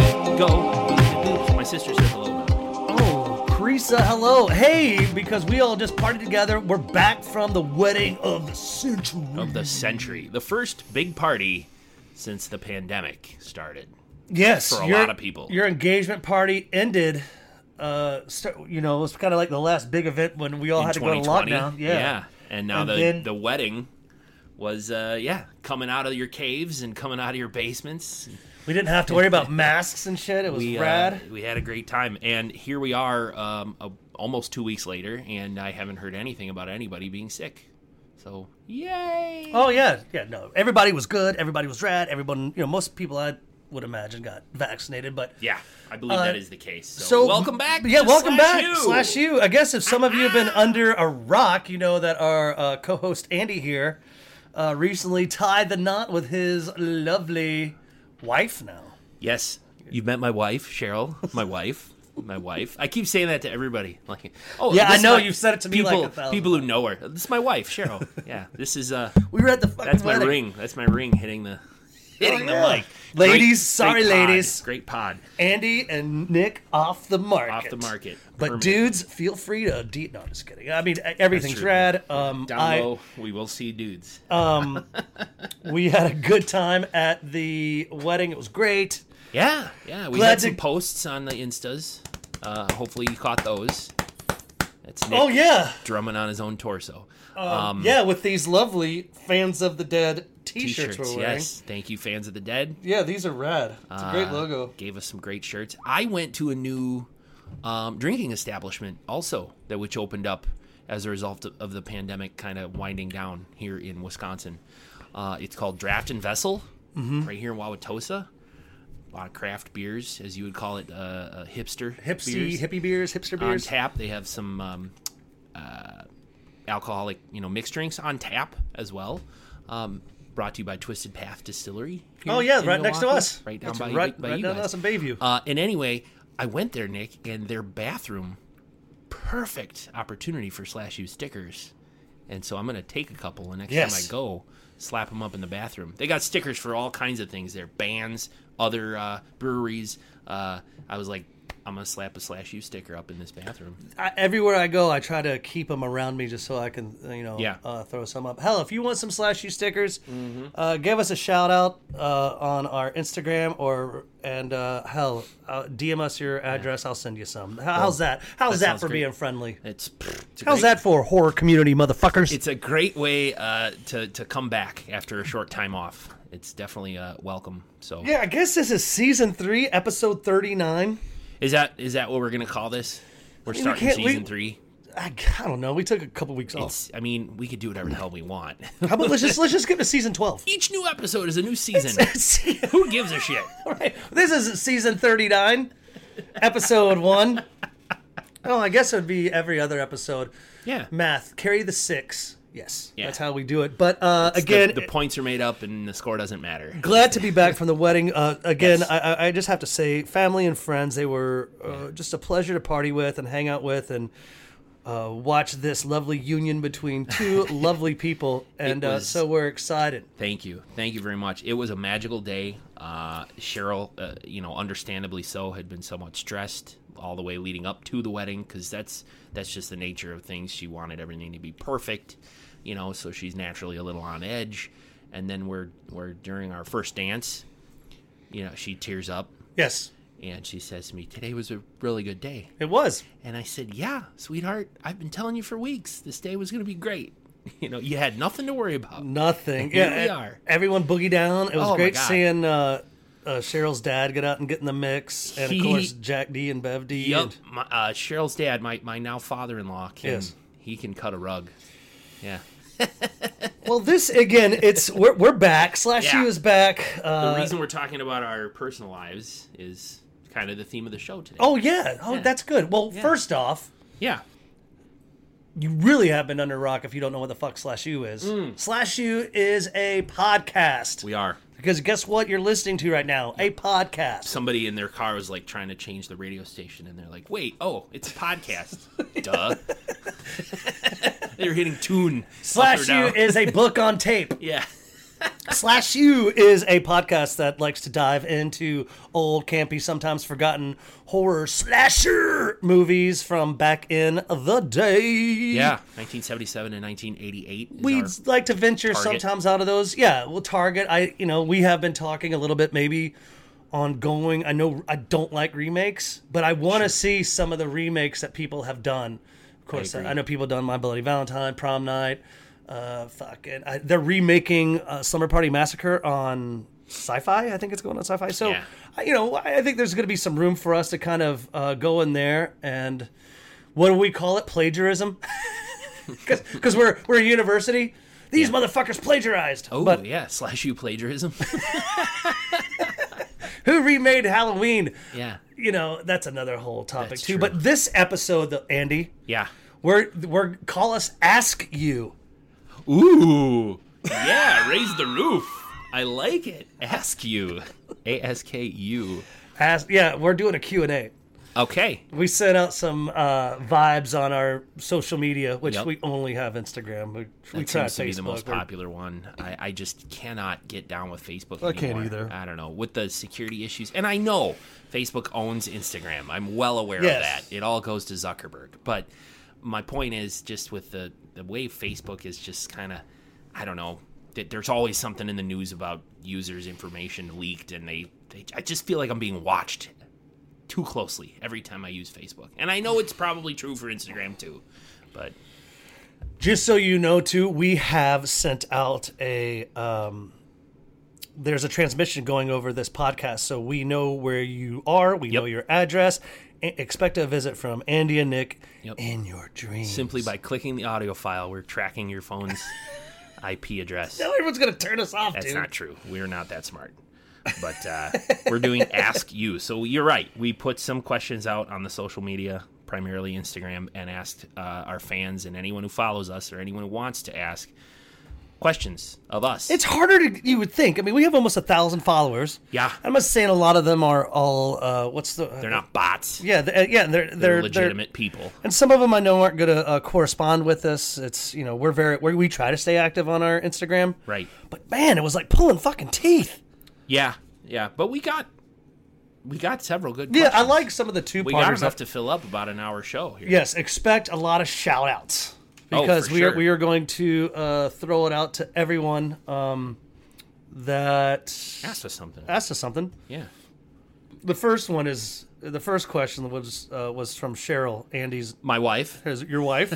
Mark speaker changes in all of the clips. Speaker 1: go. My sister said hello.
Speaker 2: Oh, Carissa, hello. Hey, because we all just partied together. We're back from the wedding of the century.
Speaker 1: Of the century, the first big party since the pandemic started.
Speaker 2: yes,
Speaker 1: for a
Speaker 2: your-
Speaker 1: lot of people.
Speaker 2: Your engagement party ended. Uh, start, you know, it was kind of like the last big event when we all had to go to
Speaker 1: 2020.
Speaker 2: lockdown. Yeah.
Speaker 1: And now
Speaker 2: And
Speaker 1: the
Speaker 2: then-
Speaker 1: the wedding was uh yeah, coming out of your caves and coming out of your basements.
Speaker 2: we didn't have to worry about masks and shit. It was
Speaker 1: We uh,
Speaker 2: rad.
Speaker 1: we had a great time and here we are um a, almost 2 weeks later and I haven't heard anything about anybody being sick. So, yay.
Speaker 2: oh yeah, yeah. No, everybody was good. Everybody was rad. Everyone, you know, most people I would imagine got vaccinated, but
Speaker 1: Yeah, I believe
Speaker 2: Uh,
Speaker 1: that is the case. So,
Speaker 2: So
Speaker 1: welcome back.
Speaker 2: Yeah,
Speaker 1: to
Speaker 2: welcome
Speaker 1: Slash
Speaker 2: back.
Speaker 1: You. Ah.
Speaker 2: Slash you. I guess if some of you have been under a rock, you know that our uh, co-host Andy here uh, recently tied the knot with his lovely wife. Now,
Speaker 1: Yes, you've met my wife, Cheryl. My wife, my wife. I keep saying that to everybody. Like, oh
Speaker 2: Yeah, I
Speaker 1: this is
Speaker 2: know,
Speaker 1: my-
Speaker 2: you've said it to me like
Speaker 1: people,
Speaker 2: a thousand
Speaker 1: people who know her. This is my wife, Cheryl. Yeah, this is uh,
Speaker 2: we were at the fucking
Speaker 1: that's my
Speaker 2: wedding.
Speaker 1: ring. That's my ring hitting the hitting
Speaker 2: yeah.
Speaker 1: the mic.
Speaker 2: Ladies,
Speaker 1: Great-
Speaker 2: sorry,
Speaker 1: great pod.
Speaker 2: ladies.
Speaker 1: Great pod
Speaker 2: Andy and Nick off the market.
Speaker 1: off the market.
Speaker 2: But
Speaker 1: Permanent.
Speaker 2: dudes, feel free to de- no, I'm just kidding. I mean, e, everything's
Speaker 1: true.
Speaker 2: rad. Um,
Speaker 1: down
Speaker 2: I, Uh,
Speaker 1: low, we will see dudes.
Speaker 2: we had a good time at the wedding. It was great.
Speaker 1: yeah, yeah. We
Speaker 2: glad
Speaker 1: had
Speaker 2: to-
Speaker 1: some posts on the instas. Uh, hopefully, you caught those. That's Nick
Speaker 2: Oh yeah, Oh,
Speaker 1: drumming on his own torso. Um,
Speaker 2: yeah, with these lovely fans of the dead t-shirts,
Speaker 1: T-shirts,
Speaker 2: we're wearing.
Speaker 1: yes. Thank you, fans of the dead.
Speaker 2: Yeah, these are rad. It's a great
Speaker 1: Uh,
Speaker 2: logo.
Speaker 1: Gave us some great shirts. I went to a new um, drinking establishment also that which opened up as a result of, of the pandemic kind of winding down here in Wisconsin. Uh, it's called Draft and Vessel
Speaker 2: Mm-hmm.
Speaker 1: right here in Wauwatosa. A lot of craft beers, as you would call it, uh, uh, hipster
Speaker 2: Hipsy,
Speaker 1: beers.
Speaker 2: hippie beers, hipster
Speaker 1: on
Speaker 2: beers.
Speaker 1: tap. They have some um, uh, alcoholic, you know, mixed drinks on tap as well. Um, brought to you by Twisted Path Distillery. here
Speaker 2: Oh yeah,
Speaker 1: in
Speaker 2: right next to
Speaker 1: Milwaukee,
Speaker 2: us.
Speaker 1: right down
Speaker 2: It's
Speaker 1: by,
Speaker 2: right,
Speaker 1: you, by
Speaker 2: right
Speaker 1: you
Speaker 2: down to
Speaker 1: guys.
Speaker 2: us in Bayview.
Speaker 1: Uh, and anyway, I went there, Nick, and their bathroom, perfect opportunity for slash you stickers. And so I'm gonna take a couple, and next time
Speaker 2: Yes.
Speaker 1: I go, slap them up in the bathroom. They got stickers for all kinds of things. There, bands, other uh, breweries. Uh, I was like, I'm gonna slap a slash you sticker up in this bathroom.
Speaker 2: I, everywhere I go, I try to keep them around me just so I can, uh, you know,
Speaker 1: Yeah. Mm-hmm.
Speaker 2: uh, throw some up. Hell, if you want some slash you stickers, uh, give us a shout out uh, on our Instagram or and uh, hell, uh, DM us your address. I'll send you some. How, how's that? How's
Speaker 1: that
Speaker 2: that,
Speaker 1: sounds
Speaker 2: for
Speaker 1: great.
Speaker 2: being friendly?
Speaker 1: It's, it's a
Speaker 2: How's
Speaker 1: great-
Speaker 2: that for horror community motherfuckers?
Speaker 1: It's a great way uh, to to come back after a short time off. It's definitely uh, welcome. So
Speaker 2: yeah, I guess this is season three, episode thirty nine.
Speaker 1: is that is that what we're gonna call this? We're
Speaker 2: mean, we
Speaker 1: starting
Speaker 2: can't- we-
Speaker 1: season three.
Speaker 2: I, I don't know. We took a couple weeks off.
Speaker 1: It's, I mean, we could do whatever the hell we want.
Speaker 2: How about let's just let's just skip to season twelve.
Speaker 1: Each new episode is a new season.
Speaker 2: All
Speaker 1: Who gives a shit?
Speaker 2: right, this is season thirty nine, episode one. Oh, I guess it would be every other episode.
Speaker 1: Yeah.
Speaker 2: Math carry the six. Yes,
Speaker 1: Yeah.
Speaker 2: that's how we do it. But uh, again,
Speaker 1: the, the points are made up and the score doesn't matter.
Speaker 2: glad to be back from the wedding. Uh, again, I I, I just have to say, family and friends, they were uh, just a pleasure to party with and hang out with and. Uh, watch this lovely union between two lovely people, and uh,
Speaker 1: was-
Speaker 2: so we're excited.
Speaker 1: Thank you, thank you very much. It was a magical day. Uh, Cheryl, uh, you know, understandably so, had been somewhat stressed all the way leading up to the wedding because that's that's just the nature of things. She wanted everything to be perfect, you know, so she's naturally a little on edge. And then we're we're during our first dance, you know, she tears up
Speaker 2: Yes,
Speaker 1: and she says to me, "Today was a really good day."
Speaker 2: it was.
Speaker 1: And I said, "Yeah, sweetheart, I've been telling you for weeks this day was going to be great. You know, you had nothing to worry about."
Speaker 2: Nothing.
Speaker 1: Here
Speaker 2: yeah,
Speaker 1: we
Speaker 2: e-
Speaker 1: are.
Speaker 2: Everyone boogie down. It was
Speaker 1: Oh, my
Speaker 2: great
Speaker 1: God.
Speaker 2: seeing uh, uh, Cheryl's dad get out and get in the mix, and
Speaker 1: He-
Speaker 2: of course Jack D and Bev D.
Speaker 1: Yep.
Speaker 2: and-
Speaker 1: My, uh, Cheryl's dad, my, my now father in law, can
Speaker 2: Yes.
Speaker 1: he can cut a rug. Yeah.
Speaker 2: well, this again, it's we're, we're back. Slash
Speaker 1: Yeah.
Speaker 2: U is back.
Speaker 1: The
Speaker 2: Uh,
Speaker 1: reason we're talking about our personal lives is kind of the theme of the show today.
Speaker 2: oh yeah. Oh,
Speaker 1: Yeah.
Speaker 2: that's good. Well, first off,
Speaker 1: yeah.
Speaker 2: you really have been under a rock if you don't know what the fuck Slash U is. Slash U is a podcast.
Speaker 1: Hmm. We are.
Speaker 2: because guess what you're listening to right now? A podcast.
Speaker 1: Somebody in their car was like trying to change the radio station, and they're like, wait, oh, it's a podcast. Duh. they were hitting tune. up or
Speaker 2: Slash U
Speaker 1: down.
Speaker 2: is a book on tape.
Speaker 1: Yeah.
Speaker 2: Slash U is a podcast that likes to dive into old, campy, sometimes forgotten horror slasher movies from back in the day.
Speaker 1: Yeah, 1977 and 1988. is
Speaker 2: We'd
Speaker 1: our-
Speaker 2: like to venture
Speaker 1: target.
Speaker 2: sometimes out of those. Yeah, we'll target. I, you know, we have been talking a little bit maybe ongoing. I know I don't like remakes, but I want to see some of the remakes that people have done. Of course, I,
Speaker 1: agree.
Speaker 2: I know people done My Bloody Valentine, Prom Night. Uh, fucking, I, they're remaking uh, Slumber Party Massacre on Sci-Fi. I think it's going on Sci-Fi. So,
Speaker 1: Yeah.
Speaker 2: I- you know, I I think there's going to be some room for us to kind of uh, go in there and what do we call it? Plagiarism because we're we're a university. These motherfuckers plagiarized.
Speaker 1: Oh
Speaker 2: but
Speaker 1: yeah, slash you plagiarism.
Speaker 2: who remade Halloween?
Speaker 1: yeah,
Speaker 2: You know that's another whole topic
Speaker 1: That's
Speaker 2: too.
Speaker 1: true.
Speaker 2: But this episode, though, Andy,
Speaker 1: yeah.
Speaker 2: we're we're call us ask you.
Speaker 1: Ooh, yeah. Raise the roof. I like it. Ask you, A S K U.
Speaker 2: Ask yeah, we're doing a Q and A.
Speaker 1: Okay.
Speaker 2: We sent out some uh, vibes on our social media, which
Speaker 1: Yep.
Speaker 2: we only have Instagram. We, we
Speaker 1: It
Speaker 2: try
Speaker 1: seems to
Speaker 2: Facebook.
Speaker 1: be the most
Speaker 2: We're-
Speaker 1: popular one. I, I just cannot get down with Facebook.
Speaker 2: I can't
Speaker 1: anymore.
Speaker 2: either.
Speaker 1: I don't know with the security issues, and I know Facebook owns Instagram. I'm well aware
Speaker 2: Yes.
Speaker 1: of that. It all goes to Zuckerberg. But my point is just with the the way Facebook is just kind of, I don't know. That there's always something in the news about users' information leaked, and they, they I just feel like I'm being watched too closely every time I use Facebook. And I know it's probably true for Instagram too, but
Speaker 2: Just so you know, too, we have sent out a. Um, there's a transmission going over this podcast, so we know where you are. We know your address. E- expect a visit from Andy and Nick
Speaker 1: Yep.
Speaker 2: in your dreams.
Speaker 1: Simply by clicking the audio file, we're tracking your phone's IP address.
Speaker 2: Now everyone's gonna turn us off,
Speaker 1: That's
Speaker 2: dude.
Speaker 1: not true. We're not that smart. But uh, we're doing Ask You. So you're right. We put some questions out on the social media, primarily Instagram, and asked uh, our fans and anyone who follows us or anyone who wants to ask questions of us.
Speaker 2: it's harder to you would think. I mean, we have almost a thousand followers.
Speaker 1: Yeah.
Speaker 2: I'm not saying a lot of them are all. Uh, what's the?
Speaker 1: they're not bots.
Speaker 2: Yeah, they yeah, they're they're,
Speaker 1: They're,
Speaker 2: they're
Speaker 1: legitimate people.
Speaker 2: And some of them I know aren't going to uh, correspond with us. It's you know we're very we we try to stay active on our Instagram.
Speaker 1: Right.
Speaker 2: But man, it was like pulling fucking teeth.
Speaker 1: Yeah. Yeah. But we got we got several good
Speaker 2: Yeah, I
Speaker 1: questions.
Speaker 2: like some of the two
Speaker 1: we got
Speaker 2: partners.
Speaker 1: enough to fill up about an hour show here.
Speaker 2: yes, expect a lot of shout outs
Speaker 1: Oh, for
Speaker 2: because we are
Speaker 1: sure.
Speaker 2: we are going to uh, throw it out to everyone um, that
Speaker 1: Ask us something.
Speaker 2: asked us something.
Speaker 1: Yeah.
Speaker 2: The first one is the first question was uh, was from Cheryl, Andy's
Speaker 1: My wife.
Speaker 2: his, your wife.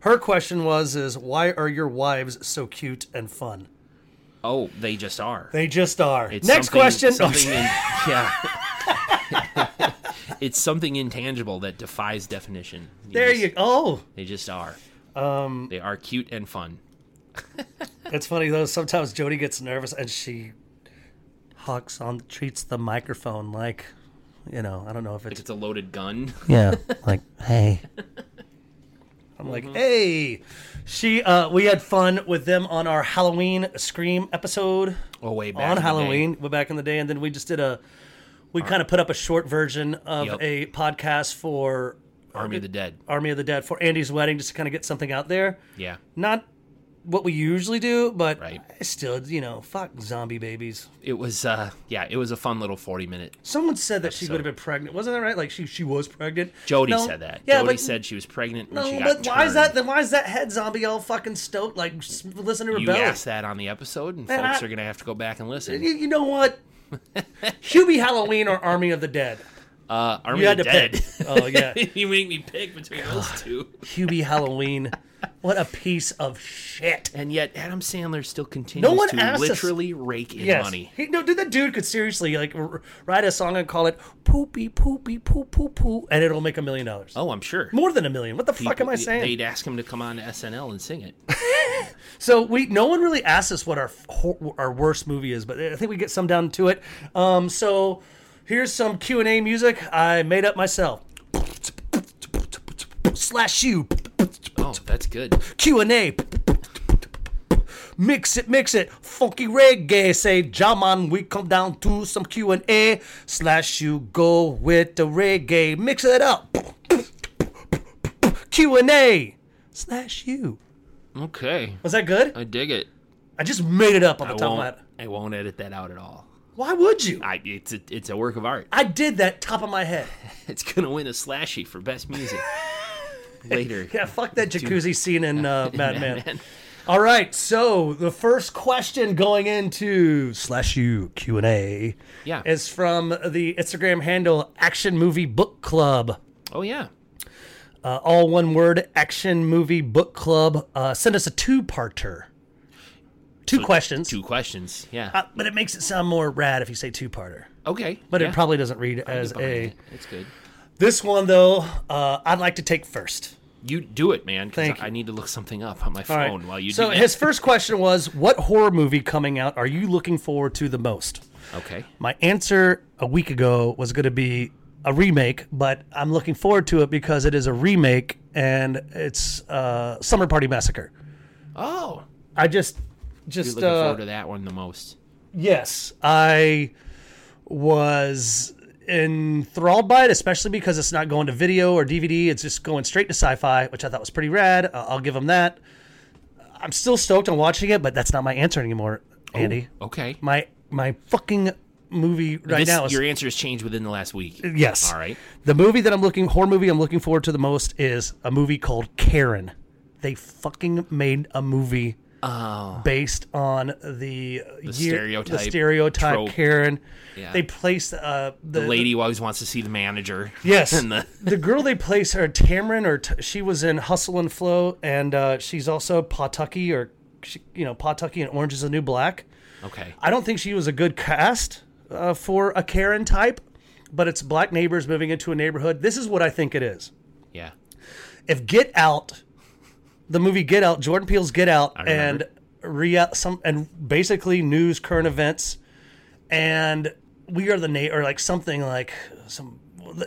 Speaker 2: Her question was is why are your wives so cute and fun?
Speaker 1: Oh, they just are.
Speaker 2: They just are.
Speaker 1: It's
Speaker 2: Next
Speaker 1: something-
Speaker 2: question.
Speaker 1: something in- yeah. it's something intangible that defies definition.
Speaker 2: there
Speaker 1: just,
Speaker 2: you Oh,
Speaker 1: They just are. Um, they are cute and fun.
Speaker 2: it's funny though. Sometimes Jody gets nervous and she hawks on, treats the microphone like, you know, I don't know if it's
Speaker 1: It's a loaded gun.
Speaker 2: yeah, like hey. I'm
Speaker 1: Mm-hmm.
Speaker 2: like, hey, she. Uh, we had fun with them on our Halloween Scream episode.
Speaker 1: Oh, way back in
Speaker 2: on
Speaker 1: the day.
Speaker 2: Halloween, way back in the day, and then we just did a we kind of put up a short version of
Speaker 1: Yep.
Speaker 2: a podcast for
Speaker 1: Army of the Dead.
Speaker 2: Army of the Dead for Andy's wedding, just to kind of get something out there.
Speaker 1: Yeah.
Speaker 2: Not what we usually do, but
Speaker 1: Right.
Speaker 2: I still, you know, fuck zombie babies.
Speaker 1: It was. Uh, yeah, it was a fun little forty-minute.
Speaker 2: Someone said that she would have been pregnant, wasn't that right? Like she she was pregnant.
Speaker 1: Jody
Speaker 2: No.
Speaker 1: said that.
Speaker 2: Yeah,
Speaker 1: Jody
Speaker 2: but
Speaker 1: said she was pregnant when she
Speaker 2: no,
Speaker 1: got
Speaker 2: but why is that?
Speaker 1: turned.
Speaker 2: Then why is that head zombie all fucking stoked? Like s- listen to her
Speaker 1: you
Speaker 2: belly.
Speaker 1: asked that on the episode, and
Speaker 2: Man,
Speaker 1: folks
Speaker 2: I-
Speaker 1: are gonna have to go back and listen.
Speaker 2: You, you know what? Hubie Halloween or Army of the Dead?
Speaker 1: Uh, Army
Speaker 2: You
Speaker 1: of
Speaker 2: had
Speaker 1: the
Speaker 2: to
Speaker 1: Dead.
Speaker 2: pick. Oh yeah.
Speaker 1: you make me pick between those two.
Speaker 2: Hubie Halloween. What a piece of shit.
Speaker 1: And yet Adam Sandler still continues
Speaker 2: No one
Speaker 1: to
Speaker 2: asked us-
Speaker 1: literally rake in
Speaker 2: Yes.
Speaker 1: money.
Speaker 2: He, no, dude, that dude could seriously like r- write a song and call it poopy poopy poo poo poo, and it'll make a million dollars.
Speaker 1: Oh, I'm sure.
Speaker 2: More than a million. What the fuck am I
Speaker 1: They-
Speaker 2: saying?
Speaker 1: They'd ask him to come on to SNL and sing it.
Speaker 2: so we no one really asked us what our f- hor- our worst movie is, but I think we get some down to it. Um, so here's some Q and A music I made up myself. Slash you.
Speaker 1: Oh, that's good.
Speaker 2: Q and A. Mix it, mix it, funky reggae. Say, Jaman, we come down to some Q and A. Slash, you go with the reggae. Mix it up. Q and A. Slash, you.
Speaker 1: Okay,
Speaker 2: Was that good?
Speaker 1: I dig it.
Speaker 2: I just made it up on the
Speaker 1: Uh, I
Speaker 2: top of my
Speaker 1: won't,
Speaker 2: head.
Speaker 1: I won't edit that out at all.
Speaker 2: Why would you?
Speaker 1: I, it's a, it's a work of art.
Speaker 2: I did that top of my head.
Speaker 1: It's gonna win a slashy for best music later.
Speaker 2: Yeah, fuck that jacuzzi scene in uh, Mad Men.
Speaker 1: Madman.
Speaker 2: All right, so the first question going into slash you Q and A,
Speaker 1: Yeah.
Speaker 2: is from the Instagram handle Action Movie Book Club.
Speaker 1: Oh yeah,
Speaker 2: Uh, all one word, Action Movie Book Club. Uh, send us a two-parter, two questions,
Speaker 1: two questions. Yeah.
Speaker 2: Uh, but it makes it sound more rad if you say two-parter.
Speaker 1: okay.
Speaker 2: But
Speaker 1: yeah.
Speaker 2: it probably doesn't read as
Speaker 1: Behind
Speaker 2: a.
Speaker 1: it. It's good.
Speaker 2: This one though, uh, I'd like to take first.
Speaker 1: You do it, man. 'cause
Speaker 2: Thank
Speaker 1: I, I need to look something up on my
Speaker 2: All right.
Speaker 1: phone while you
Speaker 2: so
Speaker 1: do that.
Speaker 2: his first question was, "What horror movie coming out are you looking forward to the most?"
Speaker 1: okay.
Speaker 2: My answer a week ago was going to be a remake, but I'm looking forward to it because it is a remake and it's uh, Summer Party Massacre.
Speaker 1: Oh,
Speaker 2: I just,
Speaker 1: you're
Speaker 2: just
Speaker 1: looking
Speaker 2: uh,
Speaker 1: forward to that one the most.
Speaker 2: yes, I was enthralled by it, especially because it's not going to video or DVD. It's just going straight to sci-fi, which I thought was pretty rad. I- I'll give them that. I'm still stoked on watching it, but that's not my answer anymore,
Speaker 1: Oh.
Speaker 2: Andy.
Speaker 1: Okay.
Speaker 2: My my fucking movie right
Speaker 1: This-
Speaker 2: now is
Speaker 1: your answer has changed within the last week.
Speaker 2: Yes.
Speaker 1: All right.
Speaker 2: The movie that I'm looking horror movie I'm looking forward to the most is a movie called Karen. They fucking made a movie
Speaker 1: Oh,
Speaker 2: based on the, year,
Speaker 1: stereotype
Speaker 2: the stereotype
Speaker 1: trope.
Speaker 2: Karen.
Speaker 1: Yeah.
Speaker 2: They placed uh, the,
Speaker 1: the lady always wants to see the manager.
Speaker 2: Yes,
Speaker 1: and the-
Speaker 2: the... girl they place her Tamron, or t- she was in Hustle and Flow, and uh, she's also Pawtucky, or she, you know Pawtucky and Orange is the New Black.
Speaker 1: Okay.
Speaker 2: I don't think she was a good cast uh, for a Karen type, but it's black neighbors moving into a neighborhood. This is what I think it is.
Speaker 1: Yeah.
Speaker 2: if Get Out, the movie Get Out, Jordan Peele's Get Out, and
Speaker 1: remember.
Speaker 2: rea- some and basically news, current events, and we are the na- or like something like some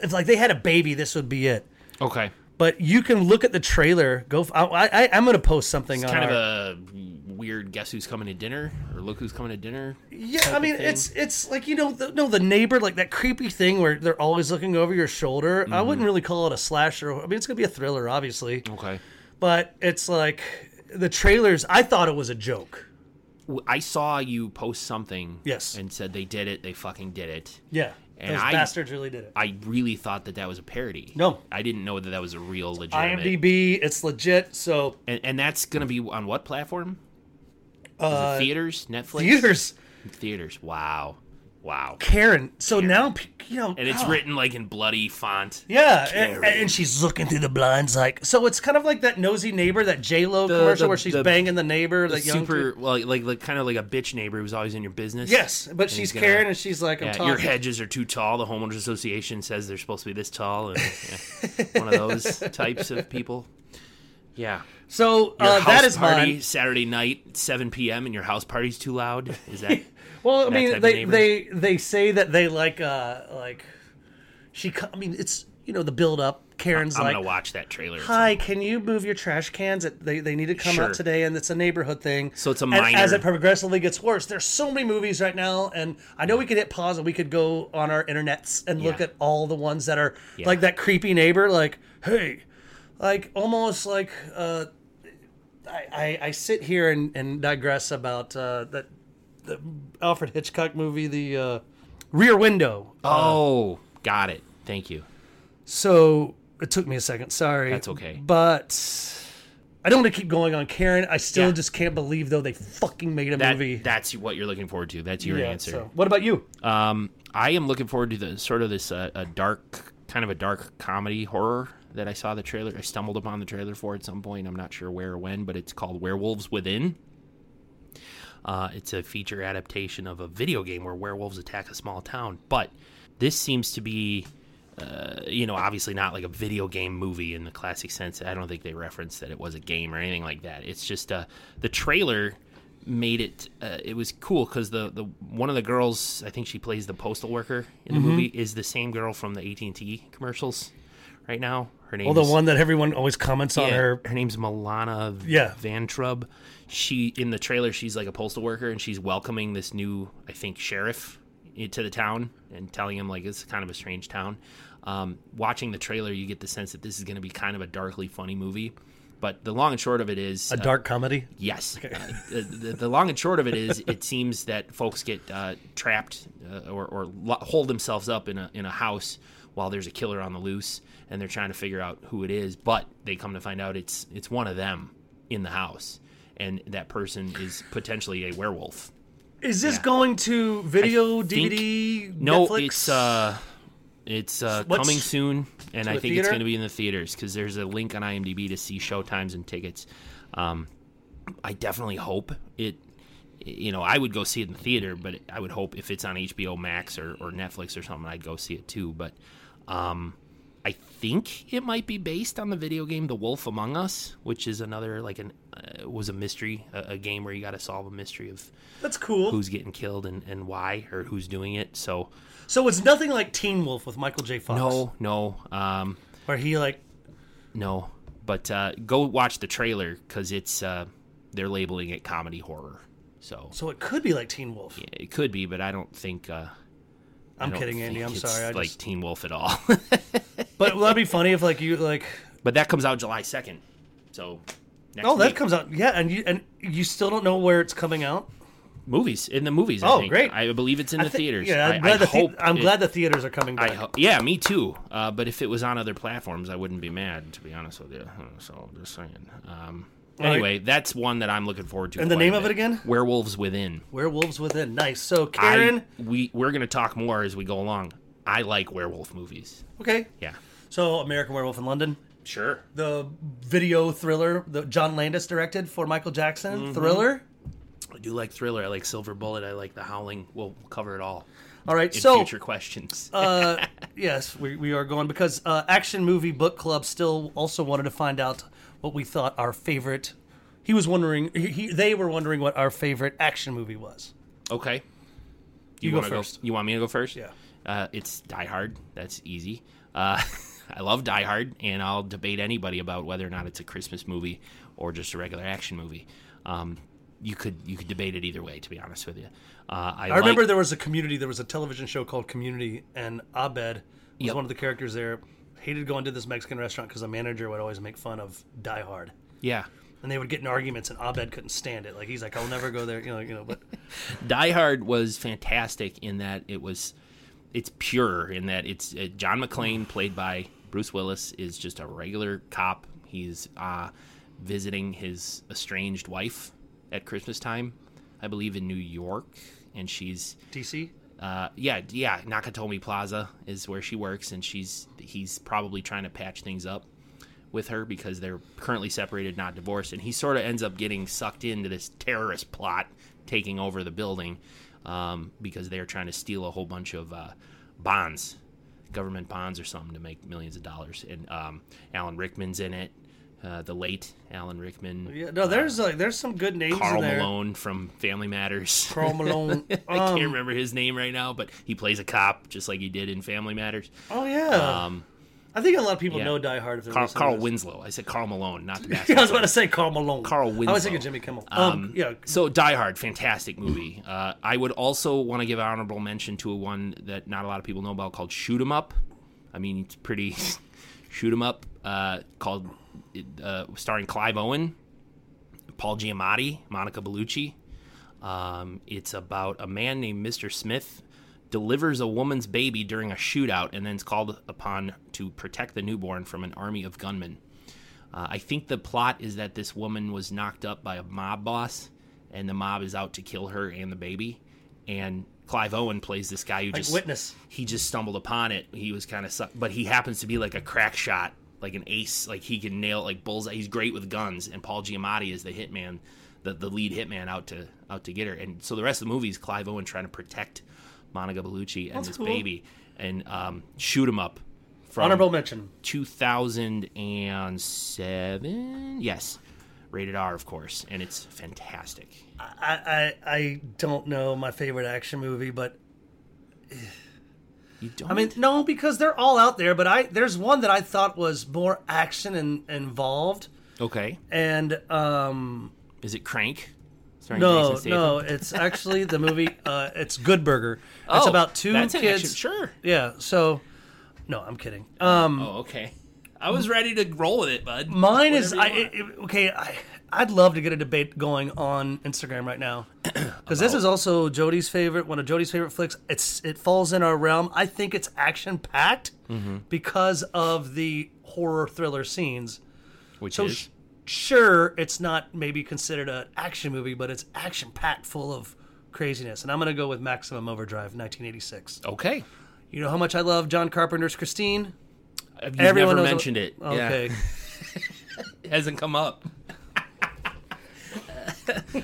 Speaker 2: if like they had a baby, this would be it.
Speaker 1: Okay.
Speaker 2: But you can look at the trailer. Go. f- I, I I'm gonna post something on
Speaker 1: Kind of
Speaker 2: our-
Speaker 1: a weird guess who's coming to dinner or look who's coming to dinner.
Speaker 2: yeah. I mean, it's it's like you know the, no the neighbor like that creepy thing where they're always looking over your shoulder. I
Speaker 1: Mm-hmm.
Speaker 2: wouldn't really call it a slasher. I mean, it's gonna be a thriller, obviously,
Speaker 1: Okay.
Speaker 2: but it's like the trailers. I thought it was a joke.
Speaker 1: W- I saw you post something.
Speaker 2: Yes.
Speaker 1: And said they did it. They fucking did it.
Speaker 2: Yeah.
Speaker 1: And
Speaker 2: those
Speaker 1: I-
Speaker 2: bastards really did it.
Speaker 1: I really thought that that was a parody.
Speaker 2: No.
Speaker 1: I didn't know that that was a real legitimate.
Speaker 2: IMDb, it's legit. So
Speaker 1: And, and that's going to be on what platform? Is it theaters, Netflix,
Speaker 2: Uh, theaters,
Speaker 1: theaters. Wow, wow.
Speaker 2: Karen. So now p- you know,
Speaker 1: And it's
Speaker 2: God.
Speaker 1: written like in bloody font.
Speaker 2: Yeah, and, and she's looking through the blinds like. So it's kind of like that nosy neighbor, that J Lo commercial
Speaker 1: the-
Speaker 2: where she's
Speaker 1: the-
Speaker 2: banging the neighbor, that young.
Speaker 1: Super, well, like, like, kind of like a bitch neighbor who's always in your business.
Speaker 2: yes, but she's
Speaker 1: he's gonna-
Speaker 2: Karen, and she's like, "I'm
Speaker 1: Yeah,
Speaker 2: talking."
Speaker 1: your hedges are too tall. The homeowners association says they're supposed to be this tall, and yeah, one of those types of people. Yeah,
Speaker 2: So
Speaker 1: Your
Speaker 2: uh,
Speaker 1: house
Speaker 2: that is
Speaker 1: party
Speaker 2: mine.
Speaker 1: Saturday night, seven p.m. and your house party's too loud. Is that
Speaker 2: Well, I
Speaker 1: that type
Speaker 2: mean,
Speaker 1: of
Speaker 2: they
Speaker 1: neighbor.
Speaker 2: they they say that they like uh like she. co- I mean, it's you know the build up. Karen's
Speaker 1: I'm
Speaker 2: like,
Speaker 1: gonna watch that trailer.
Speaker 2: hi can you move your trash cans It- they, they need to come
Speaker 1: Sure.
Speaker 2: out today and it's a neighborhood thing
Speaker 1: So it's a
Speaker 2: And as
Speaker 1: minor-
Speaker 2: it progressively gets worse there's so many movies right now and i know we could hit pause and we could go on our internets and look
Speaker 1: Yeah.
Speaker 2: at all the ones that are
Speaker 1: Yeah.
Speaker 2: like that creepy neighbor like hey like almost like uh I, I, I sit here and, and digress about uh, that the Alfred Hitchcock movie, the uh, Rear Window.
Speaker 1: Oh, got it. Thank you.
Speaker 2: So it took me a second. Sorry.
Speaker 1: That's okay.
Speaker 2: But I don't want to keep going on Karen. I still
Speaker 1: Yeah.
Speaker 2: just can't believe though they fucking made a
Speaker 1: That,
Speaker 2: movie.
Speaker 1: That's what you're looking forward to. That's your
Speaker 2: Yeah,
Speaker 1: answer.
Speaker 2: so- What about you?
Speaker 1: Um, I am looking forward to the sort of this uh, a dark, kind of a dark comedy horror that I saw the trailer. I stumbled upon the trailer for at some point. I'm not sure where or when, but it's called Werewolves Within. Uh, it's a feature adaptation of a video game where werewolves attack a small town. But this seems to be, uh, you know, obviously not like a video game movie in the classic sense. I don't think they referenced that it was a game or anything like that. It's just uh, the trailer made it. Uh, it was cool because the, the one of the girls, I think she plays the postal worker in
Speaker 2: Mm-hmm.
Speaker 1: the movie, is the same girl from the AT and T commercials right now. Her name.
Speaker 2: Well, the
Speaker 1: is,
Speaker 2: one that everyone always comments on
Speaker 1: yeah,
Speaker 2: her.
Speaker 1: name's Milana V-
Speaker 2: Yeah.
Speaker 1: Van Trub. She in the trailer she's like a postal worker and she's welcoming this new I think sheriff into the town and telling him like it's kind of a strange town. Um, watching the trailer you get the sense that this is going to be kind of a darkly funny movie But the long and short of it is
Speaker 2: A
Speaker 1: uh,
Speaker 2: dark comedy.
Speaker 1: Yes. Uh, the, the, the long and short of it is, it seems that folks get uh, trapped uh, or, or lo- hold themselves up in a, in a house while there's a killer on the loose, and they're trying to figure out who it is. But they come to find out it's it's one of them in the house, and that person is potentially a werewolf.
Speaker 2: Is this going to video,
Speaker 1: I think-
Speaker 2: DVD,
Speaker 1: No,
Speaker 2: Netflix?
Speaker 1: it's uh, it's uh,
Speaker 2: What's-
Speaker 1: coming soon, and I
Speaker 2: the
Speaker 1: think it's
Speaker 2: theater?
Speaker 1: going to be in the theaters because there's a link on IMDb to see showtimes and tickets. Um, I definitely hope it. You know, I would go see it in the theater, but I would hope if it's on HBO Max or, or Netflix or something, I'd go see it too. But um, I think it might be based on the video game The Wolf Among Us, which is another like an uh, was a mystery, a, a game where you got to solve a mystery of
Speaker 2: That's cool.
Speaker 1: who's getting killed and, and why or who's doing it. So
Speaker 2: so it's nothing like Teen Wolf with Michael J. Fox.
Speaker 1: no, no, um,
Speaker 2: Where he like
Speaker 1: no. But uh, go watch the trailer because it's uh, they're labeling it comedy horror. So
Speaker 2: so it could be like Teen Wolf.
Speaker 1: it could be, but I don't think. Uh, I
Speaker 2: I'm
Speaker 1: don't
Speaker 2: kidding, Andy.
Speaker 1: think
Speaker 2: I'm
Speaker 1: it's
Speaker 2: sorry. I
Speaker 1: like
Speaker 2: just,
Speaker 1: Teen Wolf at all.
Speaker 2: but that'd be funny if like you like
Speaker 1: but that comes out July second. So next
Speaker 2: Oh, that
Speaker 1: week.
Speaker 2: comes out. Yeah, and you and you still don't know where it's coming out.
Speaker 1: movies in the movies. I
Speaker 2: Oh,
Speaker 1: think.
Speaker 2: great.
Speaker 1: I believe it's in the
Speaker 2: I thi-
Speaker 1: theaters.
Speaker 2: Yeah, I'm
Speaker 1: I,
Speaker 2: glad
Speaker 1: I
Speaker 2: the thea-
Speaker 1: hope.
Speaker 2: I'm
Speaker 1: it-
Speaker 2: glad the theaters are coming
Speaker 1: I
Speaker 2: back.
Speaker 1: ho- yeah, me too. Uh, but if it was on other platforms, I wouldn't be mad, to be honest with you. Uh, So just saying. Um,
Speaker 2: right.
Speaker 1: anyway, that's one that I'm looking forward to.
Speaker 2: And the
Speaker 1: quite a
Speaker 2: name of
Speaker 1: bit.
Speaker 2: it again?
Speaker 1: Werewolves Within.
Speaker 2: Werewolves Within. Nice. So
Speaker 1: I-
Speaker 2: Karen.
Speaker 1: we we're gonna talk more as we go along. I like werewolf movies.
Speaker 2: okay.
Speaker 1: Yeah,
Speaker 2: So American Werewolf in London,
Speaker 1: sure.
Speaker 2: the video thriller that John Landis directed for Michael Jackson
Speaker 1: Mm-hmm.
Speaker 2: thriller.
Speaker 1: I do like thriller. I like Silver Bullet. I like The Howling. We'll cover it all
Speaker 2: All right.
Speaker 1: in
Speaker 2: so
Speaker 1: future questions.
Speaker 2: uh, yes, we, we are going because uh, Action Movie Book Club still also wanted to find out what we thought our favorite. He was wondering. He, he, they were wondering what our favorite action movie was.
Speaker 1: okay.
Speaker 2: you go
Speaker 1: wanna
Speaker 2: first.
Speaker 1: you want me to go first?
Speaker 2: Yeah.
Speaker 1: Uh, it's Die Hard. That's easy. Uh, I love Die Hard, and I'll debate anybody about whether or not it's a Christmas movie or just a regular action movie. Um, you could you could debate it either way, to be honest with you. Uh, I,
Speaker 2: I remember
Speaker 1: like-
Speaker 2: there was a community. There was a television show called Community, and Abed was
Speaker 1: Yep.
Speaker 2: one of the characters there. Hated going to this Mexican restaurant because the manager would always make fun of Die Hard,
Speaker 1: yeah.
Speaker 2: and they would get in arguments, and Abed couldn't stand it. Like he's like, "I'll never go there," you know, you know. But
Speaker 1: Die Hard was fantastic in that it was it's pure in that it's uh, John McClane played by Bruce Willis is just a regular cop. He's uh, visiting his estranged wife at Christmas time, I believe in New York, and she's
Speaker 2: DC,
Speaker 1: uh, yeah, yeah, Nakatomi Plaza is where she works, and she's he's probably trying to patch things up with her because they're currently separated, not divorced, and he sort of ends up getting sucked into this terrorist plot taking over the building um, because they're trying to steal a whole bunch of uh, bonds, government bonds or something to make millions of dollars. And um, Alan Rickman's in it, uh, the late Alan Rickman,
Speaker 2: yeah, no, there's like there's some good names
Speaker 1: Carl
Speaker 2: in there.
Speaker 1: Malone from Family Matters.
Speaker 2: Carl Malone.
Speaker 1: I can't
Speaker 2: Um,
Speaker 1: remember his name right now, but he plays a cop just like he did in Family Matters.
Speaker 2: Oh yeah,
Speaker 1: Um,
Speaker 2: I think a lot of people
Speaker 1: yeah.
Speaker 2: know Die Hard. If they're
Speaker 1: Carl,
Speaker 2: listening
Speaker 1: Carl
Speaker 2: to this.
Speaker 1: Winslow. I said Carl Malone, not the
Speaker 2: Yeah, I was
Speaker 1: basketball
Speaker 2: about to
Speaker 1: player.
Speaker 2: say Carl Malone.
Speaker 1: Carl
Speaker 2: I was thinking
Speaker 1: Winslow.
Speaker 2: Jimmy Kimmel. Um, yeah,
Speaker 1: So Die Hard, fantastic movie. Uh, I would also want to give honorable mention to one that not a lot of people know about called Shoot 'Em Up. I mean, it's pretty Shoot 'Em Up, uh, called uh, starring Clive Owen, Paul Giamatti, Monica Bellucci. Um, it's about a man named Mr. Smith delivers a woman's baby during a shootout and then is called upon to protect the newborn from an army of gunmen. Uh, I think the plot is that this woman was knocked up by a mob boss, and the mob is out to kill her and the baby. And Clive Owen plays this guy who just
Speaker 2: Witness.
Speaker 1: He just stumbled upon it. He was kind of suck, but he happens to be like a crack shot, like an ace. Like he can nail like bullseye. He's great with guns. And Paul Giamatti is the hitman, the the lead hitman out to out to get her. And so the rest of the movie is Clive Owen trying to protect Monica Bellucci and
Speaker 2: That's
Speaker 1: this
Speaker 2: cool.
Speaker 1: baby and um, shoot him up. From,
Speaker 2: honorable mention.
Speaker 1: 2007 yes rated r of course and it's fantastic
Speaker 2: I, I I don't know my favorite action movie, but
Speaker 1: you don't
Speaker 2: I mean no, because they're all out there. But I there's one that I thought was more action and involved,
Speaker 1: okay
Speaker 2: and um
Speaker 1: is it crank Starring
Speaker 2: no
Speaker 1: Jason Statham?
Speaker 2: no, it's actually the movie. Uh, it's Good Burger. it's
Speaker 1: Oh,
Speaker 2: about two
Speaker 1: that's an
Speaker 2: kids.
Speaker 1: action- sure
Speaker 2: Yeah, so no, I'm kidding. Um,
Speaker 1: oh okay I was ready to roll with it, bud.
Speaker 2: Mine is I,
Speaker 1: Whatever you
Speaker 2: it, it- okay. I, I'd love to get a debate going on Instagram right now because
Speaker 1: Oh.
Speaker 2: this is also Jody's favorite, one of Jody's favorite flicks. It's it falls in our realm. I think it's action packed
Speaker 1: Mm-hmm.
Speaker 2: because of the horror thriller scenes.
Speaker 1: want. Which
Speaker 2: So
Speaker 1: is
Speaker 2: sh- sure, it's not maybe considered an action movie, but it's action packed full of craziness. And I'm gonna go with Maximum Overdrive, 1986.
Speaker 1: okay.
Speaker 2: You know how much I love John Carpenter's Christine.
Speaker 1: You've
Speaker 2: Everyone
Speaker 1: never
Speaker 2: knows-
Speaker 1: mentioned it.
Speaker 2: Okay.
Speaker 1: Yeah. It hasn't come up.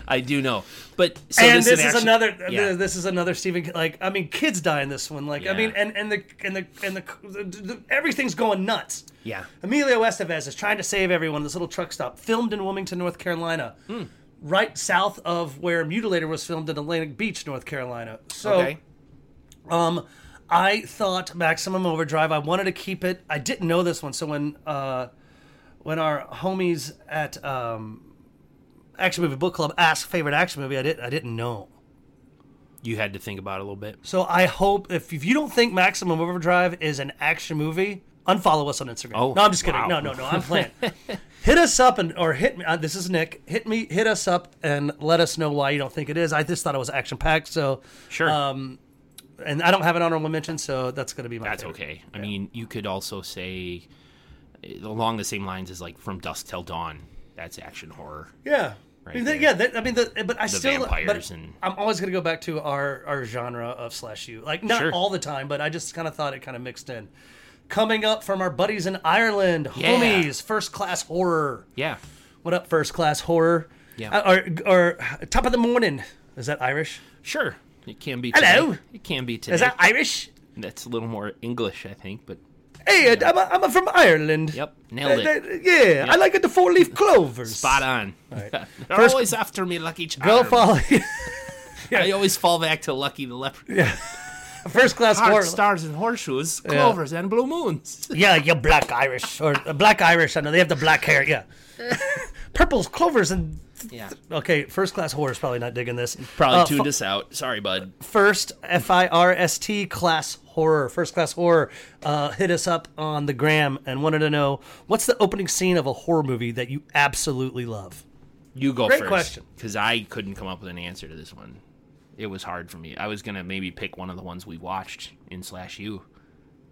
Speaker 1: I do know, but so
Speaker 2: and this,
Speaker 1: an
Speaker 2: is
Speaker 1: action-
Speaker 2: another
Speaker 1: Yeah.
Speaker 2: th this is another Stephen King- like I mean kids die in this one like I
Speaker 1: Yeah.
Speaker 2: mean and and the and the and the, the, the- everything's going nuts.
Speaker 1: Yeah.
Speaker 2: Emilio Estevez is trying to save everyone. at This little truck stop filmed in Wilmington, North Carolina,
Speaker 1: Hmm.
Speaker 2: right south of where Mutilator was filmed in Atlantic Beach, North Carolina. So
Speaker 1: Okay.
Speaker 2: um, I thought Maximum Overdrive. I wanted to keep it. I didn't know this one, so when uh, when our homies at um, Action Movie Book Club asked favorite action movie, I did I didn't know.
Speaker 1: You had to think about it a little bit.
Speaker 2: So I hope if, if you don't think Maximum Overdrive is an action movie, unfollow us on Instagram.
Speaker 1: Oh,
Speaker 2: no, I'm just kidding.
Speaker 1: wow.
Speaker 2: No, no, no, I'm playing. hit us up and or hit me. Uh, this is Nick. Hit me. Hit us up and let us know why you don't think it is. I just thought it was action packed. So
Speaker 1: Sure.
Speaker 2: Um, and I don't have an honorable mention, so that's gonna be my.
Speaker 1: That's
Speaker 2: favorite.
Speaker 1: okay. I mean, you could also say eh, along the same lines as like From Dusk Till Dawn. That's action horror.
Speaker 2: Yeah. I mean,
Speaker 1: there.
Speaker 2: that- yeah, that, I mean, the, but I still,
Speaker 1: vampires
Speaker 2: but
Speaker 1: and-
Speaker 2: I'm always going to go back to our, our genre of slash you, like not
Speaker 1: Sure.
Speaker 2: all the time, but I just kind of thought it kind of mixed in. Coming up from our buddies in Ireland,
Speaker 1: Yeah.
Speaker 2: homies, first class horror.
Speaker 1: Yeah.
Speaker 2: What up, first class horror?
Speaker 1: Yeah.
Speaker 2: Uh, or, or top of the morning. Is that Irish?
Speaker 1: Sure. It can be.
Speaker 2: Hello?
Speaker 1: today. It can be today.
Speaker 2: Is that Irish?
Speaker 1: That's a little more English, I think. But
Speaker 2: Hey, uh, I'm, I'm, from Ireland.
Speaker 1: Yep, nailed
Speaker 2: Uh,
Speaker 1: it.
Speaker 2: uh, yeah, I like it. The four leaf clovers.
Speaker 1: spot on. They're
Speaker 2: First-
Speaker 1: always after me, Lucky Charm.
Speaker 2: Go follow
Speaker 1: I always fall back to Lucky the Leopard.
Speaker 2: first class
Speaker 1: Heart,
Speaker 2: horror.
Speaker 1: stars and horseshoes, clovers and blue moons.
Speaker 2: Yeah, yeah, black Irish or uh, black Irish. I know they have the black hair. Yeah, purples, clovers, and
Speaker 1: Yeah.
Speaker 2: okay. First class horror is probably not digging this.
Speaker 1: Probably
Speaker 2: Uh,
Speaker 1: tuned
Speaker 2: fu-
Speaker 1: us out. Sorry, bud.
Speaker 2: first F I R S T class horror. First class horror. Uh, hit us up on the gram and wanted to know what's the opening scene of a horror movie that you absolutely love.
Speaker 1: You go
Speaker 2: Great
Speaker 1: first.
Speaker 2: question.
Speaker 1: Because I couldn't come up with an answer to this one. It was hard for me. I was gonna maybe pick one of the ones we watched in slash U.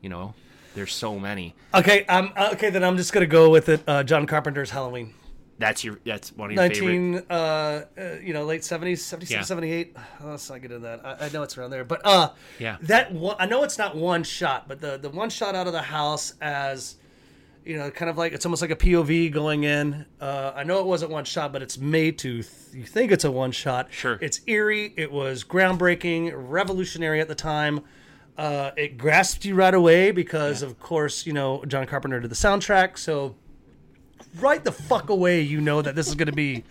Speaker 1: You know, there's so many.
Speaker 2: Okay, um, okay, then I'm just gonna go with it. Uh, John Carpenter's Halloween,
Speaker 1: That's your. That's one of your favorite.
Speaker 2: 19, uh, uh, you know, late 70s, 76,
Speaker 1: Yeah.
Speaker 2: 78. Oh, let's not get into that. I, I know it's around there, but uh,
Speaker 1: Yeah.
Speaker 2: that one, I know it's not one shot, but the the one shot out of the house as you know, kind of like it's almost like a POV going in. Uh, I know it wasn't one shot, but it's made to th- you think it's a one shot.
Speaker 1: Sure.
Speaker 2: it's eerie. It was groundbreaking, revolutionary at the time. Uh, it grasped you right away because, of course, you know John Carpenter did the soundtrack. So right the fuck away, you know that this is going to be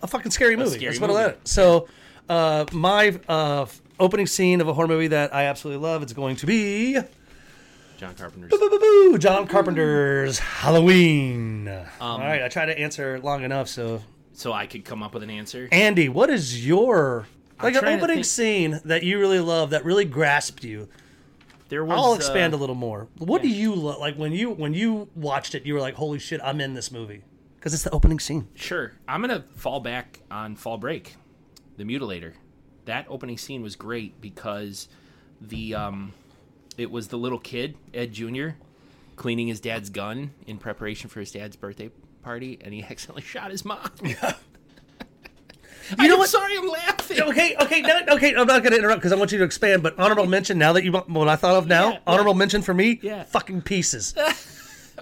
Speaker 2: a fucking scary movie.
Speaker 1: scary
Speaker 2: That's what I
Speaker 1: movie.
Speaker 2: let it. So, uh, my uh, f- opening scene of a horror movie that I absolutely love is going to be
Speaker 1: John Carpenter's.
Speaker 2: boo-boo, John Carpenter's Halloween.
Speaker 1: Um,
Speaker 2: All right, I tried to answer long enough. So,
Speaker 1: So I could come up with an answer.
Speaker 2: Andy, what is your like an
Speaker 1: trying to
Speaker 2: opening
Speaker 1: think.
Speaker 2: scene that you really love that really grasped you?
Speaker 1: There was.
Speaker 2: I'll expand
Speaker 1: uh,
Speaker 2: a little more. What do you lo- like when you when you watched it? You were like, "Holy shit, I'm in this movie." Because it's the opening scene.
Speaker 1: Sure. I'm going to fall back on Fall Break, The Mutilator. That opening scene was great because the um it was the little kid, Ed Jr., cleaning his dad's gun in preparation for his dad's birthday party and he accidentally shot his mom.
Speaker 2: You know
Speaker 1: I'm
Speaker 2: what?
Speaker 1: sorry I'm laughing.
Speaker 2: okay, okay, no, okay. I'm not going to interrupt because I want you to expand. But honorable mention now that you what I thought of now,
Speaker 1: Yeah,
Speaker 2: honorable mention for me,
Speaker 1: Yeah.
Speaker 2: fucking pieces.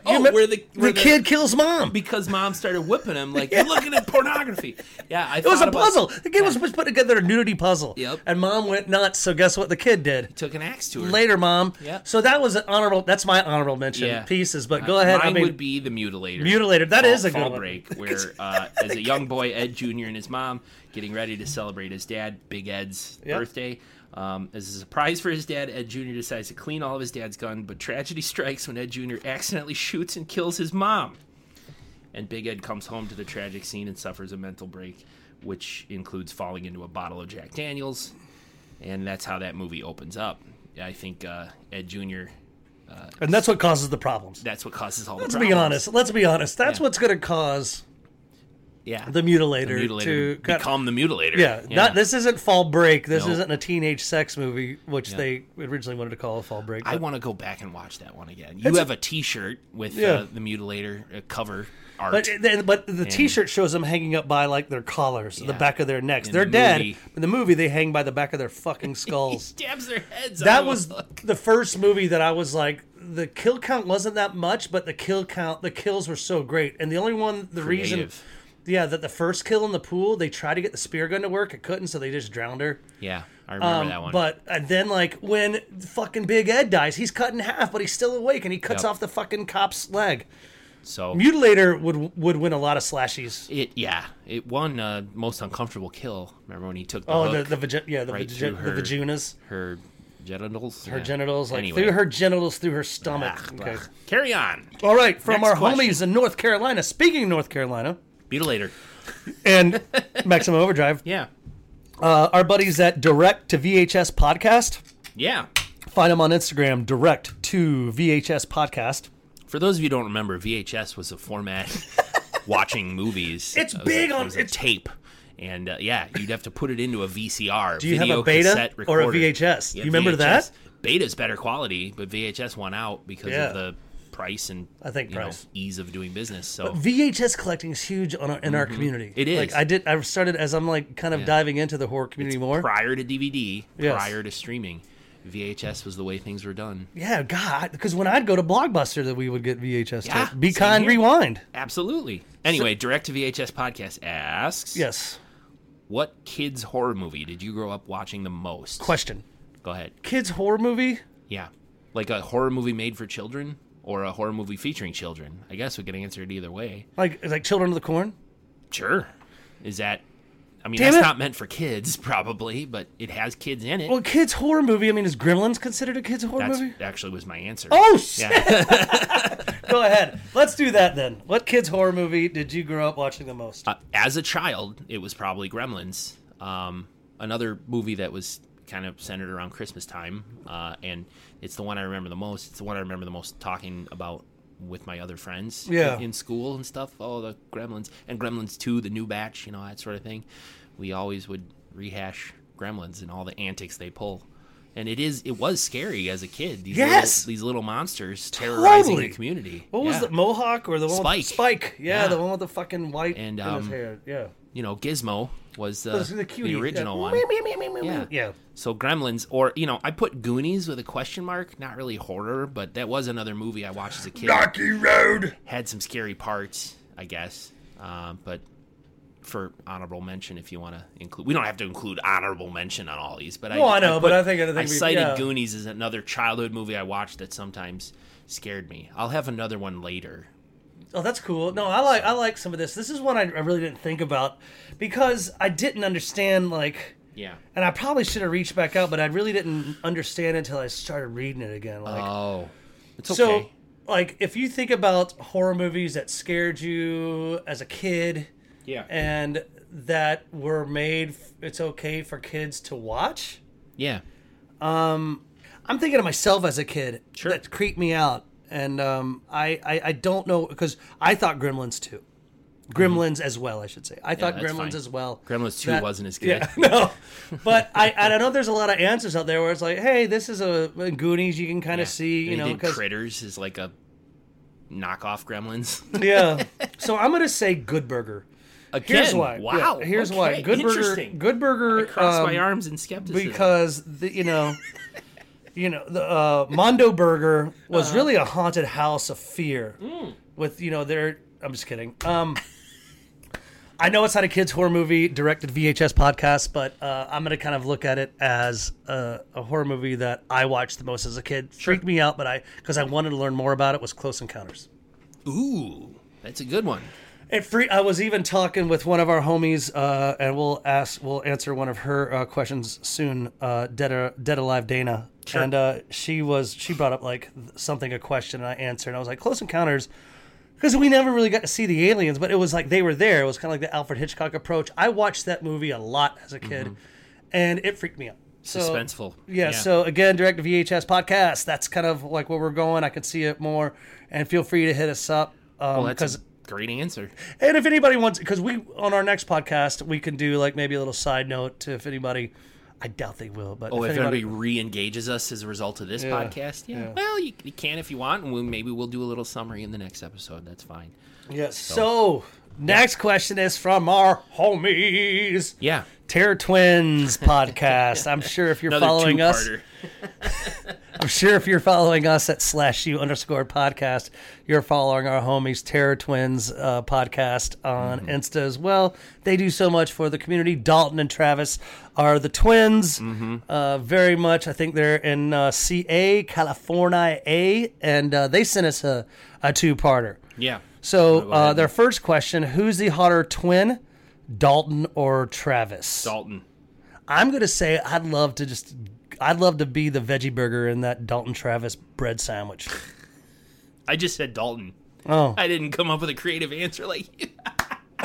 Speaker 1: Oh,
Speaker 2: You me-
Speaker 1: where the, where the-
Speaker 2: kid kills mom. It
Speaker 1: because mom started whipping him like you're looking at pornography. Yeah, I It
Speaker 2: was a puzzle. The kid was supposed to put together a nudity puzzle.
Speaker 1: Yep.
Speaker 2: And mom went nuts. So guess what the kid did?
Speaker 1: took an axe to her.
Speaker 2: Later, mom.
Speaker 1: Yeah.
Speaker 2: So that was an honorable. That's my honorable mention.
Speaker 1: Yeah. Uh,
Speaker 2: Pieces, but go ahead.
Speaker 1: Mine
Speaker 2: I mean,
Speaker 1: would be the mutilator.
Speaker 2: Mutilator, that
Speaker 1: That is
Speaker 2: is a good one.
Speaker 1: break where, uh, as a young boy, Ed Jr. and his mom getting ready to celebrate his dad, Big Ed's
Speaker 2: Yep.
Speaker 1: birthday. Um, as a surprise for his dad, Ed Jr. decides to clean all of his dad's gun, but tragedy strikes when Ed Jr. accidentally shoots and kills his mom. And Big Ed comes home to the tragic scene and suffers a mental break, which includes falling into a bottle of Jack Daniels. And that's how that movie opens up. I think uh, Ed Jr.
Speaker 2: and that's what causes the problems.
Speaker 1: That's what causes all
Speaker 2: Let's
Speaker 1: the
Speaker 2: be
Speaker 1: problems.
Speaker 2: honest. Let's be honest. That's
Speaker 1: Yeah.
Speaker 2: what's going to cause
Speaker 1: Yeah.
Speaker 2: the mutilator,
Speaker 1: mutilator
Speaker 2: to kind of-
Speaker 1: become the mutilator.
Speaker 2: yeah, Not this isn't Fall Break. This
Speaker 1: No.
Speaker 2: isn't a teenage sex movie, which they originally wanted to call a Fall Break.
Speaker 1: I
Speaker 2: but-
Speaker 1: want to go back and watch that one again. You have a T-shirt with
Speaker 2: Yeah.
Speaker 1: uh, the mutilator uh, cover art.
Speaker 2: But, eh, then- but the T-shirt shows them hanging up by like their collars, the
Speaker 1: Yeah.
Speaker 2: back of their necks.
Speaker 1: In
Speaker 2: They're
Speaker 1: the
Speaker 2: dead.
Speaker 1: movie-
Speaker 2: In the movie, they hang by the back of their fucking
Speaker 1: he
Speaker 2: skulls.
Speaker 1: stabs their heads.
Speaker 2: that
Speaker 1: out
Speaker 2: was
Speaker 1: of a-
Speaker 2: the first movie that I was like, the kill count wasn't that much, but the kill count, the kills were so great. And the only one, the reason,
Speaker 1: Creative.
Speaker 2: yeah, that the first kill in the pool, they tried to get the spear gun to work, it couldn't, so they just drowned her.
Speaker 1: yeah. I remember
Speaker 2: Um,
Speaker 1: that one.
Speaker 2: But and then like when fucking Big Ed dies, he's cut in half, but he's still awake, and he cuts
Speaker 1: Yep.
Speaker 2: off the fucking cop's leg.
Speaker 1: so
Speaker 2: Mutilator would would win a lot of slashies.
Speaker 1: it yeah it won uh, most uncomfortable kill. Remember when he took the
Speaker 2: Oh,
Speaker 1: hook,
Speaker 2: the the vagi- yeah the,
Speaker 1: right
Speaker 2: vagi-
Speaker 1: through
Speaker 2: the
Speaker 1: her-
Speaker 2: vaginas,
Speaker 1: her genitals,
Speaker 2: her genitals, like
Speaker 1: anyway.
Speaker 2: through her genitals, through her stomach.
Speaker 1: Ugh,
Speaker 2: okay.
Speaker 1: ugh. Carry on.
Speaker 2: All right, from
Speaker 1: Next
Speaker 2: our
Speaker 1: question.
Speaker 2: homies in North Carolina. Speaking of North Carolina
Speaker 1: Mutilator.
Speaker 2: and Maximum Overdrive,
Speaker 1: Yeah.
Speaker 2: uh, our buddies at Direct to VHS Podcast.
Speaker 1: Yeah.
Speaker 2: Find them on Instagram, Direct to VHS Podcast.
Speaker 1: For those of you who don't remember, VHS was a format watching movies.
Speaker 2: It's
Speaker 1: It was
Speaker 2: big
Speaker 1: a,
Speaker 2: on-
Speaker 1: it was a
Speaker 2: it's-
Speaker 1: tape. And uh, yeah, you'd have to put it into a VCR.
Speaker 2: Do you have a beta or a VHS? You remember that?
Speaker 1: Beta's better quality, but VHS won out because
Speaker 2: Yeah.
Speaker 1: of the price and
Speaker 2: I think
Speaker 1: you know,
Speaker 2: price.
Speaker 1: ease of doing business. So
Speaker 2: VHS collecting is huge on our, in our community.
Speaker 1: Mm-hmm. It is.
Speaker 2: Like I did, I started as I'm like kind of diving into the horror community more.
Speaker 1: prior to DVD,
Speaker 2: Yes.
Speaker 1: prior to streaming, VHS was the way things were done.
Speaker 2: yeah, God, because when I'd go to Blockbuster, that we would get VHS.
Speaker 1: Yeah,
Speaker 2: tape. Be
Speaker 1: same
Speaker 2: kind,
Speaker 1: here.
Speaker 2: rewind.
Speaker 1: Absolutely. Anyway, Direct to VHS podcast asks
Speaker 2: Yes.
Speaker 1: What kids' horror movie did you grow up watching the most?
Speaker 2: Question:
Speaker 1: Go ahead.
Speaker 2: Kids horror movie?
Speaker 1: Yeah. Like a horror movie made for children or a horror movie featuring children. I guess we could answer it either way.
Speaker 2: Like like Children of the Corn?
Speaker 1: Sure. Is that I mean
Speaker 2: Damn
Speaker 1: that's
Speaker 2: it.
Speaker 1: not meant for kids probably, but it has kids in it.
Speaker 2: Well, kids horror movie. I mean, is Gremlins considered a kids horror
Speaker 1: that's
Speaker 2: movie?
Speaker 1: actually was my answer.
Speaker 2: Oh shit!
Speaker 1: Yeah.
Speaker 2: Go ahead. Let's do that then. What kids horror movie did you grow up watching the most?
Speaker 1: Uh, as a child, it was probably Gremlins. Um, another movie that was kind of centered around Christmas time, uh, and it's the one I remember the most. It's the one I remember the most talking about with my other friends
Speaker 2: Yeah.
Speaker 1: in, in school and stuff. Oh, the Gremlins and Gremlins Two, the new batch, you know that sort of thing. We always would rehash Gremlins and all the antics they pull. And it is it was scary as a kid. These
Speaker 2: Yes!
Speaker 1: little, these little monsters terrorizing
Speaker 2: Totally.
Speaker 1: the community.
Speaker 2: What was
Speaker 1: Yeah.
Speaker 2: the Mohawk or the one
Speaker 1: Spike.
Speaker 2: With Spike? Yeah,
Speaker 1: Yeah.
Speaker 2: the one with the fucking white
Speaker 1: And,
Speaker 2: in
Speaker 1: um,
Speaker 2: his hair. Yeah.
Speaker 1: you know Gizmo was uh,
Speaker 2: Those are
Speaker 1: the,
Speaker 2: cutie-
Speaker 1: original
Speaker 2: yeah.
Speaker 1: one. Yeah.
Speaker 2: Yeah.
Speaker 1: So Gremlins, or you know, I put Goonies with a question mark. Not really horror, but that was another movie I watched as a kid.
Speaker 2: Road.
Speaker 1: Had some scary parts, I guess. Um, but for honorable mention, if you want to include, we don't have to include honorable mention on all these. But
Speaker 2: Well,
Speaker 1: I,
Speaker 2: I know,
Speaker 1: put-
Speaker 2: but I think- I think
Speaker 1: I
Speaker 2: we-
Speaker 1: cited
Speaker 2: yeah.
Speaker 1: Goonies as another childhood movie I watched that sometimes scared me. I'll have another one later.
Speaker 2: Oh, that's cool. No, I like I like some of this. This is one I, I really didn't think about because I didn't understand like,
Speaker 1: Yeah.
Speaker 2: and I probably should have reached back out, but I really didn't understand until I started reading it again. Like,
Speaker 1: Oh, it's okay.
Speaker 2: so like if you think about horror movies that scared you as a kid
Speaker 1: yeah.
Speaker 2: and that were made, f- it's okay for kids to watch.
Speaker 1: yeah.
Speaker 2: I'm thinking of myself as a kid
Speaker 1: Sure.
Speaker 2: that creeped me out, and um, I, I I don't know because I thought Gremlins too, Gremlins as well, I should say. I thought
Speaker 1: Mm-hmm. that's
Speaker 2: Gremlins
Speaker 1: fine.
Speaker 2: as well.
Speaker 1: Gremlins two
Speaker 2: That-
Speaker 1: wasn't as good.
Speaker 2: Yeah, no, but I I don't know. There's a lot of answers out there where it's like, hey, this is a in Goonies. You can kind
Speaker 1: Yeah.
Speaker 2: of see,
Speaker 1: And
Speaker 2: you
Speaker 1: he
Speaker 2: know,
Speaker 1: did
Speaker 2: because
Speaker 1: Critters is like a knockoff Gremlins.
Speaker 2: yeah. So I'm gonna say Good Burger.
Speaker 1: Again,
Speaker 2: Here's why.
Speaker 1: Wow.
Speaker 2: Yeah, here's why.
Speaker 1: okay,
Speaker 2: Good Burger.
Speaker 1: interesting.
Speaker 2: Good Burger.
Speaker 1: I crossed my
Speaker 2: um,
Speaker 1: arms in skepticism.
Speaker 2: because the, you know, you know, the uh, Mondo Burger was really a haunted house of fear. With you know, their I'm just kidding. Um, I know it's not a kids horror movie directed VHS podcast, but uh, I'm gonna kind of look at it as a, a horror movie that I watched the most as a kid. Freaked me out, but I because I wanted to learn more about it was Close Encounters.
Speaker 1: ooh, that's a good one.
Speaker 2: It free. I was even talking with one of our homies, uh, and we'll ask, we'll answer one of her uh, questions soon. Uh, dead, or, dead alive, Dana, and uh, she was she brought up like th- something a question, and I answered, and I was like, Close Encounters, because we never really got to see the aliens, but it was like they were there. It was kind of like the Alfred Hitchcock approach. I watched that movie a lot as a kid, and it freaked me out. So,
Speaker 1: Mm-hmm. Suspenseful.
Speaker 2: Yeah, So again, direct to VHS podcast. That's kind of like where we're going. I can see it more, and feel free to hit us up. Um,
Speaker 1: well, that's
Speaker 2: 'cause-
Speaker 1: a great answer.
Speaker 2: and if anybody wants, because we on our next podcast we can do like maybe a little side note to if anybody. I doubt they will, but
Speaker 1: Oh, if
Speaker 2: anybody-
Speaker 1: anybody re-engages us as a result of this podcast, yeah.
Speaker 2: yeah.
Speaker 1: Well, you, you can if you want, and we'll, maybe we'll do a little summary in the next episode. That's fine.
Speaker 2: Yes. So, next question is from our homies,
Speaker 1: Yeah.
Speaker 2: Terror Twins podcast. I'm sure if you're
Speaker 1: Another
Speaker 2: following us,
Speaker 1: two-parter.
Speaker 2: I'm sure if you're following us at slash you underscore podcast, you're following our homies Terror Twins uh, podcast on Insta as well. They do so much for the community. Dalton and Travis are the twins. Uh, very much. I think they're in uh, CA, California A, and uh, they sent us a, a two parter.
Speaker 1: Yeah.
Speaker 2: So
Speaker 1: Go
Speaker 2: uh,
Speaker 1: ahead.
Speaker 2: their first question: Who's the hotter twin, Dalton or Travis?
Speaker 1: Dalton.
Speaker 2: I'm gonna say I'd love to just, I'd love to be the veggie burger in that Dalton Travis bread sandwich.
Speaker 1: I just said Dalton.
Speaker 2: Oh,
Speaker 1: I didn't come up with a creative answer like you.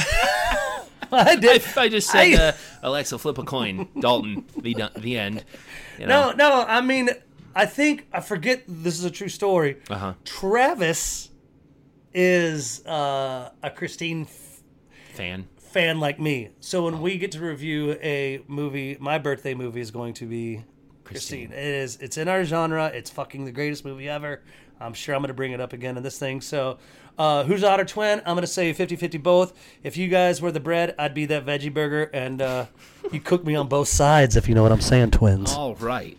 Speaker 2: I did.
Speaker 1: I just said,
Speaker 2: I-
Speaker 1: uh, Alexa, flip a coin. Dalton, the, dun- the end. You know?
Speaker 2: No, no. I mean, I think I forget. This is a true story.
Speaker 1: Uh-huh.
Speaker 2: Travis is uh, a Christine
Speaker 1: Fan.
Speaker 2: fan like me. So when we get to review a movie, my birthday movie is going to be Christine. It is. It's in our genre. It's fucking the greatest movie ever. I'm sure I'm going to bring it up again in this thing. So, uh, who's the hotter twin? I'm going to say 50 50 both. If you guys were the bread, I'd be that veggie burger. And uh, you cook me on both sides, if you know what I'm saying, twins.
Speaker 1: All right.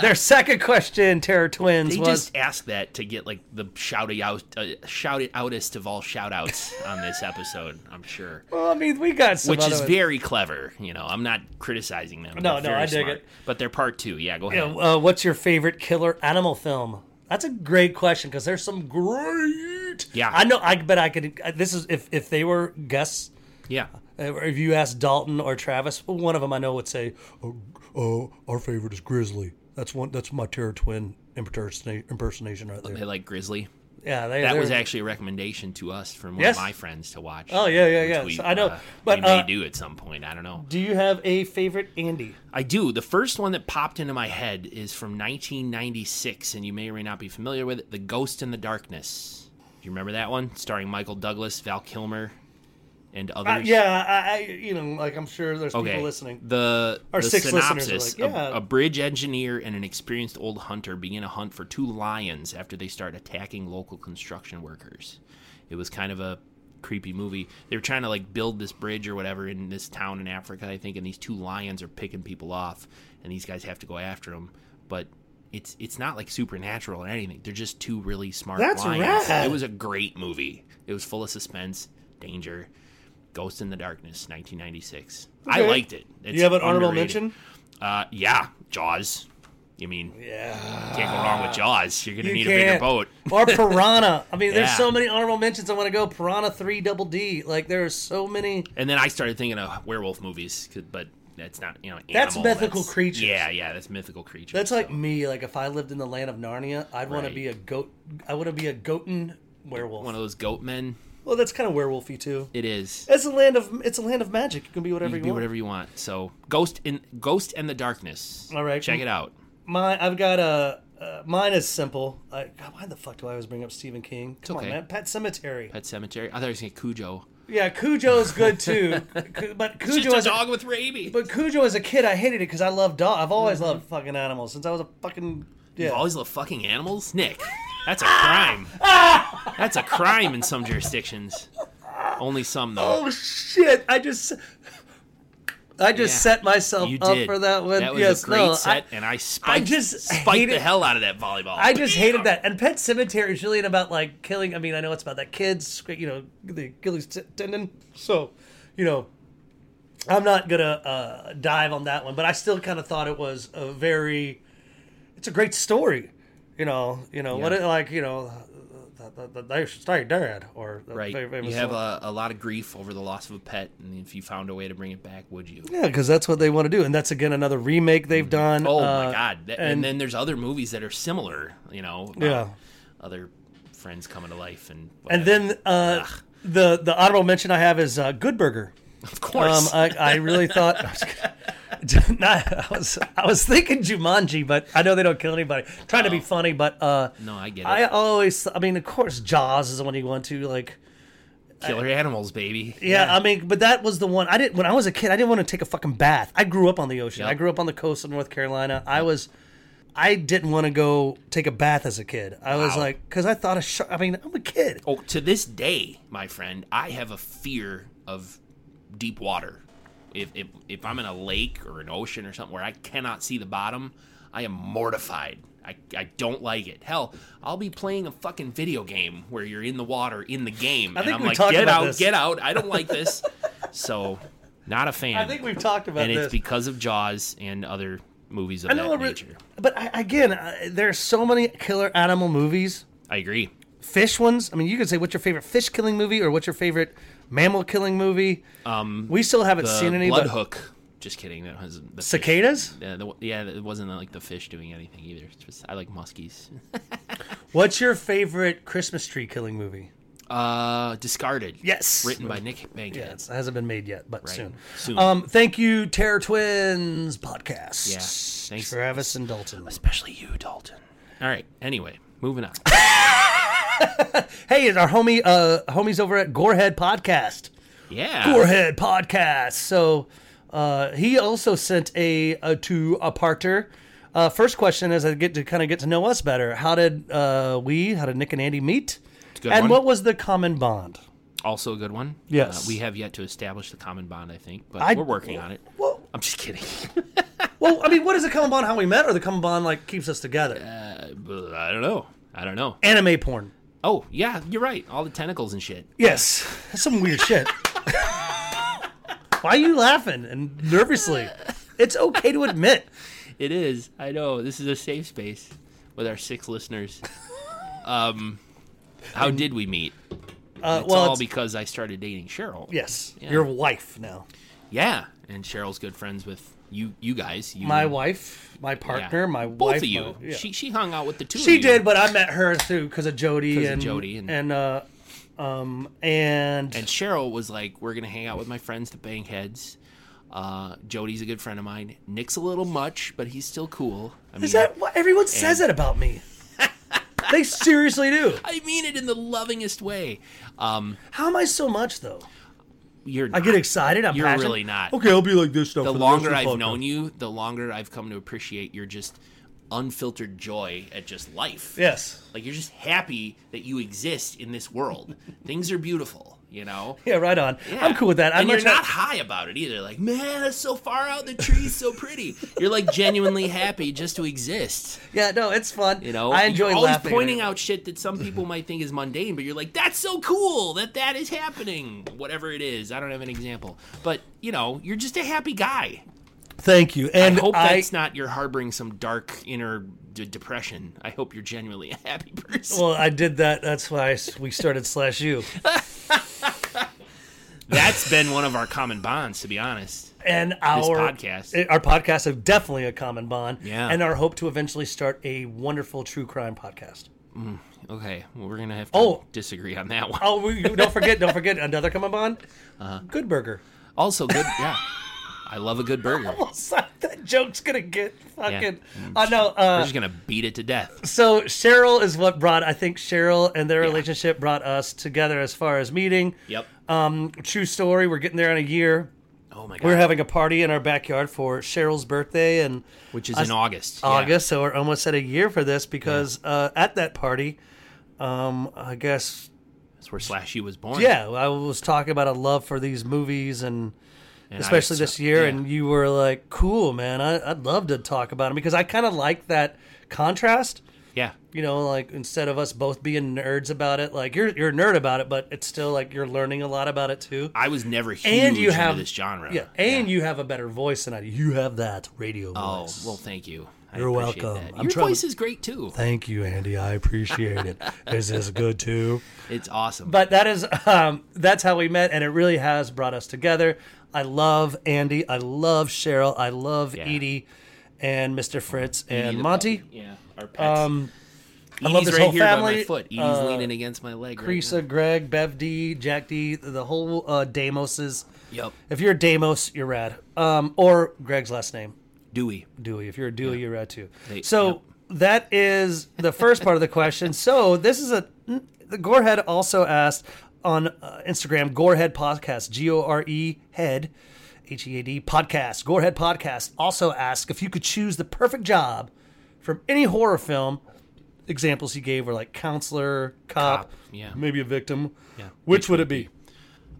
Speaker 2: Their second question, Terror Twins,
Speaker 1: Oh. They
Speaker 2: was.
Speaker 1: just asked that to get like the shout it out, uh, shout it outest of all shout outs on this episode. I'm sure,
Speaker 2: well, I mean, we got some.
Speaker 1: which
Speaker 2: other
Speaker 1: is
Speaker 2: ones.
Speaker 1: very clever. You know, I'm not criticizing them.
Speaker 2: No,
Speaker 1: They're
Speaker 2: no,
Speaker 1: very
Speaker 2: I dig
Speaker 1: smart.
Speaker 2: it.
Speaker 1: But they're part two. Yeah, go
Speaker 2: Yeah,
Speaker 1: ahead.
Speaker 2: uh, what's your favorite killer animal film? That's a great question because there's some great.
Speaker 1: Yeah.
Speaker 2: I know. I bet I could. uh, This is if if they were guests.
Speaker 1: Yeah.
Speaker 2: uh, or If you asked Dalton or Travis, well, one of them I know would say, "Oh, oh, our favorite is Grizzly." That's one. That's my terror twin impersona- impersonation right
Speaker 1: They
Speaker 2: there.
Speaker 1: like Grizzly.
Speaker 2: Yeah, they,
Speaker 1: That
Speaker 2: they're-
Speaker 1: was actually a recommendation to us from one
Speaker 2: Yes.
Speaker 1: of my friends to watch.
Speaker 2: Oh, yeah, yeah,
Speaker 1: which
Speaker 2: yeah.
Speaker 1: we,
Speaker 2: So I know,
Speaker 1: uh,
Speaker 2: but,
Speaker 1: we may
Speaker 2: uh,
Speaker 1: do at some point. I don't know.
Speaker 2: Do you have a favorite Andy?
Speaker 1: I do. The first one that popped into my head is from 1996, and you may or may not be familiar with it The Ghost in the Darkness. Do you remember that one? Starring Michael Douglas, Val Kilmer, and
Speaker 2: Uh,
Speaker 1: others.
Speaker 2: yeah, I, I, you know, like I'm sure there's
Speaker 1: Okay.
Speaker 2: people listening.
Speaker 1: The,
Speaker 2: Our
Speaker 1: the
Speaker 2: six listeners are
Speaker 1: synopsis
Speaker 2: like,
Speaker 1: a-
Speaker 2: yeah.
Speaker 1: a, bridge engineer and an experienced old hunter begin a hunt for two lions after they start attacking local construction workers. It was kind of a creepy movie. They were trying to like build this bridge or whatever in this town in Africa, I think, and these two lions are picking people off, and these guys have to go after them. But it's it's not like supernatural or anything. They're just two really smart
Speaker 2: That's
Speaker 1: lions.
Speaker 2: rad.
Speaker 1: It was a great movie. It was full of suspense, danger. Ghost in the Darkness, 1996. I
Speaker 2: Okay.
Speaker 1: liked it. It's
Speaker 2: Do you have an honorable
Speaker 1: underrated.
Speaker 2: mention?
Speaker 1: Uh, yeah, Jaws. You mean
Speaker 2: Yeah.
Speaker 1: can't go wrong with Jaws. You're gonna
Speaker 2: You
Speaker 1: need a bigger
Speaker 2: can't.
Speaker 1: boat.
Speaker 2: or Piranha. I mean, there's
Speaker 1: Yeah.
Speaker 2: so many honorable mentions. I want to go Piranha three double D. Like there are so many.
Speaker 1: And then I started thinking of werewolf movies, 'cause- but that's not you know. Animal,
Speaker 2: That's mythical creatures.
Speaker 1: Yeah, yeah, that's mythical creatures.
Speaker 2: That's like me. Like if I lived in the land of Narnia, I'd want to
Speaker 1: Right.
Speaker 2: be a goat. I want to be a goatin
Speaker 1: one
Speaker 2: werewolf.
Speaker 1: of those goat men.
Speaker 2: Well, that's kind of werewolfy too.
Speaker 1: It is.
Speaker 2: It's a land of it's a land of magic. You can be whatever
Speaker 1: You
Speaker 2: you,
Speaker 1: be
Speaker 2: want.
Speaker 1: whatever you want. So Ghost in Ghost and the Darkness.
Speaker 2: All right.
Speaker 1: check it out.
Speaker 2: My I've got a. Uh, mine is simple. I, God, why the fuck do I always bring up Stephen King? Come
Speaker 1: okay.
Speaker 2: on, man. Pet Cemetery.
Speaker 1: Pet Cemetery. I thought you were saying Cujo.
Speaker 2: Yeah, Cujo's good too, Cu- but Cujo
Speaker 1: It's just a
Speaker 2: is a-
Speaker 1: dog with rabies.
Speaker 2: But Cujo as a kid, I hated it because I love dog. I've always
Speaker 1: Mm-hmm.
Speaker 2: loved fucking animals since I was a fucking yeah. Ah!
Speaker 1: You Always love fucking animals, Nick. That's a crime. That's a crime in some jurisdictions. Only some though.
Speaker 2: oh shit! I just I just
Speaker 1: Yeah.
Speaker 2: set myself
Speaker 1: you
Speaker 2: Oh, up
Speaker 1: did
Speaker 2: for that one.
Speaker 1: That was
Speaker 2: yes,
Speaker 1: a great
Speaker 2: no,
Speaker 1: set,
Speaker 2: I,
Speaker 1: and I spiked,
Speaker 2: just
Speaker 1: spiked the
Speaker 2: hated-
Speaker 1: hell out of that volleyball.
Speaker 2: I just hated that. And Pet Cemetery is really about like killing. I mean, I know it's about that kid's you know the Achilles t- tendon. So, you know, I'm not gonna uh, dive on that one, but I still kind of thought it was a very. It's a great story, you know. You know what
Speaker 1: Yeah.
Speaker 2: it like. You know, th- th- th- they should stay dead, or
Speaker 1: Right,
Speaker 2: They, they
Speaker 1: you
Speaker 2: was-
Speaker 1: have a, a lot of grief over the loss of a pet, and if you found a way to bring it back, would you?
Speaker 2: yeah, because that's what they want to do, and that's again another remake they've done.
Speaker 1: Oh
Speaker 2: uh,
Speaker 1: my god! That- and,
Speaker 2: and-
Speaker 1: then there's other movies that are similar. You know, about
Speaker 2: Yeah.
Speaker 1: other friends coming to life, and whatever.
Speaker 2: And then uh, the the honorable mention I have is uh, Good Burger.
Speaker 1: Of course.
Speaker 2: Um, I, I really thought. I was, gonna- not, I was I was thinking Jumanji, but I know they don't kill anybody. trying to be funny, but uh,
Speaker 1: No, I get it.
Speaker 2: I always. I mean, of course, Jaws is the one you want to like.
Speaker 1: Killer animals, baby.
Speaker 2: Yeah, I mean, but that was the one I didn't. When I was a kid, I didn't want to take a fucking bath. I grew up on the ocean.
Speaker 1: Yep.
Speaker 2: I grew up on the coast of North Carolina. I was, I didn't want to go take a bath as a kid. I was
Speaker 1: Wow.
Speaker 2: like, because I thought a shark. I mean, I'm a kid.
Speaker 1: Oh, to this day, my friend, I have a fear of deep water. If, if, if I'm in a lake or an ocean or something where I cannot see the bottom, I am mortified. I, I don't like it. Hell, I'll be playing a fucking video game where you're in the water in the game,
Speaker 2: think
Speaker 1: and I'm
Speaker 2: we
Speaker 1: like,
Speaker 2: talked
Speaker 1: get
Speaker 2: about
Speaker 1: out,
Speaker 2: this."
Speaker 1: get out. I don't like this. so, not a fan.
Speaker 2: I think we've talked about
Speaker 1: and
Speaker 2: this.
Speaker 1: it's because of Jaws and other movies of
Speaker 2: I know,
Speaker 1: that
Speaker 2: but-
Speaker 1: nature.
Speaker 2: but I, again, I, there's so many killer animal movies.
Speaker 1: I agree.
Speaker 2: Fish ones. I mean, you could say what's your favorite fish killing movie or what's your favorite mammal killing movie. Um, we still haven't
Speaker 1: The
Speaker 2: seen any.
Speaker 1: blood
Speaker 2: but
Speaker 1: hook. Just kidding. That was the fish.
Speaker 2: cicadas.
Speaker 1: Yeah, Uh, the, yeah, it wasn't like the fish doing anything either. It's just, I like muskies.
Speaker 2: What's your favorite Christmas tree killing movie?
Speaker 1: Uh, discarded.
Speaker 2: Yes.
Speaker 1: Written by Nick Bankhead.
Speaker 2: Yeah, it's- it hasn't been made yet, but soon.
Speaker 1: Soon.
Speaker 2: Um, thank you, Terror Twins podcast.
Speaker 1: Yeah. Thanks.
Speaker 2: Travis and Dalton.
Speaker 1: Especially you, Dalton. All right. Anyway, moving on.
Speaker 2: Hey, it's our homie, uh, homies over at Gorehead Podcast.
Speaker 1: Yeah.
Speaker 2: Gorehead Podcast. So uh, he also sent a, a two a parter. Uh, first question is I get to kind of get to know us better. How did uh, we? How did Nick and Andy meet?
Speaker 1: good
Speaker 2: and
Speaker 1: one.
Speaker 2: what was the common bond?
Speaker 1: Also a good one. Uh,
Speaker 2: Yes.
Speaker 1: we have yet to establish the common bond, I think, but
Speaker 2: I-
Speaker 1: we're working on it.
Speaker 2: Well,
Speaker 1: I'm just kidding.
Speaker 2: well, I mean, what is the common bond? How we met, or the common bond like keeps us together?
Speaker 1: Uh, But I don't know. I don't know.
Speaker 2: Anime porn.
Speaker 1: Oh, yeah, you're right. All the tentacles and shit.
Speaker 2: Yes, that's some weird shit. Why are you laughing and nervously? It's okay to admit.
Speaker 1: It is. I know. This is a safe space with our six listeners. Um, how did we meet?
Speaker 2: Uh,
Speaker 1: It's
Speaker 2: well,
Speaker 1: all
Speaker 2: it's-
Speaker 1: because I started dating Cheryl.
Speaker 2: yes,
Speaker 1: Yeah.
Speaker 2: your wife now.
Speaker 1: Yeah, and Cheryl's good friends with you. You guys, you,
Speaker 2: My wife, my
Speaker 1: yeah.
Speaker 2: partner, my
Speaker 1: both
Speaker 2: wife.
Speaker 1: of you.
Speaker 2: my- yeah.
Speaker 1: She she hung out with the two. of
Speaker 2: She
Speaker 1: you.
Speaker 2: did, but I met her through because of Jody
Speaker 1: 'Cause of
Speaker 2: and
Speaker 1: Jody and-
Speaker 2: uh, um and,
Speaker 1: And Cheryl was like, "We're gonna hang out with my friends, the Bankheads." Uh, Jody's a good friend of mine. Nick's a little much, but he's still cool. I mean,
Speaker 2: is that what everyone says that about me? they seriously do.
Speaker 1: I mean it in the lovingest way. Um,
Speaker 2: How am I so much though?
Speaker 1: you're
Speaker 2: I get excited. I'm
Speaker 1: You're
Speaker 2: passionate.
Speaker 1: really not.
Speaker 2: Okay, I'll be like this stuff.
Speaker 1: the longer I've known you, the longer I've come to appreciate your just unfiltered joy at just life.
Speaker 2: Yes.
Speaker 1: Like you're just happy that you exist in this world. Things are beautiful, you know.
Speaker 2: Yeah, right on.
Speaker 1: Yeah.
Speaker 2: I'm cool with that. I'm
Speaker 1: and you're not high about it either. Like, man, that's so far out. The tree's so pretty. You're like genuinely happy just to exist.
Speaker 2: Yeah, no, it's fun.
Speaker 1: You know,
Speaker 2: I enjoy
Speaker 1: you're always
Speaker 2: laughing.
Speaker 1: pointing out shit that some people might think is mundane, but you're like, that's so cool that that is happening. Whatever it is, I don't have an example, but you know, you're just a happy guy.
Speaker 2: Thank you, and
Speaker 1: I hope
Speaker 2: I.
Speaker 1: that's not you're harboring some dark inner d- depression. I hope you're genuinely a happy person.
Speaker 2: well, I did that. That's why I s- we started slash you,
Speaker 1: that's been one of our common bonds, to be honest.
Speaker 2: and our
Speaker 1: podcast.
Speaker 2: eh, Our podcast have definitely a common bond.
Speaker 1: Yeah.
Speaker 2: and our hope to eventually start a wonderful true crime podcast.
Speaker 1: Okay, well, we're gonna have to
Speaker 2: Oh.
Speaker 1: disagree on that one.
Speaker 2: Oh, we, don't forget, don't forget another common bond.
Speaker 1: Uh-huh.
Speaker 2: Good Burger.
Speaker 1: Also, good. Yeah, I love a good burger. We're
Speaker 2: that joke's gonna get fucking.
Speaker 1: Mm.
Speaker 2: I know. Uh,
Speaker 1: just gonna beat it to death.
Speaker 2: so Cheryl is what brought I think Cheryl and their relationship brought us together as far as meeting.
Speaker 1: Yep.
Speaker 2: Um, true story. We're getting there in a year.
Speaker 1: Oh my god.
Speaker 2: We're having a party in our backyard for Cheryl's birthday and
Speaker 1: Which is
Speaker 2: I-
Speaker 1: in August. yeah.
Speaker 2: August. So we're almost at a year for this because uh, at that party, um, I guess
Speaker 1: That's where Slashy was born.
Speaker 2: yeah, I was talking about a love for these movies and
Speaker 1: And I-
Speaker 2: especially this year,
Speaker 1: yeah.
Speaker 2: and you were like, "Cool, man, I, I'd love to talk about them because I kind of like that contrast."
Speaker 1: yeah.
Speaker 2: you know, like instead of us both being nerds about it, like you're you're a nerd about it, but it's still like you're learning a lot about it too.
Speaker 1: I was never huge
Speaker 2: And you
Speaker 1: into
Speaker 2: have
Speaker 1: this genre.
Speaker 2: Yeah, and you have a better voice than I do. You have that radio
Speaker 1: Oh
Speaker 2: voice.
Speaker 1: well, thank you. I
Speaker 2: You're
Speaker 1: appreciate
Speaker 2: welcome.
Speaker 1: that.
Speaker 2: I'm
Speaker 1: Your
Speaker 2: trying-
Speaker 1: voice is great too.
Speaker 2: Thank you, Andy. I appreciate it. Is this good too?
Speaker 1: It's awesome.
Speaker 2: But that is um, that's how we met, and it really has brought us together. I love Andy. I love Cheryl. I love
Speaker 1: Yeah.
Speaker 2: Edie, and Mr. Fritz
Speaker 1: Need
Speaker 2: and
Speaker 1: a
Speaker 2: Monty.
Speaker 1: puppy. Yeah, our pets.
Speaker 2: Um, I love
Speaker 1: Edie's
Speaker 2: this
Speaker 1: right
Speaker 2: whole
Speaker 1: here by
Speaker 2: family.
Speaker 1: my foot. Edie's
Speaker 2: Uh,
Speaker 1: leaning against my leg. right
Speaker 2: Creesa, Greg, Bev D, Jack D, the whole uh, Damoses.
Speaker 1: now. Yep.
Speaker 2: If you're a Damos, you're rad. Um, or Greg's last name,
Speaker 1: Dewey.
Speaker 2: Dewey. If you're a Dewey, you're rad too.
Speaker 1: They-
Speaker 2: so
Speaker 1: yep.
Speaker 2: that is the first part of the question. So this is a the Gorehead also asked on uh, Instagram Gorehead Podcast G O R E Head H E A D Podcast Gorehead Podcast also asked if you could choose the perfect job from any horror film. Examples he gave were like counselor, cop,
Speaker 1: Cop, yeah.
Speaker 2: maybe a victim.
Speaker 1: Yeah.
Speaker 2: Which, would it be?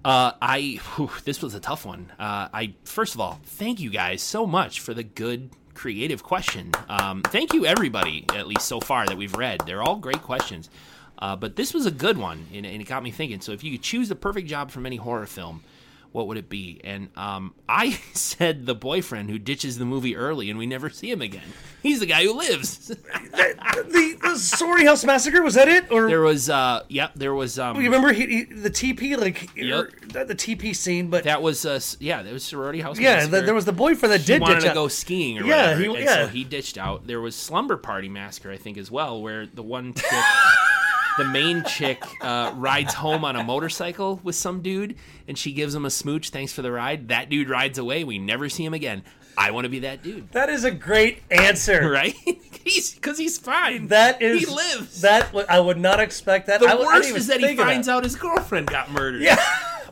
Speaker 1: Uh, I whew, this was a tough one. Uh, I first of all, thank you guys so much for the good creative question. Um, thank you everybody, at least so far that we've read. They're all great questions, uh, but this was a good one, and, and it got me thinking. So if you could choose the perfect job from any horror film, what would it be? And um, I said the boyfriend who ditches the movie early and we never see him again. He's the guy who lives.
Speaker 2: the, the Sorry House Massacre was that it? Or
Speaker 1: there was uh, yep, there was um,
Speaker 2: you remember he, he, the TP like or the, the TP scene? But
Speaker 1: that was uh, s- yeah, that was sorority house.
Speaker 2: yeah,
Speaker 1: Massacre.
Speaker 2: th there was the boyfriend that
Speaker 1: he
Speaker 2: did
Speaker 1: wanted
Speaker 2: ditch
Speaker 1: to
Speaker 2: out.
Speaker 1: go skiing or
Speaker 2: Yeah,
Speaker 1: whatever.
Speaker 2: he-
Speaker 1: and
Speaker 2: yeah.
Speaker 1: so he ditched out. There was Slumber Party Massacre, I think, as well, where the one chick, the main chick, uh, rides home on a motorcycle with some dude, and she gives him a smooch, thanks for the ride. That dude rides away. We never see him again. I want to be that dude,
Speaker 2: That is a great answer.
Speaker 1: right? he's because he's fine.
Speaker 2: That is
Speaker 1: he lives.
Speaker 2: That wa- I would not expect that.
Speaker 1: the
Speaker 2: I, wa- I didn't
Speaker 1: worst
Speaker 2: even
Speaker 1: is that he
Speaker 2: think of
Speaker 1: finds out his girlfriend got murdered.
Speaker 2: Yeah.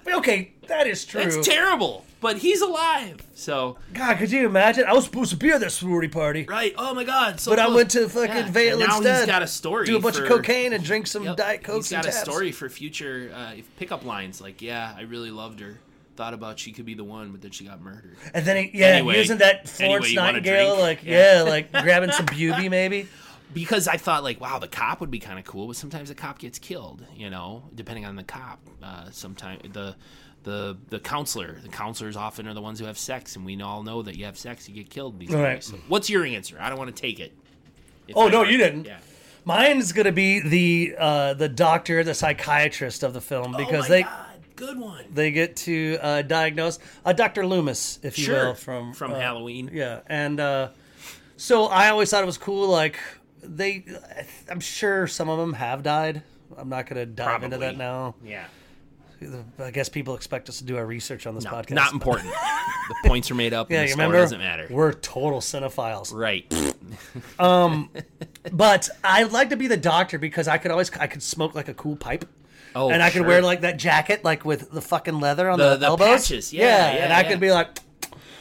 Speaker 2: okay, that is true.
Speaker 1: that's terrible. But he's alive. So
Speaker 2: God, could you imagine? I was supposed to be at that sorority party,
Speaker 1: right. Oh my God. So
Speaker 2: but I
Speaker 1: close.
Speaker 2: went to fucking
Speaker 1: Yeah,
Speaker 2: Vale
Speaker 1: and now
Speaker 2: instead.
Speaker 1: He's got a story.
Speaker 2: Do a bunch of
Speaker 1: for-
Speaker 2: cocaine and drink some
Speaker 1: Yep.
Speaker 2: diet coke.
Speaker 1: He's got
Speaker 2: and
Speaker 1: a
Speaker 2: tabs.
Speaker 1: story for future uh, pickup lines. Like, yeah, I really loved her. Thought about she could be the one, but then she got murdered.
Speaker 2: And then he, yeah,
Speaker 1: Anyway-
Speaker 2: using that Florence
Speaker 1: anyway you wanna
Speaker 2: Nightingale,
Speaker 1: drink?
Speaker 2: like yeah.
Speaker 1: Yeah.
Speaker 2: like grabbing some beauty maybe.
Speaker 1: Because I thought, like, wow, the cop would be kind of cool, but sometimes the cop gets killed. You know, depending on the cop. Uh, sometimes the the the counselor, the counselors often are the ones who have sex, and we all know that you have sex, you get killed. These
Speaker 2: All
Speaker 1: days.
Speaker 2: right.
Speaker 1: So what's your answer? I don't want to take it. If
Speaker 2: Oh,
Speaker 1: I
Speaker 2: no,
Speaker 1: were-
Speaker 2: you didn't.
Speaker 1: Yeah.
Speaker 2: Mine's gonna be the uh, the doctor, the psychiatrist of the film because
Speaker 1: oh my
Speaker 2: they
Speaker 1: God, good one.
Speaker 2: they get to uh, diagnose uh, Dr. Loomis, if you
Speaker 1: Sure,
Speaker 2: will, from
Speaker 1: from
Speaker 2: uh,
Speaker 1: Halloween.
Speaker 2: Yeah, and uh, so I always thought it was cool. Like they, I'm sure some of them have died. I'm not gonna dive into that
Speaker 1: Probably.
Speaker 2: now.
Speaker 1: Yeah.
Speaker 2: I guess people expect us to do our research on this podcast.
Speaker 1: Not important. the points are made up.
Speaker 2: Yeah,
Speaker 1: and
Speaker 2: you
Speaker 1: the score
Speaker 2: remember?
Speaker 1: doesn't matter.
Speaker 2: We're total cinephiles.
Speaker 1: Right.
Speaker 2: But I'd like to be the doctor because I could always I could smoke like a cool pipe.
Speaker 1: Oh,
Speaker 2: and I could
Speaker 1: sure.
Speaker 2: wear like that jacket, like with the fucking leather on the,
Speaker 1: The- the
Speaker 2: elbows.
Speaker 1: patches, yeah, yeah,
Speaker 2: and I
Speaker 1: yeah.
Speaker 2: could be like,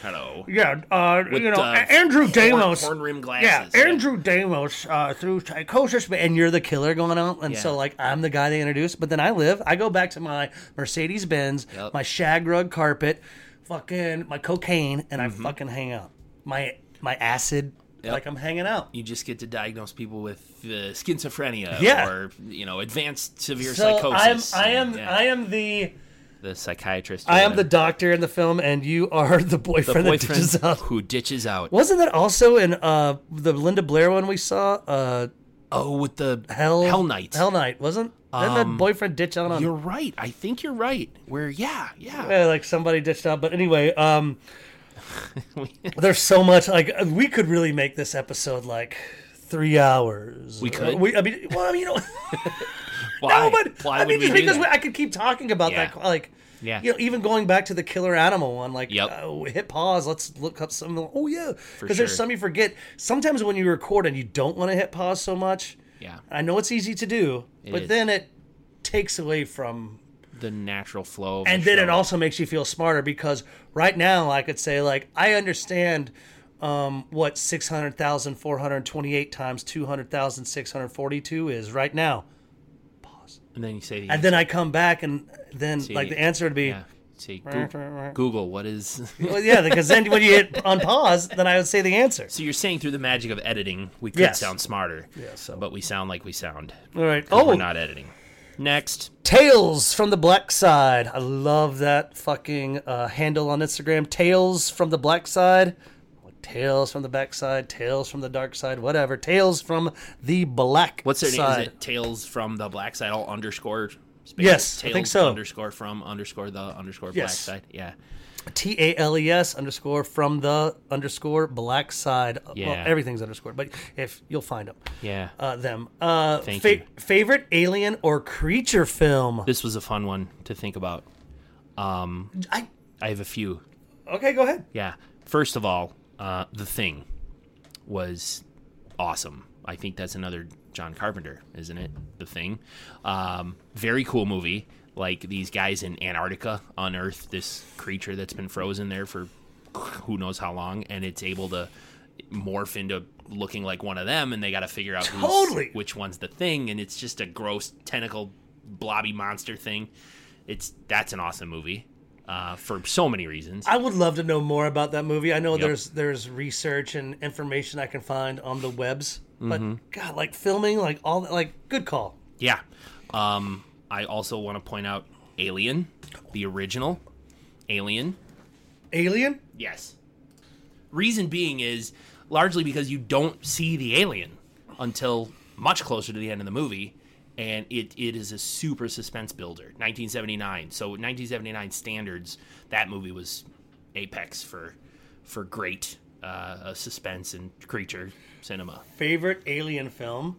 Speaker 1: hello.
Speaker 2: yeah, uh, you know,
Speaker 1: uh,
Speaker 2: A- Andrew Damos,
Speaker 1: Horn rim
Speaker 2: yeah,
Speaker 1: glasses.
Speaker 2: Andrew Damos uh, through psychosis, but- and you're the killer going out, and so
Speaker 1: Yeah.
Speaker 2: like I'm the guy they introduce, but then I live, I go back to my Mercedes Benz,
Speaker 1: Yep.
Speaker 2: my shag rug carpet, fucking my cocaine, and
Speaker 1: Mm-hmm.
Speaker 2: I fucking hang out, my my acid, like I'm hanging out.
Speaker 1: You just get to diagnose people with uh, schizophrenia
Speaker 2: Yeah.
Speaker 1: or you know advanced severe
Speaker 2: So I'm,
Speaker 1: psychosis.
Speaker 2: I am,
Speaker 1: and, yeah,
Speaker 2: I am the,
Speaker 1: the psychiatrist.
Speaker 2: I am the doctor in the film, and you are the
Speaker 1: the
Speaker 2: boyfriend, that
Speaker 1: boyfriend
Speaker 2: ditches out.
Speaker 1: who ditches out.
Speaker 2: Wasn't that also in uh, the Linda Blair one we saw? Uh,
Speaker 1: Oh, with the
Speaker 2: Hell,
Speaker 1: Hell Knight.
Speaker 2: Hell Knight wasn't. Didn't that boyfriend ditch out on?
Speaker 1: You're right. I think you're right. Where yeah, yeah.
Speaker 2: Yeah, like somebody ditched out. But anyway, um, there's so much. Like we could really make this episode like three hours. We
Speaker 1: could.
Speaker 2: we, I mean, well, you know,
Speaker 1: Why?
Speaker 2: no, but
Speaker 1: Why
Speaker 2: I
Speaker 1: would
Speaker 2: mean,
Speaker 1: we
Speaker 2: just
Speaker 1: do
Speaker 2: because
Speaker 1: that?
Speaker 2: we- I could keep talking about
Speaker 1: Yeah.
Speaker 2: that, like.
Speaker 1: Yeah.
Speaker 2: You know, even going back to the killer animal one, like
Speaker 1: Yep.
Speaker 2: uh, hit pause. Let's look up some. Oh yeah, because there's
Speaker 1: sure.
Speaker 2: some you forget. Sometimes when you record and you don't want to hit pause so much.
Speaker 1: Yeah.
Speaker 2: I know it's easy to do, but
Speaker 1: is.
Speaker 2: then it takes away from
Speaker 1: the natural flow. Of
Speaker 2: and
Speaker 1: the
Speaker 2: then it
Speaker 1: show.
Speaker 2: also makes you feel smarter because right now I could say like I understand um, what 600,428 times 200,642 is right now.
Speaker 1: And then you say.
Speaker 2: And then I come back and then like the answer would be
Speaker 1: Yeah. Say Google, Google what is
Speaker 2: well, yeah, because then when you hit on pause, then I would say the answer.
Speaker 1: So you're saying through the magic of editing, we could
Speaker 2: Yes.
Speaker 1: sound smarter.
Speaker 2: Yeah, so-
Speaker 1: But we sound like we sound.
Speaker 2: All right.
Speaker 1: Oh,
Speaker 2: Oh,
Speaker 1: we're not editing. Next.
Speaker 2: Tales from the Black Side. I love that fucking uh, handle on Instagram. Tales from the Black Side. Tales from the Backside. Tales from the Dark Side. Whatever. Tales from the Black
Speaker 1: What's their name?
Speaker 2: Side.
Speaker 1: Is it Tales from the Black Side? All underscore. Spaces?
Speaker 2: Yes, I
Speaker 1: Tales
Speaker 2: think so.
Speaker 1: Underscore from underscore the underscore
Speaker 2: Yes.
Speaker 1: Black Side. Yeah.
Speaker 2: T A L E S underscore from the underscore black side. Well,
Speaker 1: Yeah.
Speaker 2: everything's underscored, but if you'll find them,
Speaker 1: Yeah.
Speaker 2: uh, them. Uh,
Speaker 1: Thank
Speaker 2: fa-
Speaker 1: you.
Speaker 2: Favorite alien or creature film?
Speaker 1: This was a fun one to think about.
Speaker 2: I,
Speaker 1: I have a few.
Speaker 2: okay, go ahead.
Speaker 1: Yeah. First of all, uh, The Thing was awesome. I think that's another John Carpenter, isn't it? The Thing. Um, very cool movie. Like these guys in Antarctica unearth this creature that's been frozen there for who knows how long, and it's able to morph into looking like one of them, and they got to figure out who's-
Speaker 2: Totally.
Speaker 1: which one's the thing, and it's just a gross tentacle blobby monster thing. It's that's an awesome movie uh, for so many reasons.
Speaker 2: I would love to know more about that movie. I know there's there's research and information I can find on the webs, but
Speaker 1: Mm-hmm.
Speaker 2: God, like filming, like all that, like good call.
Speaker 1: Yeah. Um, I also want to point out Alien, the original Alien.
Speaker 2: Alien?
Speaker 1: Yes. Reason being is largely because you don't see the alien until much closer to the end of the movie, and it, it is a super suspense builder. 1979. So, with 1979 standards, that movie was apex for for great uh, suspense and creature cinema.
Speaker 2: Favorite alien film?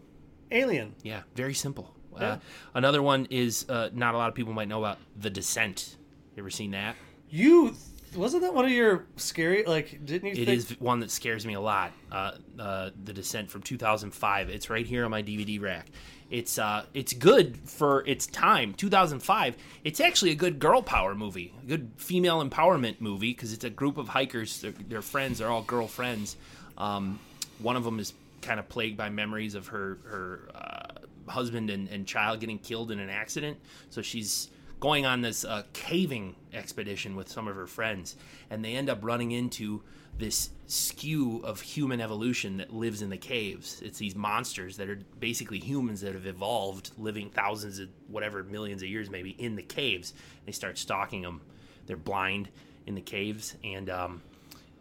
Speaker 2: Alien.
Speaker 1: Yeah, very simple.
Speaker 2: Yeah.
Speaker 1: Uh, another one is uh, not a lot of people might know about The Descent. You ever seen that?
Speaker 2: You wasn't that one of your scary? Like, didn't you?
Speaker 1: It
Speaker 2: think,
Speaker 1: is one that scares me a lot. Uh, uh, the Descent from 2005. It's right here on my DVD rack. It's uh, it's good for its time. 2005. It's actually a good girl power movie, a good female empowerment movie because it's a group of hikers. Their, their friends are all girlfriends. Um, one of them is kind of plagued by memories of her her uh, husband and, and child getting killed in an accident. So she's going on this uh, caving expedition with some of her friends, and they end up running into this skew of human evolution that lives in the caves. It's these monsters that are basically humans that have evolved, living thousands of whatever millions of years maybe in the caves. They start stalking them. They're blind in the caves, and um,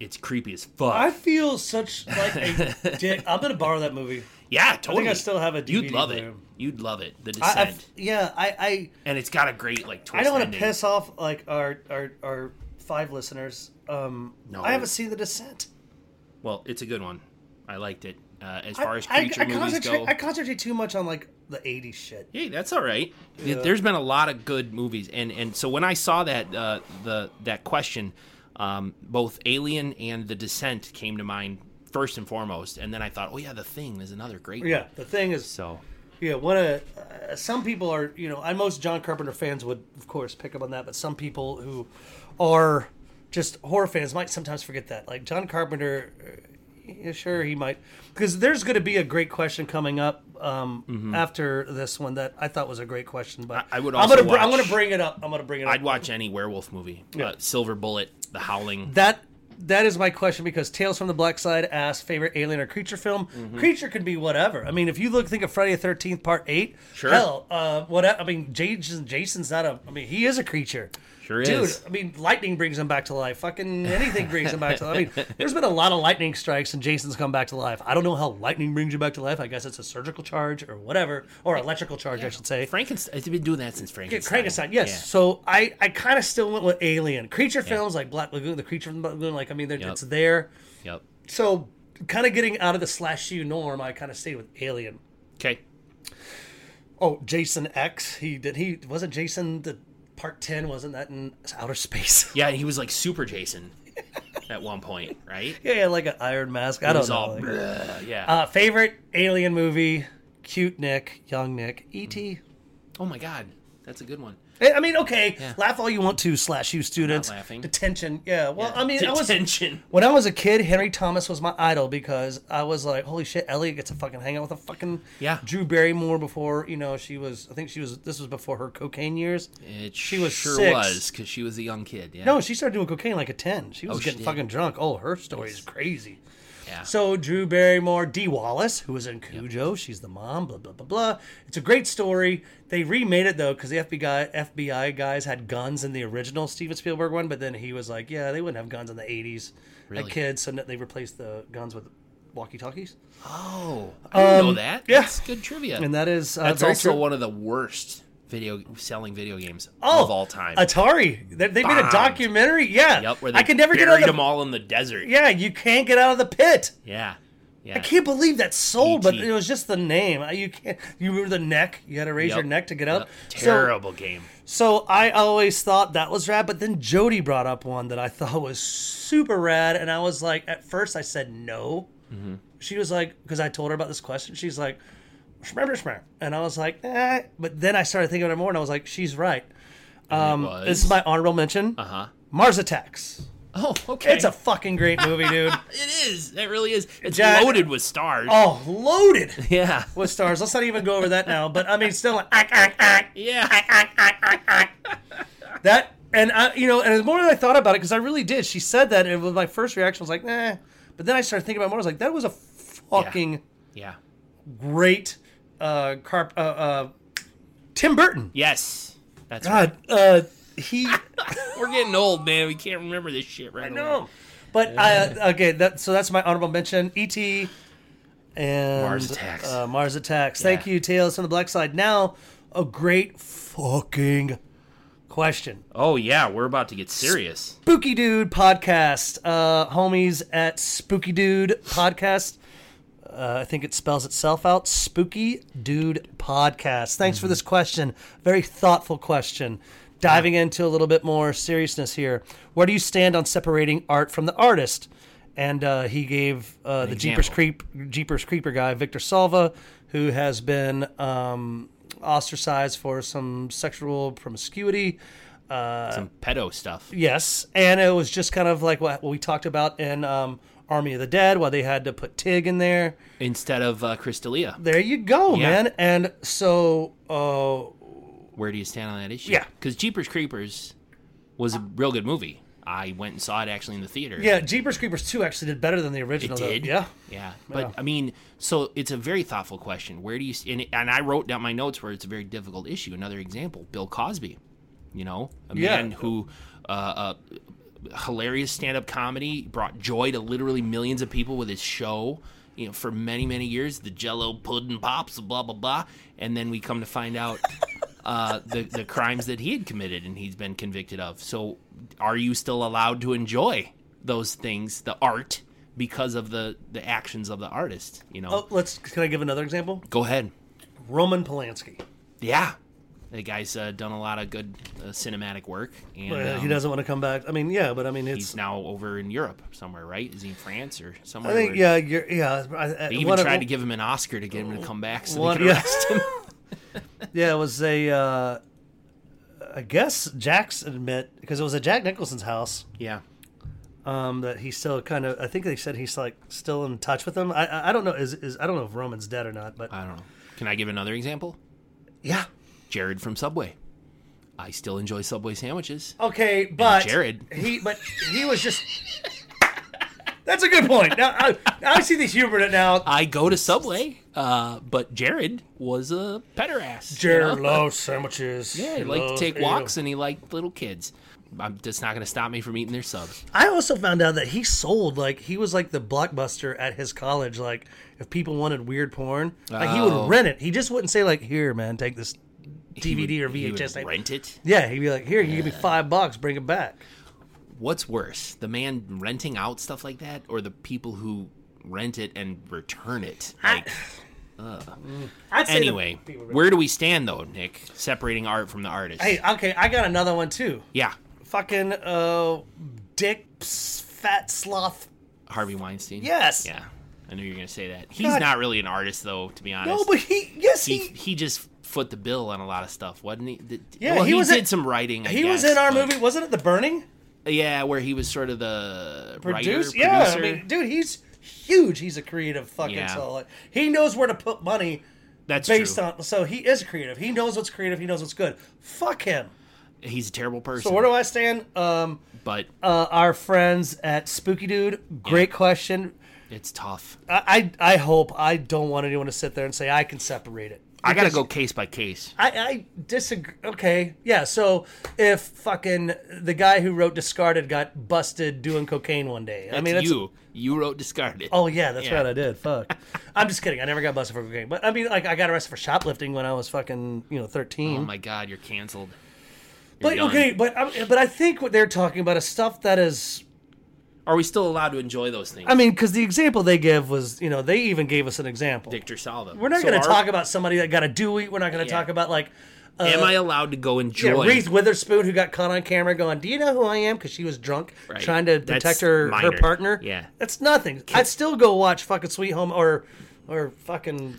Speaker 1: it's creepy as fuck.
Speaker 2: I feel such like a dick. I'm gonna borrow that movie.
Speaker 1: yeah, totally.
Speaker 2: I still have a DVD
Speaker 1: You'd love
Speaker 2: player.
Speaker 1: it. You'd love it. The
Speaker 2: I,
Speaker 1: Descent,
Speaker 2: I, yeah, I, I,
Speaker 1: and it's got a great like twist.
Speaker 2: I don't want to
Speaker 1: ending.
Speaker 2: piss off like our our our five listeners. Um,
Speaker 1: No.
Speaker 2: I haven't seen The Descent.
Speaker 1: Well, it's a good one. I liked it. Uh, as
Speaker 2: I-
Speaker 1: far as
Speaker 2: I,
Speaker 1: creature
Speaker 2: I,
Speaker 1: movies
Speaker 2: concentrate,
Speaker 1: go,
Speaker 2: I concentrate too much on like the '80s shit.
Speaker 1: Hey, that's all right.
Speaker 2: Yeah.
Speaker 1: There's been a lot of good movies, and and so when I saw that uh, the that question, um, both Alien and The Descent came to mind first and foremost, and then I thought, oh yeah, The Thing is another great. one.
Speaker 2: Yeah, the thing is,
Speaker 1: So
Speaker 2: yeah, what a. Uh, some people are, you know, and most John Carpenter fans would, of course, pick up on that, but some people who are just horror fans might sometimes forget that. Like John Carpenter, uh, yeah, sure, he might, because there's going to be a great question coming up um, after this one that I thought was a great question, but
Speaker 1: Mm-hmm. I- I would
Speaker 2: I'm gonna,
Speaker 1: also
Speaker 2: br- I'm
Speaker 1: watch-
Speaker 2: gonna bring it up. I'm gonna bring it up.
Speaker 1: I'd watch any werewolf movie. Uh, Silver Bullet, The Howling.
Speaker 2: that that is my question because Tales from the Black Side asks favorite alien or creature film.
Speaker 1: Mm-hmm.
Speaker 2: Creature could be whatever. I mean, if you look think of Friday the Thirteenth Part Eight,
Speaker 1: Sure.
Speaker 2: Hell, uh, what I mean, Jason Jason's not a. I mean, he is a creature.
Speaker 1: Sure
Speaker 2: Dude,
Speaker 1: is.
Speaker 2: I mean, lightning brings him back to life. Fucking anything brings him back to life. I mean, there's been a lot of lightning strikes, and Jason's come back to life. I don't know how lightning brings you back to life. I guess it's a surgical charge or whatever, or electrical charge, I should say.
Speaker 1: Frankenstein. It's been doing that since Frankenstein.
Speaker 2: Frankenstein, yes. So I, I kind of still went with Alien. Creature films like Black Lagoon, the creature from Black Lagoon, like, I mean, they're-
Speaker 1: Yep.
Speaker 2: it's there.
Speaker 1: Yeah. Yep.
Speaker 2: So, kind of getting out of the slash U norm, I kind of stayed with Alien.
Speaker 1: Okay.
Speaker 2: Oh, Jason X. He did. He wasn't Jason. The part ten wasn't that in outer space?
Speaker 1: Yeah, and he was like Super Jason at one point, right?
Speaker 2: yeah, yeah, like an iron mask. I
Speaker 1: It
Speaker 2: don't
Speaker 1: was
Speaker 2: know.
Speaker 1: all
Speaker 2: like-
Speaker 1: "Bleh," yeah.
Speaker 2: uh, favorite Alien movie? Cute Nick, young Nick, E.T.
Speaker 1: oh my God, that's a good one.
Speaker 2: Eh, I mean, okay, laugh all you want to, slash you students.
Speaker 1: laughing.
Speaker 2: Detention, yeah. Well, I mean, I was
Speaker 1: Detention.
Speaker 2: when I was a kid, Henry Thomas was my idol because I was like, holy shit, Elliot gets to fucking hang out with a fucking
Speaker 1: Yeah.
Speaker 2: Drew Barrymore before, you know, she was, I think she was, this was before her cocaine years.
Speaker 1: It
Speaker 2: She was
Speaker 1: sure
Speaker 2: six.
Speaker 1: was because she was a young kid. Yeah.
Speaker 2: No, she started doing cocaine like a 10. She was
Speaker 1: she
Speaker 2: getting
Speaker 1: did.
Speaker 2: fucking drunk. Oh, her story is crazy.
Speaker 1: Yeah.
Speaker 2: So Drew Barrymore, Dee Wallace, who was in Cujo, she's the mom. Blah blah blah blah. It's a great story. They remade it though because the FBI FBI guys had guns in the original Steven Spielberg one, but then he was like, "Yeah, they wouldn't have guns in the '80s,
Speaker 1: Really?
Speaker 2: like kids." So no- they replaced the guns with walkie talkies,
Speaker 1: Oh, I didn't know that.
Speaker 2: um, yeah.
Speaker 1: That's good trivia.
Speaker 2: and that is uh,
Speaker 1: That's
Speaker 2: very
Speaker 1: also
Speaker 2: true.
Speaker 1: one of the worst video selling video games
Speaker 2: Oh,
Speaker 1: of all time.
Speaker 2: Atari. They, they made a
Speaker 1: Bombed.
Speaker 2: documentary. Yeah.
Speaker 1: yep, where they
Speaker 2: I can never
Speaker 1: buried
Speaker 2: get out of the,
Speaker 1: them all in the desert.
Speaker 2: Yeah, you can't get out of the pit.
Speaker 1: yeah, yeah. E
Speaker 2: I can't believe that sold, but
Speaker 1: ET.
Speaker 2: it was just the name. You can't. You remember the neck? You had to raise
Speaker 1: Yep.
Speaker 2: your neck to get up.
Speaker 1: Yep.
Speaker 2: So-
Speaker 1: Terrible game.
Speaker 2: So I always thought that was rad, but then Jody brought up one that I thought was super rad, and I was like, at first I said no. She was like, because I told her about this question, she's like, remember, remember, and I was like, eh. but then I started thinking about it more, and I was like, she's right. Um,
Speaker 1: was.
Speaker 2: this is my honorable mention.
Speaker 1: Uh huh.
Speaker 2: Mars Attacks.
Speaker 1: Oh, okay.
Speaker 2: It's a fucking great movie, dude.
Speaker 1: It is. It really is. It's
Speaker 2: Jack-
Speaker 1: loaded with stars.
Speaker 2: Oh, loaded
Speaker 1: Yeah.
Speaker 2: with stars. Let's not even go over that now. But I mean, still, like, ah, ah, ah,
Speaker 1: Yeah.
Speaker 2: That and I, you know, and the more that I thought about it, because I really did. She said that, and it was my first reaction was like, "Nah," but then I started thinking about it more. I was like, "That was a fucking
Speaker 1: Yeah.
Speaker 2: great uh, carp." Uh, uh, Tim Burton.
Speaker 1: Yes. That's right.
Speaker 2: God, uh, he.
Speaker 1: We're getting old, man. We can't remember this shit right now.
Speaker 2: no, but I okay. That so that's my honorable mention. E.T. and
Speaker 1: Mars Attacks.
Speaker 2: Uh, Mars Attacks. Thank
Speaker 1: Yeah.
Speaker 2: you, Tales from the Black Side. Now a great fucking question.
Speaker 1: Oh yeah, we're about to get serious.
Speaker 2: Spooky Dude Podcast. Uh, homies at Spooky Dude Podcast. Uh, I think it spells itself out. Spooky Dude Podcast. Thanks for this question. Very thoughtful question. Diving into a little bit more seriousness here. Where do you stand on separating art from the artist? And uh, he gave uh, the Jeepers
Speaker 1: example.
Speaker 2: Creep Jeepers Creeper guy Victor Salva, who has been um, ostracized for some sexual promiscuity.
Speaker 1: Some pedo stuff.
Speaker 2: Yes, and it was just kind of like what, what we talked about in um, Army of the Dead, why they had to put Tig in there.
Speaker 1: Instead of uh, Crystalia.
Speaker 2: There you go,
Speaker 1: Yeah.
Speaker 2: man. And so, uh,
Speaker 1: Where do you stand on that issue?
Speaker 2: Yeah.
Speaker 1: Because Jeepers Creepers was a real good movie. I went and saw it actually in the theater.
Speaker 2: yeah, Jeepers Creepers two actually did better than the original.
Speaker 1: It
Speaker 2: though.
Speaker 1: did.
Speaker 2: Yeah,
Speaker 1: Yeah. But I mean, so it's a very thoughtful question. Where do you s- and, and I wrote down my notes where it's a very difficult issue. Another example, Bill Cosby. You know, a
Speaker 2: Yeah.
Speaker 1: man who uh, uh, hilarious stand-up comedy brought joy to literally millions of people with his show. You know, for many many years, the Jello pudding pops, blah blah blah, and then we come to find out. Uh, the the crimes that he had committed and he's been convicted of. So, are you still allowed to enjoy those things, the art, because of the the actions of the artist? You know,
Speaker 2: Oh, let's. Can I give another example?
Speaker 1: go ahead.
Speaker 2: Roman Polanski. Uh,
Speaker 1: Yeah, the guy's uh, done a lot of good uh, cinematic work, and
Speaker 2: Uh, he
Speaker 1: um,
Speaker 2: doesn't want to come back. I mean, yeah, but I mean, it's.
Speaker 1: He's now over in Europe somewhere, right? Is he in France or somewhere?
Speaker 2: I think
Speaker 1: where-
Speaker 2: yeah, you're, yeah. I, I,
Speaker 1: They even
Speaker 2: one of-
Speaker 1: tried to give him an Oscar to get him to come back so
Speaker 2: one-
Speaker 1: they could
Speaker 2: yeah.
Speaker 1: arrest him.
Speaker 2: Yeah, it was a. Uh, I guess Jack's admit because it was at Jack Nicholson's house.
Speaker 1: yeah,
Speaker 2: um, that he's still kind of. I think they said he's like still in touch with them. I- I I don't know is is I don't know if Roman's dead or not, but
Speaker 1: I don't know. Can I give another example?
Speaker 2: yeah.
Speaker 1: Jared from Subway. I still enjoy Subway sandwiches.
Speaker 2: Okay, but
Speaker 1: Jared.
Speaker 2: he but he was just. That's a good point. Now I, I see the humor in it now.
Speaker 1: I go to Subway, uh, but Jared was a pederass. you know?
Speaker 2: Jared loves sandwiches.
Speaker 1: Yeah, he liked to take walks and he liked little kids. I'm that's not going to stop me from eating their subs.
Speaker 2: I also found out that he sold like he was like the blockbuster at his college. Like if people wanted weird porn, like he
Speaker 1: Oh.
Speaker 2: would rent it. He just wouldn't say like, "Here, man, take this
Speaker 1: He would-
Speaker 2: DVD or
Speaker 1: he would
Speaker 2: VHS." tape."
Speaker 1: rent it.
Speaker 2: Yeah, he'd be like, "Here, you give me five bucks, bring it back."
Speaker 1: what's worse the man renting out stuff like that or the people who rent it and return it like
Speaker 2: I'd say the
Speaker 1: anyway
Speaker 2: people-
Speaker 1: where do we stand though nick separating art from the artist
Speaker 2: hey, okay, I got another one too.
Speaker 1: yeah
Speaker 2: Fucking uh, dick, s- fat sloth.
Speaker 1: harvey weinstein
Speaker 2: Yes.
Speaker 1: yeah i knew you were gonna say that he's
Speaker 2: God.
Speaker 1: not really an artist though to be honest
Speaker 2: No, but he, yes,
Speaker 1: he,
Speaker 2: he,
Speaker 1: he just foot the bill on a lot of stuff wasn't he Did-
Speaker 2: Yeah,
Speaker 1: well,
Speaker 2: he
Speaker 1: he,
Speaker 2: was
Speaker 1: did
Speaker 2: in-
Speaker 1: some writing I
Speaker 2: he was
Speaker 1: guess,
Speaker 2: in our
Speaker 1: but-
Speaker 2: movie, wasn't it? The Burning.
Speaker 1: yeah where he was sort of the
Speaker 2: Produce,
Speaker 1: writer,
Speaker 2: yeah,
Speaker 1: producer.
Speaker 2: I mean, dude, he's huge. He's a creative fucking
Speaker 1: Yeah.
Speaker 2: soul. Like, He knows where to put money
Speaker 1: that's
Speaker 2: based
Speaker 1: true.
Speaker 2: on. So he is creative. He knows what's creative. He knows what's good. Fuck him.
Speaker 1: he's a terrible person
Speaker 2: So where do I stand? Um,
Speaker 1: but
Speaker 2: uh, our friends at Spooky Dude, great question.
Speaker 1: It's tough.
Speaker 2: I, I I hope I don't want anyone to sit there and say I can separate it.
Speaker 1: I got to
Speaker 2: Because
Speaker 1: go case by case.
Speaker 2: I, I disagree. Okay, yeah. So if fucking the guy who wrote Discarded got busted doing cocaine one day, I
Speaker 1: That's
Speaker 2: mean, that's,
Speaker 1: you. You wrote discarded.
Speaker 2: Oh yeah, that's
Speaker 1: Yeah.
Speaker 2: right. I did. Fuck. I'm just kidding. I never got busted for cocaine, but I mean, like, I got arrested for shoplifting when I was fucking, you know, 13.
Speaker 1: Oh my god, you're canceled. You're
Speaker 2: but
Speaker 1: done.
Speaker 2: okay, but I, but I think what they're talking about is stuff that is.
Speaker 1: Are we still allowed to enjoy those things?
Speaker 2: I mean, because the example they give was, you know, they even gave us an example.
Speaker 1: Victor Salva.
Speaker 2: We're not
Speaker 1: So
Speaker 2: going
Speaker 1: are-
Speaker 2: to talk about somebody that got a Dewey. We're not going to
Speaker 1: Yeah.
Speaker 2: talk about like. Uh,
Speaker 1: Am I allowed to go
Speaker 2: yeah,
Speaker 1: enjoy?
Speaker 2: Reese Witherspoon, who got caught on camera going, "Do you know who I am?" Because she was drunk,
Speaker 1: Right.
Speaker 2: trying to
Speaker 1: That's
Speaker 2: protect her, her
Speaker 1: minor.
Speaker 2: partner.
Speaker 1: Yeah.
Speaker 2: that's nothing. I'd still go watch fucking Sweet Home or, or fucking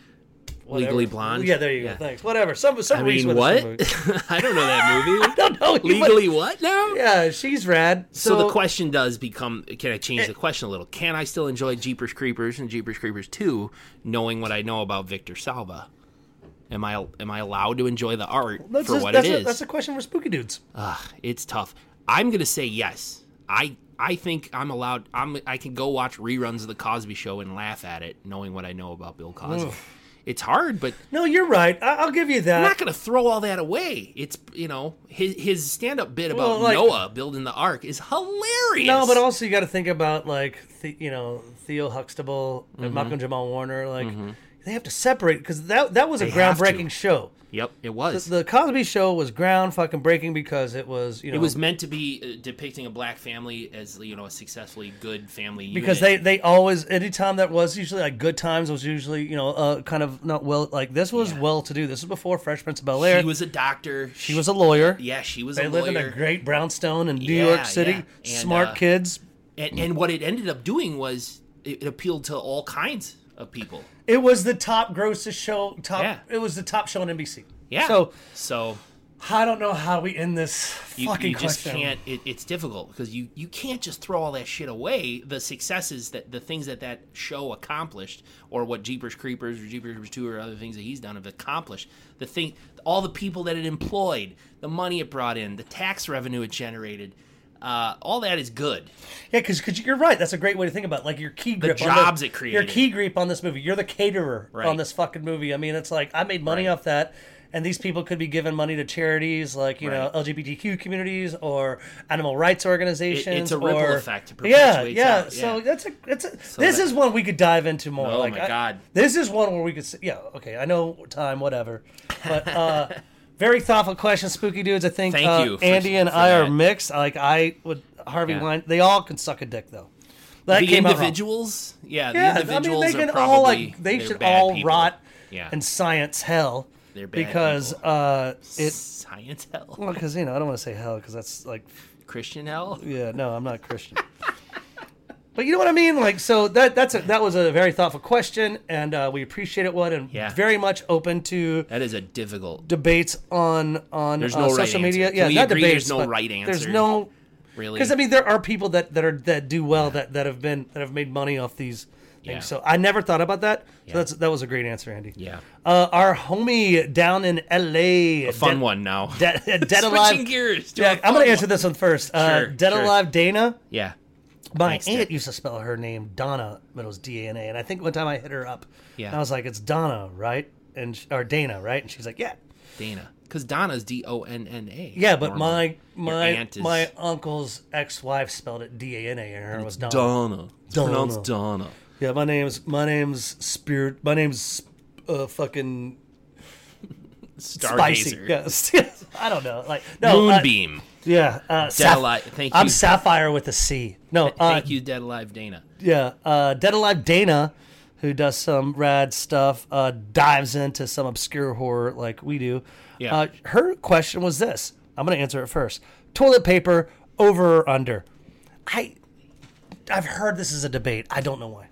Speaker 2: whatever.
Speaker 1: Legally Blonde.
Speaker 2: Yeah, there you go.
Speaker 1: Yeah.
Speaker 2: Thanks. Whatever. Some some
Speaker 1: I
Speaker 2: Reese
Speaker 1: mean, what?
Speaker 2: Witherspoon movie.
Speaker 1: I don't know that movie.
Speaker 2: I don't know. You
Speaker 1: Legally, what now?
Speaker 2: would- Yeah, she's rad. So, Eh.
Speaker 1: So, the question does become: Can I change the question a little? Can I still enjoy Jeepers Creepers and Jeepers Creepers Two, knowing what I know about Victor Salva? Am I am I allowed to enjoy the art
Speaker 2: that's
Speaker 1: for
Speaker 2: a,
Speaker 1: what
Speaker 2: that's
Speaker 1: it
Speaker 2: a-
Speaker 1: is?
Speaker 2: that's a question for spooky dudes.
Speaker 1: Ugh, it's tough. I'm gonna say yes. I I think I'm allowed. I'm I can go watch reruns of the Cosby Show and laugh at it, knowing what I know about Bill Cosby. It's hard, but
Speaker 2: No, you're right. I, I'll give you
Speaker 1: I'm
Speaker 2: that.
Speaker 1: not gonna throw all that away. It's you know his his stand up bit about
Speaker 2: Well, like-
Speaker 1: Noah building the ark is hilarious.
Speaker 2: No, but also you got to think about like the, you know Theo Huxtable
Speaker 1: Mm-hmm.
Speaker 2: and Malcolm Jamal Warner. Like they have to separate because that that was a
Speaker 1: have to.
Speaker 2: groundbreaking show.
Speaker 1: yep, it was.
Speaker 2: The Cosby Show was ground fucking breaking because it was you know
Speaker 1: it was meant to be uh, depicting a black family as you know a successfully good family unit.
Speaker 2: because they they always anytime that was usually like good times was usually you know uh, kind of not well like this was
Speaker 1: Yeah.
Speaker 2: well to do. This was before Fresh Prince of Bel Air.
Speaker 1: she was a doctor. She
Speaker 2: He was a lawyer.
Speaker 1: yeah, she was
Speaker 2: They
Speaker 1: a
Speaker 2: lived in
Speaker 1: lawyer.
Speaker 2: a great brownstone in New
Speaker 1: Yeah,
Speaker 2: York City.
Speaker 1: yeah. And,
Speaker 2: Smart
Speaker 1: uh,
Speaker 2: kids.
Speaker 1: and, and what it ended up doing was it, it appealed to all kinds of people.
Speaker 2: It was the top grossest show. Top.
Speaker 1: Yeah.
Speaker 2: It was the top show on NBC.
Speaker 1: Yeah.
Speaker 2: So
Speaker 1: so
Speaker 2: I don't know how we end this
Speaker 1: you,
Speaker 2: fucking
Speaker 1: you just
Speaker 2: question.
Speaker 1: can't. It, it's difficult because you you can't just throw all that shit away. The successes that the things that that show accomplished, or what Jeepers Creepers or Jeepers Creepers Two or other things that he's done have accomplished. The thing, all the people that it employed, the money it brought in, the tax revenue it generated. Uh, all that is good.
Speaker 2: Yeah, because you're right. That's a great way to think about it. like your key grip. on
Speaker 1: jobs
Speaker 2: the-
Speaker 1: it
Speaker 2: Your
Speaker 1: created.
Speaker 2: key grip on this movie. You're the caterer
Speaker 1: Right.
Speaker 2: on this fucking movie. I mean, it's like I made money off that. And these people could be giving money to charities like you know LGBTQ communities or animal rights organizations.
Speaker 1: it's a ripple
Speaker 2: or-
Speaker 1: effect. It
Speaker 2: yeah,
Speaker 1: perpetuates
Speaker 2: yeah.
Speaker 1: out, yeah.
Speaker 2: So that's a that's a, this
Speaker 1: that-
Speaker 2: is one we could dive into more.
Speaker 1: Oh
Speaker 2: like,
Speaker 1: my
Speaker 2: I-
Speaker 1: God.
Speaker 2: this is one where we could s- yeah okay I know time whatever, but uh, very thoughtful question, spooky dudes. I think
Speaker 1: Thank
Speaker 2: uh,
Speaker 1: you for-
Speaker 2: Andy and
Speaker 1: for
Speaker 2: I are
Speaker 1: that.
Speaker 2: mixed. Like I would Harvey
Speaker 1: Yeah.
Speaker 2: Wein. They all can suck a dick though. That
Speaker 1: the
Speaker 2: came out wrong.
Speaker 1: individuals, yeah, the
Speaker 2: Yeah, I mean
Speaker 1: individuals
Speaker 2: they
Speaker 1: are
Speaker 2: can
Speaker 1: probably
Speaker 2: all like they
Speaker 1: they're
Speaker 2: should
Speaker 1: bad
Speaker 2: all
Speaker 1: people.
Speaker 2: rot
Speaker 1: Yeah.
Speaker 2: in science hell
Speaker 1: They're bad
Speaker 2: because
Speaker 1: people.
Speaker 2: uh it
Speaker 1: science hell.
Speaker 2: because you know I don't want to say hell because that's like
Speaker 1: Christian hell?
Speaker 2: yeah no I'm not Christian. But you know what I mean, like so that that's a, that was a very thoughtful question, and uh, we appreciate it, Wood, and
Speaker 1: Yeah.
Speaker 2: very much open to
Speaker 1: That is a difficult,
Speaker 2: debates on on
Speaker 1: There's
Speaker 2: uh,
Speaker 1: no right
Speaker 2: social media.
Speaker 1: answer.
Speaker 2: Yeah,
Speaker 1: Can we
Speaker 2: not
Speaker 1: agree there's
Speaker 2: debates.
Speaker 1: no
Speaker 2: but
Speaker 1: right
Speaker 2: There's
Speaker 1: answer?
Speaker 2: no
Speaker 1: really.
Speaker 2: because I mean there are people that that are that do well that that have been that have made money off these things.
Speaker 1: Yeah.
Speaker 2: So I never thought about that. So that's that was a great answer, Andy.
Speaker 1: yeah,
Speaker 2: Uh, our homie down in L.A. A
Speaker 1: fun one now.
Speaker 2: Dead, dead
Speaker 1: Switching
Speaker 2: alive.
Speaker 1: gears to a
Speaker 2: yeah, I'm
Speaker 1: fun
Speaker 2: gonna answer
Speaker 1: one.
Speaker 2: this one first. Uh,
Speaker 1: Sure,
Speaker 2: dead
Speaker 1: sure.
Speaker 2: alive Dana.
Speaker 1: yeah,
Speaker 2: My
Speaker 1: Thanks,
Speaker 2: aunt
Speaker 1: Dick.
Speaker 2: used to spell her name Donna, but it was D A N A. And I think one time I hit her up.
Speaker 1: Yeah.
Speaker 2: And I was like, it's Donna, right? And sh- or Dana, right? And she's like, yeah.
Speaker 1: Dana. Because Donna's D O N N A.
Speaker 2: Yeah, but
Speaker 1: normally.
Speaker 2: my
Speaker 1: Your
Speaker 2: my
Speaker 1: aunt is
Speaker 2: my uncle's ex-wife spelled it D A N A, and her was Donna.
Speaker 1: Donna. It's
Speaker 2: Donna.
Speaker 1: pronounced Donna.
Speaker 2: Yeah, my name's my name's Spirit. My name's uh, fucking spicy.
Speaker 1: Stargazer.
Speaker 2: Yeah. I don't know. Like no uh,
Speaker 1: Moonbeam.
Speaker 2: yeah, uh, Saph-
Speaker 1: Alive- thank
Speaker 2: I'm
Speaker 1: you.
Speaker 2: Sapphire with a C. No, uh,
Speaker 1: Thank you, Dead Alive Dana.
Speaker 2: Yeah, uh, Dead Alive Dana, who does some rad stuff, uh, dives into some obscure horror like we do.
Speaker 1: Yeah.
Speaker 2: Uh, her question was this. I'm gonna answer it first. Toilet paper over or under? I I've heard this is a debate. I don't know why.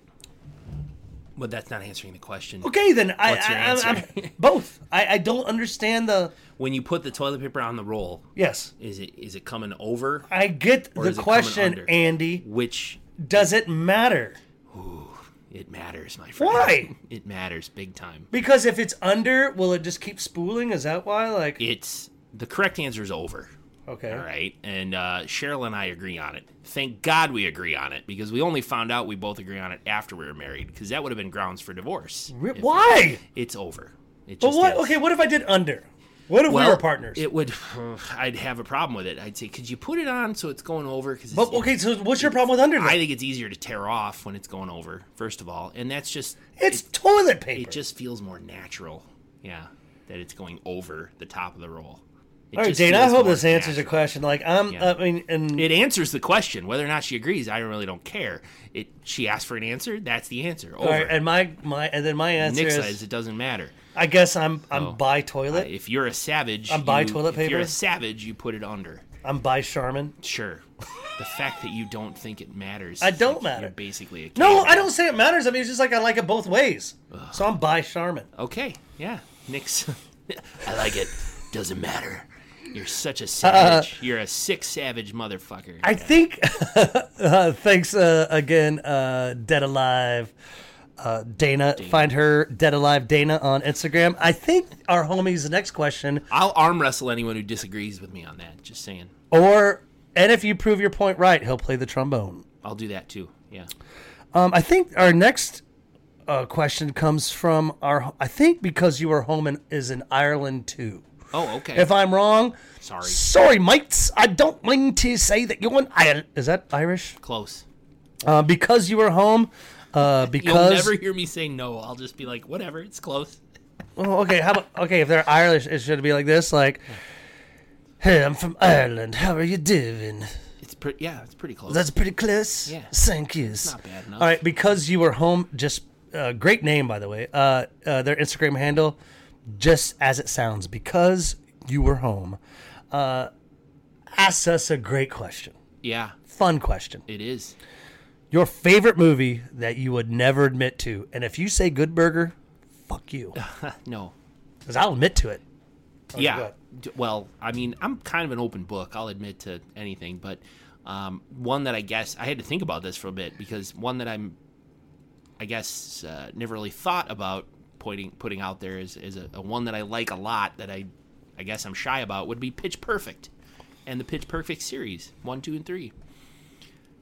Speaker 1: But that's not answering the question.
Speaker 2: Okay, then I,
Speaker 1: What's your
Speaker 2: I, I'm- I'm-
Speaker 1: answer?
Speaker 2: both. I, I don't understand the
Speaker 1: When you put the toilet paper on the roll,
Speaker 2: yes.
Speaker 1: is it is it coming over?
Speaker 2: I get
Speaker 1: Or
Speaker 2: the
Speaker 1: is it coming
Speaker 2: question,
Speaker 1: under?
Speaker 2: Andy.
Speaker 1: Which
Speaker 2: Does it matter?
Speaker 1: it matters, my friend.
Speaker 2: Why?
Speaker 1: It matters big time.
Speaker 2: Because if it's under, will it just keep spooling? Is that why? Like
Speaker 1: It's the correct answer is over.
Speaker 2: Okay.
Speaker 1: All right. And uh, Cheryl and I agree on it. Thank God we agree on it because we only found out we both agree on it after we were married because that would have been grounds for divorce.
Speaker 2: Re-
Speaker 1: If-
Speaker 2: Why?
Speaker 1: It's over. It
Speaker 2: But
Speaker 1: just
Speaker 2: what?
Speaker 1: is.
Speaker 2: Okay, what if I did under? What if we were partners?
Speaker 1: It would. I'd have a problem with it. I'd say, could you put it on so it's going over? Because
Speaker 2: but okay, so what's your problem with under? then?
Speaker 1: I think it's easier to tear off when it's going over. First of all, and that's just
Speaker 2: it's toilet paper.
Speaker 1: it. Just feels more natural. Yeah, that it's going over the top of the roll. It
Speaker 2: All right,
Speaker 1: just
Speaker 2: Dane. I
Speaker 1: feels
Speaker 2: hope
Speaker 1: more
Speaker 2: this answers your
Speaker 1: natural.
Speaker 2: question. Like I'm,
Speaker 1: Yeah.
Speaker 2: I mean, and
Speaker 1: It answers the question whether or not she agrees. I really don't care. It. She asked for an answer. That's the answer. Over.
Speaker 2: all right, and my my and then my answer
Speaker 1: Nick
Speaker 2: is,
Speaker 1: says it doesn't matter.
Speaker 2: I guess I'm I'm
Speaker 1: Oh.
Speaker 2: by toilet.
Speaker 1: If you're a savage,
Speaker 2: I'm by
Speaker 1: you-
Speaker 2: toilet
Speaker 1: If you're a
Speaker 2: paper?
Speaker 1: savage, you put it under.
Speaker 2: I'm by Charmin.
Speaker 1: Sure. The fact that you don't think it matters.
Speaker 2: I
Speaker 1: is
Speaker 2: don't
Speaker 1: like
Speaker 2: matter.
Speaker 1: You're basically a
Speaker 2: No,
Speaker 1: cave.
Speaker 2: I don't say it matters. I mean, it's just like I like it both ways. So I'm by Charmin.
Speaker 1: Okay. Yeah. Nick's. I like it. Doesn't matter. You're such a savage. You're a sick savage motherfucker.
Speaker 2: Uh, I think. uh, thanks uh, again, uh, Dead Alive uh, Dana. Find her Dead Alive Dana on Instagram. I think our homie's next question,
Speaker 1: I'll arm wrestle anyone who disagrees with me on that. Just saying.
Speaker 2: or and if you prove your point right, he'll play the trombone.
Speaker 1: I'll do that too. Yeah.
Speaker 2: Um, I think our next uh, question comes from our. I think because you are home and is in Ireland too.
Speaker 1: Oh, okay.
Speaker 2: If I'm wrong,
Speaker 1: Sorry.
Speaker 2: sorry, mates. I don't mean to say that you're in Ireland. Is that Irish?
Speaker 1: Close.
Speaker 2: Uh, because you were home. Uh,
Speaker 1: You'll
Speaker 2: because
Speaker 1: never hear me say no. I'll just be like, whatever. It's close.
Speaker 2: Oh, okay. How about okay? If they're Irish, it should be like this: like, "Hey, I'm from Ireland. How are you doing?
Speaker 1: It's pretty. Yeah. It's pretty close.
Speaker 2: That's pretty close.
Speaker 1: Yeah.
Speaker 2: thank you.
Speaker 1: not bad enough.
Speaker 2: All right, because you were home. Just uh, great name, by the way. Uh, uh, their Instagram handle, just as it sounds, because you were home. Uh, asked us a great question,
Speaker 1: yeah.
Speaker 2: fun question.
Speaker 1: It is.
Speaker 2: Your favorite movie that you would never admit to, and if you say Good Burger, fuck you,
Speaker 1: no.
Speaker 2: because I'll admit to it.
Speaker 1: yeah.
Speaker 2: ahead.
Speaker 1: D- Well, I mean, I'm kind of an open book. I'll admit to anything, but um, one that I guess I had to think about this for a bit because one that I'm, I guess, uh, never really thought about pointing putting out there is is a, a one that I like a lot that I, I guess I'm shy about would be Pitch Perfect, and the Pitch Perfect series one, two, and three.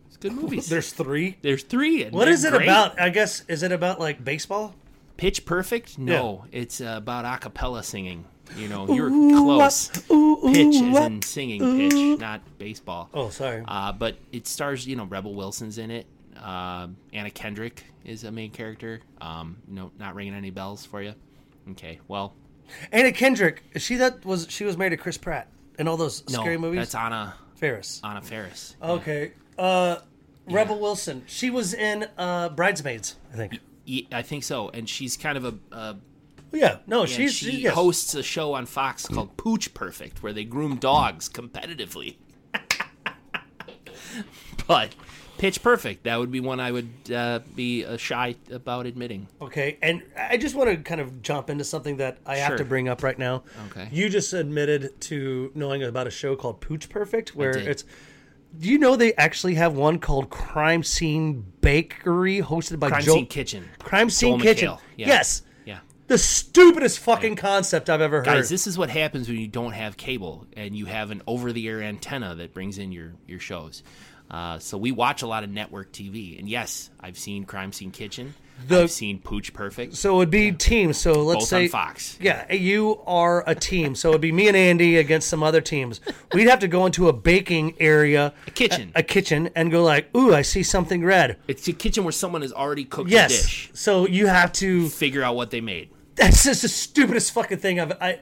Speaker 1: It's good movies.
Speaker 2: three.
Speaker 1: There's three. And
Speaker 2: What
Speaker 1: they're
Speaker 2: is it
Speaker 1: great.
Speaker 2: about? I guess is it about like baseball?
Speaker 1: Pitch Perfect? No, it's uh, about a cappella singing. You know, you're close. pitch as in singing pitch, not baseball.
Speaker 2: Oh, sorry.
Speaker 1: Uh, but it stars, you know, Rebel Wilson's in it. Uh, Anna Kendrick is a main character. Um, no, not ringing any bells for you. Okay, well,
Speaker 2: Anna Kendrick. is She that was she was married to Chris Pratt in all those
Speaker 1: no,
Speaker 2: scary movies. Oh.
Speaker 1: that's uh, Anna
Speaker 2: Ferris.
Speaker 1: Anna Ferris.
Speaker 2: Okay. Uh, Rebel Wilson. She was in uh, Bridesmaids, I think.
Speaker 1: Ye- I think so, and she's kind of a. a
Speaker 2: Yeah. No,
Speaker 1: and
Speaker 2: she's
Speaker 1: she
Speaker 2: she, yes.
Speaker 1: hosts a show on Fox called Pooch Perfect, where they groom dogs competitively. but Pitch Perfect, that would be one I would uh, be uh, shy about admitting.
Speaker 2: Okay, and I just want to kind of jump into something that I have
Speaker 1: Sure.
Speaker 2: to bring up right now.
Speaker 1: Okay.
Speaker 2: You just admitted to knowing about a show called Pooch Perfect, where
Speaker 1: did.
Speaker 2: it's. Do you know they actually have one called Crime Scene Bakery hosted by
Speaker 1: Crime
Speaker 2: Joel?
Speaker 1: Scene Kitchen.
Speaker 2: Crime Scene
Speaker 1: Joel
Speaker 2: Kitchen.
Speaker 1: McHale, yeah.
Speaker 2: Yes.
Speaker 1: Yeah.
Speaker 2: The stupidest fucking concept I've ever heard.
Speaker 1: Guys, this is what happens when you don't have cable and you have an over-the-air antenna that brings in your your shows. Uh, so we watch a lot of network TV, and yes, I've seen Crime Scene Kitchen.
Speaker 2: The-
Speaker 1: I've seen Pooch Perfect.
Speaker 2: so it would be teams. So let's
Speaker 1: Both
Speaker 2: say
Speaker 1: on Fox.
Speaker 2: Yeah, you are a team. So it'd be me and Andy against some other teams. We'd have to go into a baking area, a
Speaker 1: kitchen.
Speaker 2: a, kitchen, and go like, "Ooh, I see something red."
Speaker 1: It's a kitchen where someone has already cooked a
Speaker 2: Yes.
Speaker 1: dish.
Speaker 2: So you have to.
Speaker 1: Figure out what they made.
Speaker 2: That's just the stupidest fucking thing I've. I,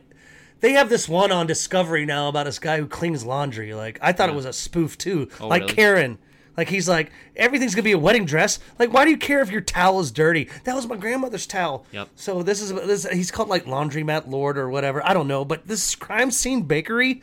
Speaker 2: they have this one on Discovery now about this guy who cleans laundry. Like I thought it was a spoof too, like
Speaker 1: Oh, really?
Speaker 2: Karen. Like he's like everything's gonna be a wedding dress. Like why do you care if your towel is dirty? That was my grandmother's towel.
Speaker 1: Yep.
Speaker 2: So this is this. He's called like laundromat lord or whatever. I don't know. But this crime scene bakery,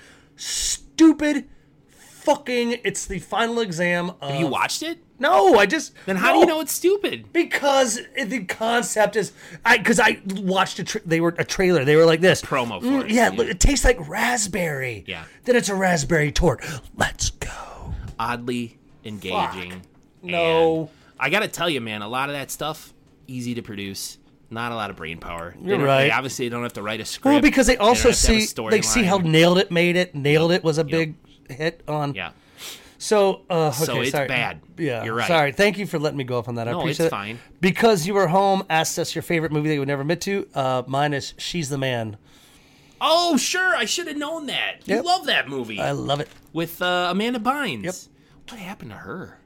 Speaker 2: stupid, fucking. It's the final exam. Of,
Speaker 1: Have you watched it?
Speaker 2: No, I just.
Speaker 1: Then how do you know it's stupid?
Speaker 2: Because the concept is, I because I watched a tra- they were a trailer. They were like this Mm,
Speaker 1: Promo for it,
Speaker 2: Yeah,
Speaker 1: yeah.
Speaker 2: Look, it tastes like raspberry.
Speaker 1: Yeah.
Speaker 2: Then it's a raspberry tort. Let's go.
Speaker 1: Oddly engaging.
Speaker 2: No.
Speaker 1: And I gotta tell you, man, a lot of that stuff easy to produce. Not a lot of brain power. They
Speaker 2: You're
Speaker 1: don't-
Speaker 2: right.
Speaker 1: They obviously don't have to write a script.
Speaker 2: Well, because they
Speaker 1: don't
Speaker 2: also
Speaker 1: have to have a
Speaker 2: see they see how
Speaker 1: storyline.
Speaker 2: nailed it made it. Nailed it was a big hit on.
Speaker 1: Yeah.
Speaker 2: So, uh, okay,
Speaker 1: So it's
Speaker 2: sorry.
Speaker 1: bad.
Speaker 2: Yeah,
Speaker 1: You're right.
Speaker 2: Sorry, thank you for letting me go off on that. I
Speaker 1: No,
Speaker 2: appreciate
Speaker 1: it's
Speaker 2: it.
Speaker 1: fine.
Speaker 2: Because you were home, asked us your favorite movie that you would never admit to. Uh, mine is She's the Man.
Speaker 1: Oh, sure. I should have known that. You
Speaker 2: Yep.
Speaker 1: love that movie
Speaker 2: I love it.
Speaker 1: with uh, Amanda Bynes. What happened to her?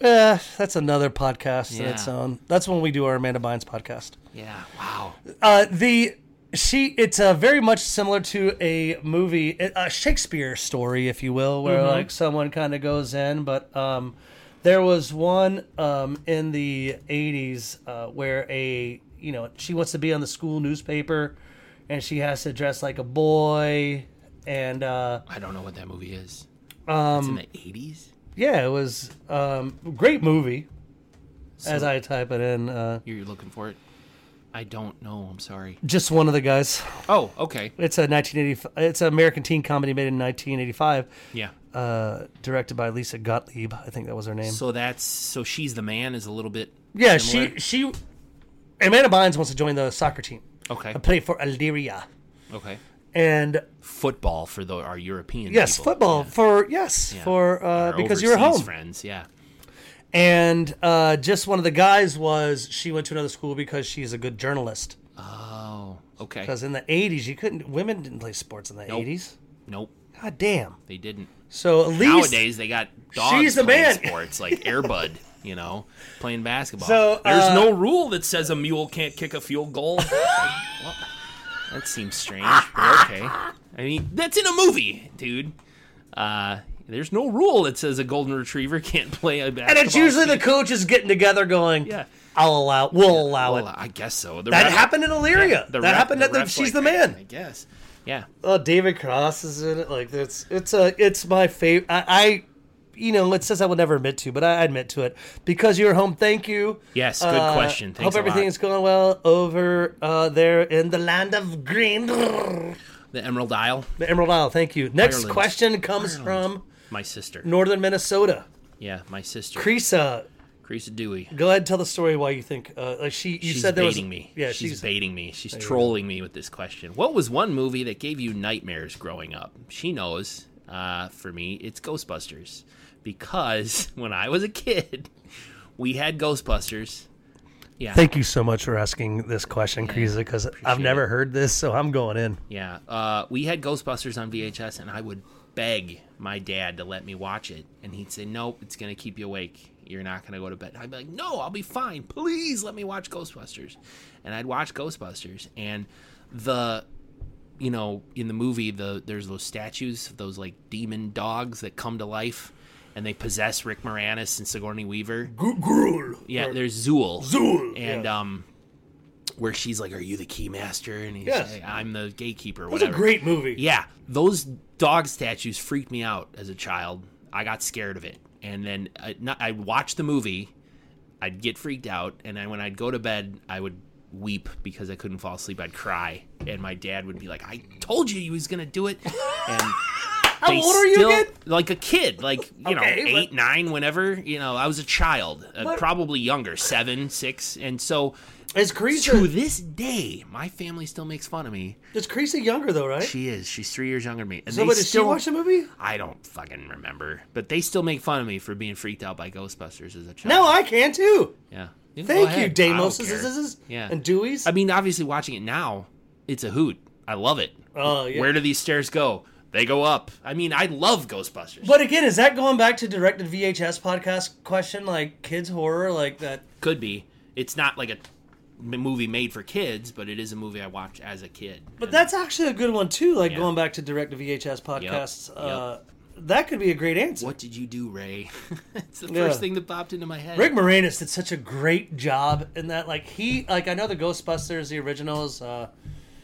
Speaker 2: Eh, that's another podcast in
Speaker 1: Yeah.
Speaker 2: its own. That's when we do our Amanda Bynes podcast.
Speaker 1: Yeah. Wow.
Speaker 2: Uh, the she it's uh, very much similar to a movie a shakespeare story if you will where like someone kind of goes in but um, there was one um, in the 80s uh, where a you know she wants to be on the school newspaper and she has to dress like a boy and uh,
Speaker 1: I don't know what that movie is. Um, it's in the eighties.
Speaker 2: yeah it was um, great movie as i type it in uh,
Speaker 1: You're looking for it. I don't know. I'm sorry.
Speaker 2: just one of the guys
Speaker 1: Oh, okay.
Speaker 2: it's a 1985 it's an american teen comedy made in 1985
Speaker 1: Yeah.
Speaker 2: uh, directed by Lisa Gottlieb. I think that was her name.
Speaker 1: So that's so she's the man is a little bit.
Speaker 2: yeah,
Speaker 1: similar?
Speaker 2: she she Amanda Bynes wants to join the soccer team
Speaker 1: Okay.
Speaker 2: and play for Algeria.
Speaker 1: Okay.
Speaker 2: And
Speaker 1: Football for the, our European.
Speaker 2: yes,
Speaker 1: people.
Speaker 2: football for yes
Speaker 1: Yeah.
Speaker 2: for uh,
Speaker 1: Our
Speaker 2: because you were
Speaker 1: overseas
Speaker 2: home.
Speaker 1: friends. Yeah.
Speaker 2: And uh, just one of the guys was she went to another school because she's a good journalist.
Speaker 1: Oh. Okay.
Speaker 2: Because in the '80s, you couldn't women didn't play sports in the
Speaker 1: Nope.
Speaker 2: '80s.
Speaker 1: Nope.
Speaker 2: God damn.
Speaker 1: They didn't.
Speaker 2: So at least
Speaker 1: Nowadays they got dogs
Speaker 2: She's the
Speaker 1: playing
Speaker 2: man.
Speaker 1: sports like Airbud, you know, playing basketball.
Speaker 2: So, uh,
Speaker 1: there's no rule that says a mule can't kick a field goal. Like, well, that seems strange, but okay. I mean, that's in a movie, dude. Uh, there's no rule that says a golden retriever can't play a basketball.
Speaker 2: and it's usually the coaches getting together going,
Speaker 1: Yeah.
Speaker 2: I'll allow, we'll allow
Speaker 1: Well,
Speaker 2: it."
Speaker 1: I guess so. The
Speaker 2: That
Speaker 1: ref-
Speaker 2: happened in Illyria.
Speaker 1: the
Speaker 2: that
Speaker 1: ref-
Speaker 2: happened at the,
Speaker 1: ref's
Speaker 2: She's
Speaker 1: like,
Speaker 2: the Man.
Speaker 1: I guess. Yeah.
Speaker 2: Oh, David Cross is in it. Like it's it's a it's my favorite. I, I you know it says I will never admit to, but I admit to it because you're home. Thank you. Uh,
Speaker 1: Yes, good question. Thanks
Speaker 2: hope
Speaker 1: a lot.
Speaker 2: everything is going well over uh, there in the land of green, the
Speaker 1: The Emerald Isle,
Speaker 2: Emerald Isle. Thank you. Next
Speaker 1: Ireland.
Speaker 2: question comes from
Speaker 1: my sister.
Speaker 2: northern Minnesota.
Speaker 1: Yeah, my sister.
Speaker 2: Creesa,
Speaker 1: Crease Dewey.
Speaker 2: go ahead and tell the story why you think uh, like she. You
Speaker 1: she's
Speaker 2: said there was
Speaker 1: baiting me.
Speaker 2: Yeah,
Speaker 1: she's,
Speaker 2: she's
Speaker 1: baiting me. She's trolling me with this question. What was one movie that gave you nightmares growing up? She knows. Uh, for me, it's Ghostbusters because when I was a kid, we had Ghostbusters.
Speaker 2: Thank you so much for asking this question, Creesa, because I've
Speaker 1: appreciate
Speaker 2: never heard this, so I'm going in.
Speaker 1: Yeah, uh, we had Ghostbusters on VHS, and I would beg my dad to let me watch it, and he'd say, "Nope, it's gonna keep you awake. You're not gonna go to bed." I'd be like, "No, I'll be fine. Please let me watch Ghostbusters," and I'd watch Ghostbusters, and the you know, in the movie, the there's those statues, of those like demon dogs that come to life, and they possess Rick Moranis and Sigourney Weaver.
Speaker 2: Gruel.
Speaker 1: Yeah, there's Zool.
Speaker 2: Zool,
Speaker 1: and um, where she's like, "Are you the key master?" And he's
Speaker 2: Yes.
Speaker 1: like, "I'm the gatekeeper."
Speaker 2: It's a
Speaker 1: Whatever.
Speaker 2: great movie.
Speaker 1: Yeah, those dog statues freaked me out as a child. I got scared of it, and then I, not, I'd watch the movie. I'd get freaked out, and then when I'd go to bed, I would weep because I couldn't fall asleep. I'd cry, and my dad would be like, "I told you he was gonna do it." And how
Speaker 2: old are you again?
Speaker 1: Like a kid, like you know,
Speaker 2: Okay, but-
Speaker 1: eight, nine, whenever. You know, I was a child, uh, probably younger, seven, six, and so
Speaker 2: Is Creesa
Speaker 1: to this day, my family still makes fun of me.
Speaker 2: Is Creasy younger though, right?
Speaker 1: She is. She's three years younger than me. And
Speaker 2: so,
Speaker 1: they
Speaker 2: but did
Speaker 1: still-
Speaker 2: she watch the movie?
Speaker 1: I don't fucking remember, but they still make fun of me for being freaked out by Ghostbusters as a child.
Speaker 2: No, I can too.
Speaker 1: yeah. You can go
Speaker 2: Thank you,
Speaker 1: ahead. I don't
Speaker 2: Damos.
Speaker 1: care. Yeah.
Speaker 2: yeah. and Dewey's.
Speaker 1: I mean, obviously, watching it now, it's a hoot. I love it.
Speaker 2: Oh, yeah.
Speaker 1: Where do these stairs go? They go up. I mean, I love Ghostbusters.
Speaker 2: but again, is that going back to directed VHS podcast question, like kids horror, like that?
Speaker 1: Could be. It's not like a m- movie made for kids, but it is a movie I watched as a kid.
Speaker 2: But that's actually a good one too. Like
Speaker 1: Yeah.
Speaker 2: going back to direct to VHS podcasts,
Speaker 1: Yep.
Speaker 2: uh, that could be a great answer.
Speaker 1: what did you do, Ray? it's the
Speaker 2: Yeah.
Speaker 1: first thing that popped into my head.
Speaker 2: Rick Moranis did such a great job in that. Like he, like I know the Ghostbusters, the originals, uh,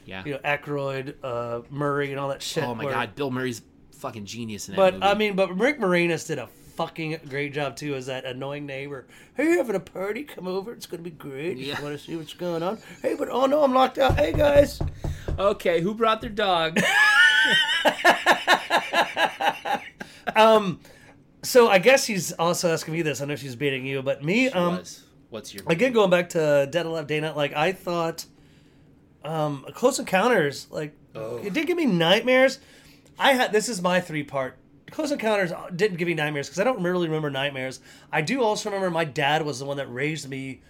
Speaker 1: yeah.
Speaker 2: you know, Aykroyd, uh, Murray, and all that shit.
Speaker 1: oh my
Speaker 2: where-
Speaker 1: God, Bill Murray's fucking genius in that
Speaker 2: But um,
Speaker 1: movie.
Speaker 2: I mean, but Rick Moranis did a fucking great job too as that annoying neighbor. Hey, you having a party? Come over. It's gonna be great.
Speaker 1: Yeah.
Speaker 2: You want to see what's going on? Hey, but oh no, I'm locked out. Hey guys.
Speaker 1: okay, who brought their dog?
Speaker 2: So I guess he's also asking me this. I know she's beating you, but me, um,
Speaker 1: was. What's your
Speaker 2: again going back to Dead Alive Day Night, like I thought, um,
Speaker 1: Oh.
Speaker 2: Close Encounters, like it did give me nightmares. I had this is my three part Close Encounters uh, didn't give me nightmares because I don't really remember nightmares. I do also remember my dad was the one that raised me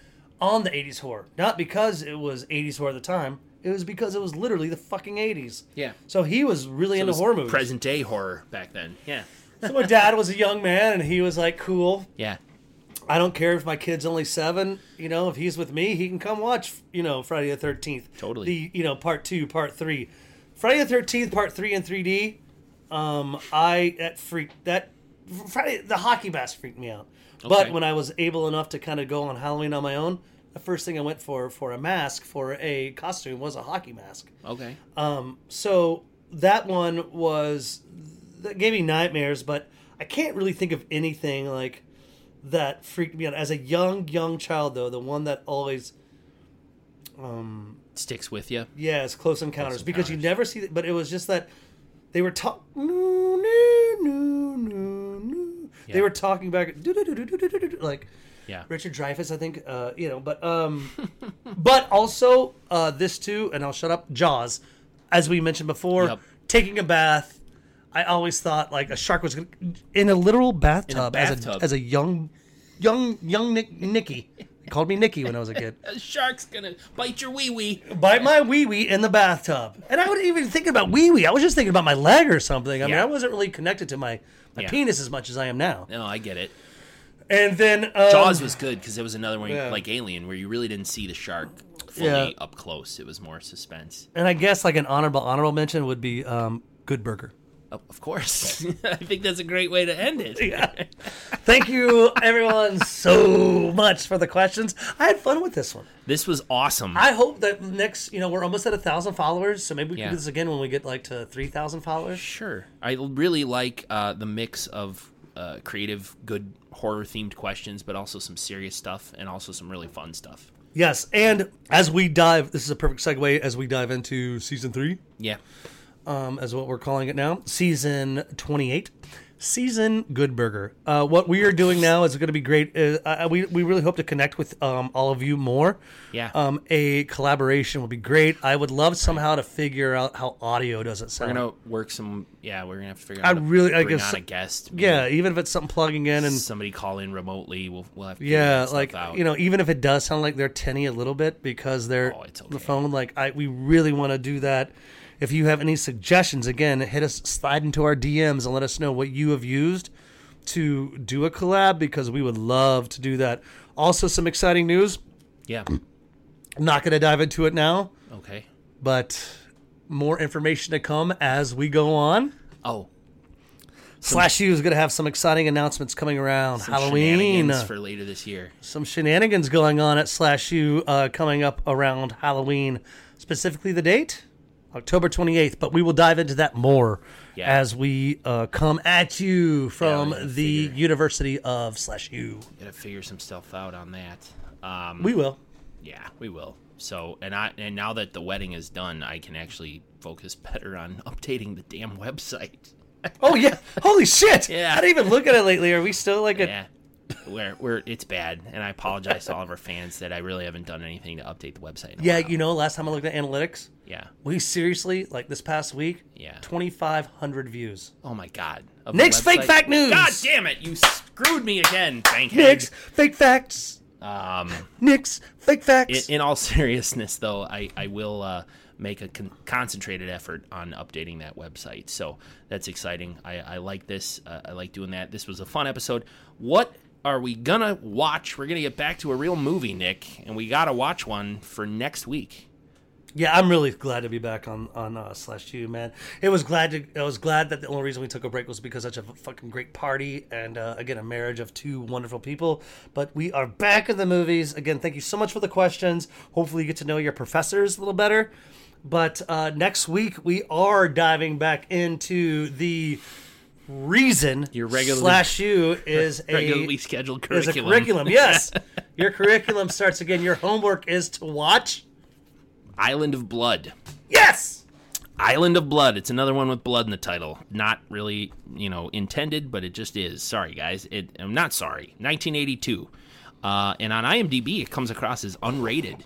Speaker 2: on the 80s horror. Not because it was 80s horror at the time, it was because it was literally the fucking 80s.
Speaker 1: Yeah.
Speaker 2: So he was really into
Speaker 1: It was
Speaker 2: horror movies.
Speaker 1: Present day horror back then. Yeah.
Speaker 2: so my dad was a young man and he was like, cool.
Speaker 1: Yeah.
Speaker 2: I don't care if my kid's only seven. You know, if he's with me, he can come watch, you know, Friday the 13th.
Speaker 1: Totally.
Speaker 2: The, you know, part two, part three. Friday the 13th, part three in 3D. Um, I, that freaked, that, Friday, the hockey mask freaked me out. But
Speaker 1: Okay.
Speaker 2: when I was able enough to kind of go on Halloween on my own, the first thing I went for, for a mask, for a costume, was a hockey mask.
Speaker 1: Okay.
Speaker 2: Um, so that one was that gave me nightmares, but I can't really think of anything like that freaked me out as a young young child. Though the one that always
Speaker 1: Sticks with you.
Speaker 2: yeah is Close Encounters because you
Speaker 1: Encounters.
Speaker 2: never see. But it was just that they were talking. No, no, no, no, no. They
Speaker 1: Yeah.
Speaker 2: were talking back doo-doo-doo-doo-doo-doo-doo, like
Speaker 1: Yeah.
Speaker 2: Richard Dreyfuss, I think. Uh, you know, but um, but also uh, this too, and I'll shut up. Jaws, as we mentioned before,
Speaker 1: Yep.
Speaker 2: taking a bath. I always thought like a shark was gonna, in a literal bathtub, as
Speaker 1: bathtub.
Speaker 2: a as a young, young young Nick, Nicky. They called me Nicky when I was a kid.
Speaker 1: A Uh, shark's gonna bite your wee wee.
Speaker 2: Bite my wee wee in the bathtub, and I wasn't even thinking about wee wee. I was just thinking about my leg or something. I mean,
Speaker 1: Yeah.
Speaker 2: I wasn't really connected to my my
Speaker 1: Yeah.
Speaker 2: penis as much as I am now.
Speaker 1: No, I get it.
Speaker 2: And then um,
Speaker 1: Jaws was good because it was another one
Speaker 2: yeah.
Speaker 1: like Alien where you really didn't see the shark fully
Speaker 2: Yeah.
Speaker 1: up close. It was more suspense.
Speaker 2: and I guess like an honorable honorable mention would be um, Good Burger.
Speaker 1: Of of course, I think that's a great way to end it.
Speaker 2: Yeah. Thank you, everyone, so much for the questions. I had fun with this one.
Speaker 1: This was awesome.
Speaker 2: I hope that next, you know, we're almost at a thousand followers, so maybe we
Speaker 1: Yeah.
Speaker 2: can do this again when we get like to three thousand followers.
Speaker 1: Sure. I really like uh, the mix of uh, creative, good horror themed questions, but also some serious stuff and also some really fun stuff.
Speaker 2: Yes, and as we dive, this is a perfect segue as we dive into season three,
Speaker 1: Yeah.
Speaker 2: um, as what we're calling it now, season twenty-eight. Season Good Burger. Uh, what we are doing now is going to be great. Uh, I- we, we really hope to connect with um, all of you more.
Speaker 1: Yeah.
Speaker 2: um, a collaboration would be great. I would love somehow to figure out how audio doesn't sound.
Speaker 1: we're gonna work some. Yeah, we're gonna have to figure
Speaker 2: I
Speaker 1: out. how to
Speaker 2: really- I
Speaker 1: bring
Speaker 2: guess-
Speaker 1: on a guest. maybe
Speaker 2: yeah, even if it's something plugging in and
Speaker 1: somebody call in remotely. We'll we'll have to figure
Speaker 2: yeah,
Speaker 1: that stuff
Speaker 2: like
Speaker 1: out.
Speaker 2: you know, even if it does sound like they're tinny a little bit because they're
Speaker 1: Oh, it's
Speaker 2: the
Speaker 1: okay.
Speaker 2: phone. Like I, we really want to do that. If you have any suggestions, again, hit us slide into our DMs and let us know what you have used to do a collab because we would love to do that. Also, some exciting news.
Speaker 1: yeah.
Speaker 2: I'm not going to dive into it now,
Speaker 1: Okay.
Speaker 2: but more information to come as we go on.
Speaker 1: Oh,
Speaker 2: Slash U is going to have some exciting announcements coming around
Speaker 1: some
Speaker 2: Halloween.
Speaker 1: shenanigans for later this year.
Speaker 2: some shenanigans going on at Slash U uh, coming up around Halloween, specifically the date, October 28th. But we will dive into that more
Speaker 1: Yeah.
Speaker 2: as we uh, come at you from
Speaker 1: Yeah, we gotta
Speaker 2: the
Speaker 1: figure.
Speaker 2: University of Slash U.
Speaker 1: Gotta figure some stuff out on that. Um,
Speaker 2: We will.
Speaker 1: yeah, we will. So, and I and now that the wedding is done, I can actually focus better on updating the damn website.
Speaker 2: Oh, yeah. Holy shit.
Speaker 1: Yeah.
Speaker 2: I didn't even look at it lately. Are we still like a.
Speaker 1: Yeah. Where where it's bad, and I apologize to all of our fans that I really haven't done anything to update the website. in a
Speaker 2: Yeah,
Speaker 1: while.
Speaker 2: you know, last time I looked at analytics,
Speaker 1: yeah.
Speaker 2: we seriously, like this past week,
Speaker 1: Yeah.
Speaker 2: 2,500 views.
Speaker 1: Oh my God. Of the
Speaker 2: Nick's fake
Speaker 1: website-
Speaker 2: fact news.
Speaker 1: God damn it! You screwed me again. Thank
Speaker 2: Nick's fake facts.
Speaker 1: Um.
Speaker 2: Nick's fake
Speaker 1: in,
Speaker 2: facts.
Speaker 1: in all seriousness though i, I will uh, make a con- concentrated effort on updating that website so that's exciting i, I like this uh, i like doing that this was a fun episode what are we gonna watch we're gonna get back to a real movie nick and we gotta watch one for next week
Speaker 2: yeah, I'm really glad to be back on on uh, slash you, man. It was glad to. I was glad that the only reason we took a break was because such a fucking great party and uh, again a marriage of two wonderful people. But we are back in the movies again. Thank you so much for the questions. Hopefully, you get to know your professors a little better. But uh, next week we are diving back into the reason
Speaker 1: Your regularly-
Speaker 2: slash you is a
Speaker 1: regularly scheduled
Speaker 2: is a
Speaker 1: curriculum
Speaker 2: curriculum. Yes, your curriculum starts again. Your homework is to watch.
Speaker 1: island of blood
Speaker 2: Yes.
Speaker 1: island of blood it's another one with blood in the title not really you know intended but it just is sorry guys it, i'm not sorry 1982 uh, and on imdb it comes across as unrated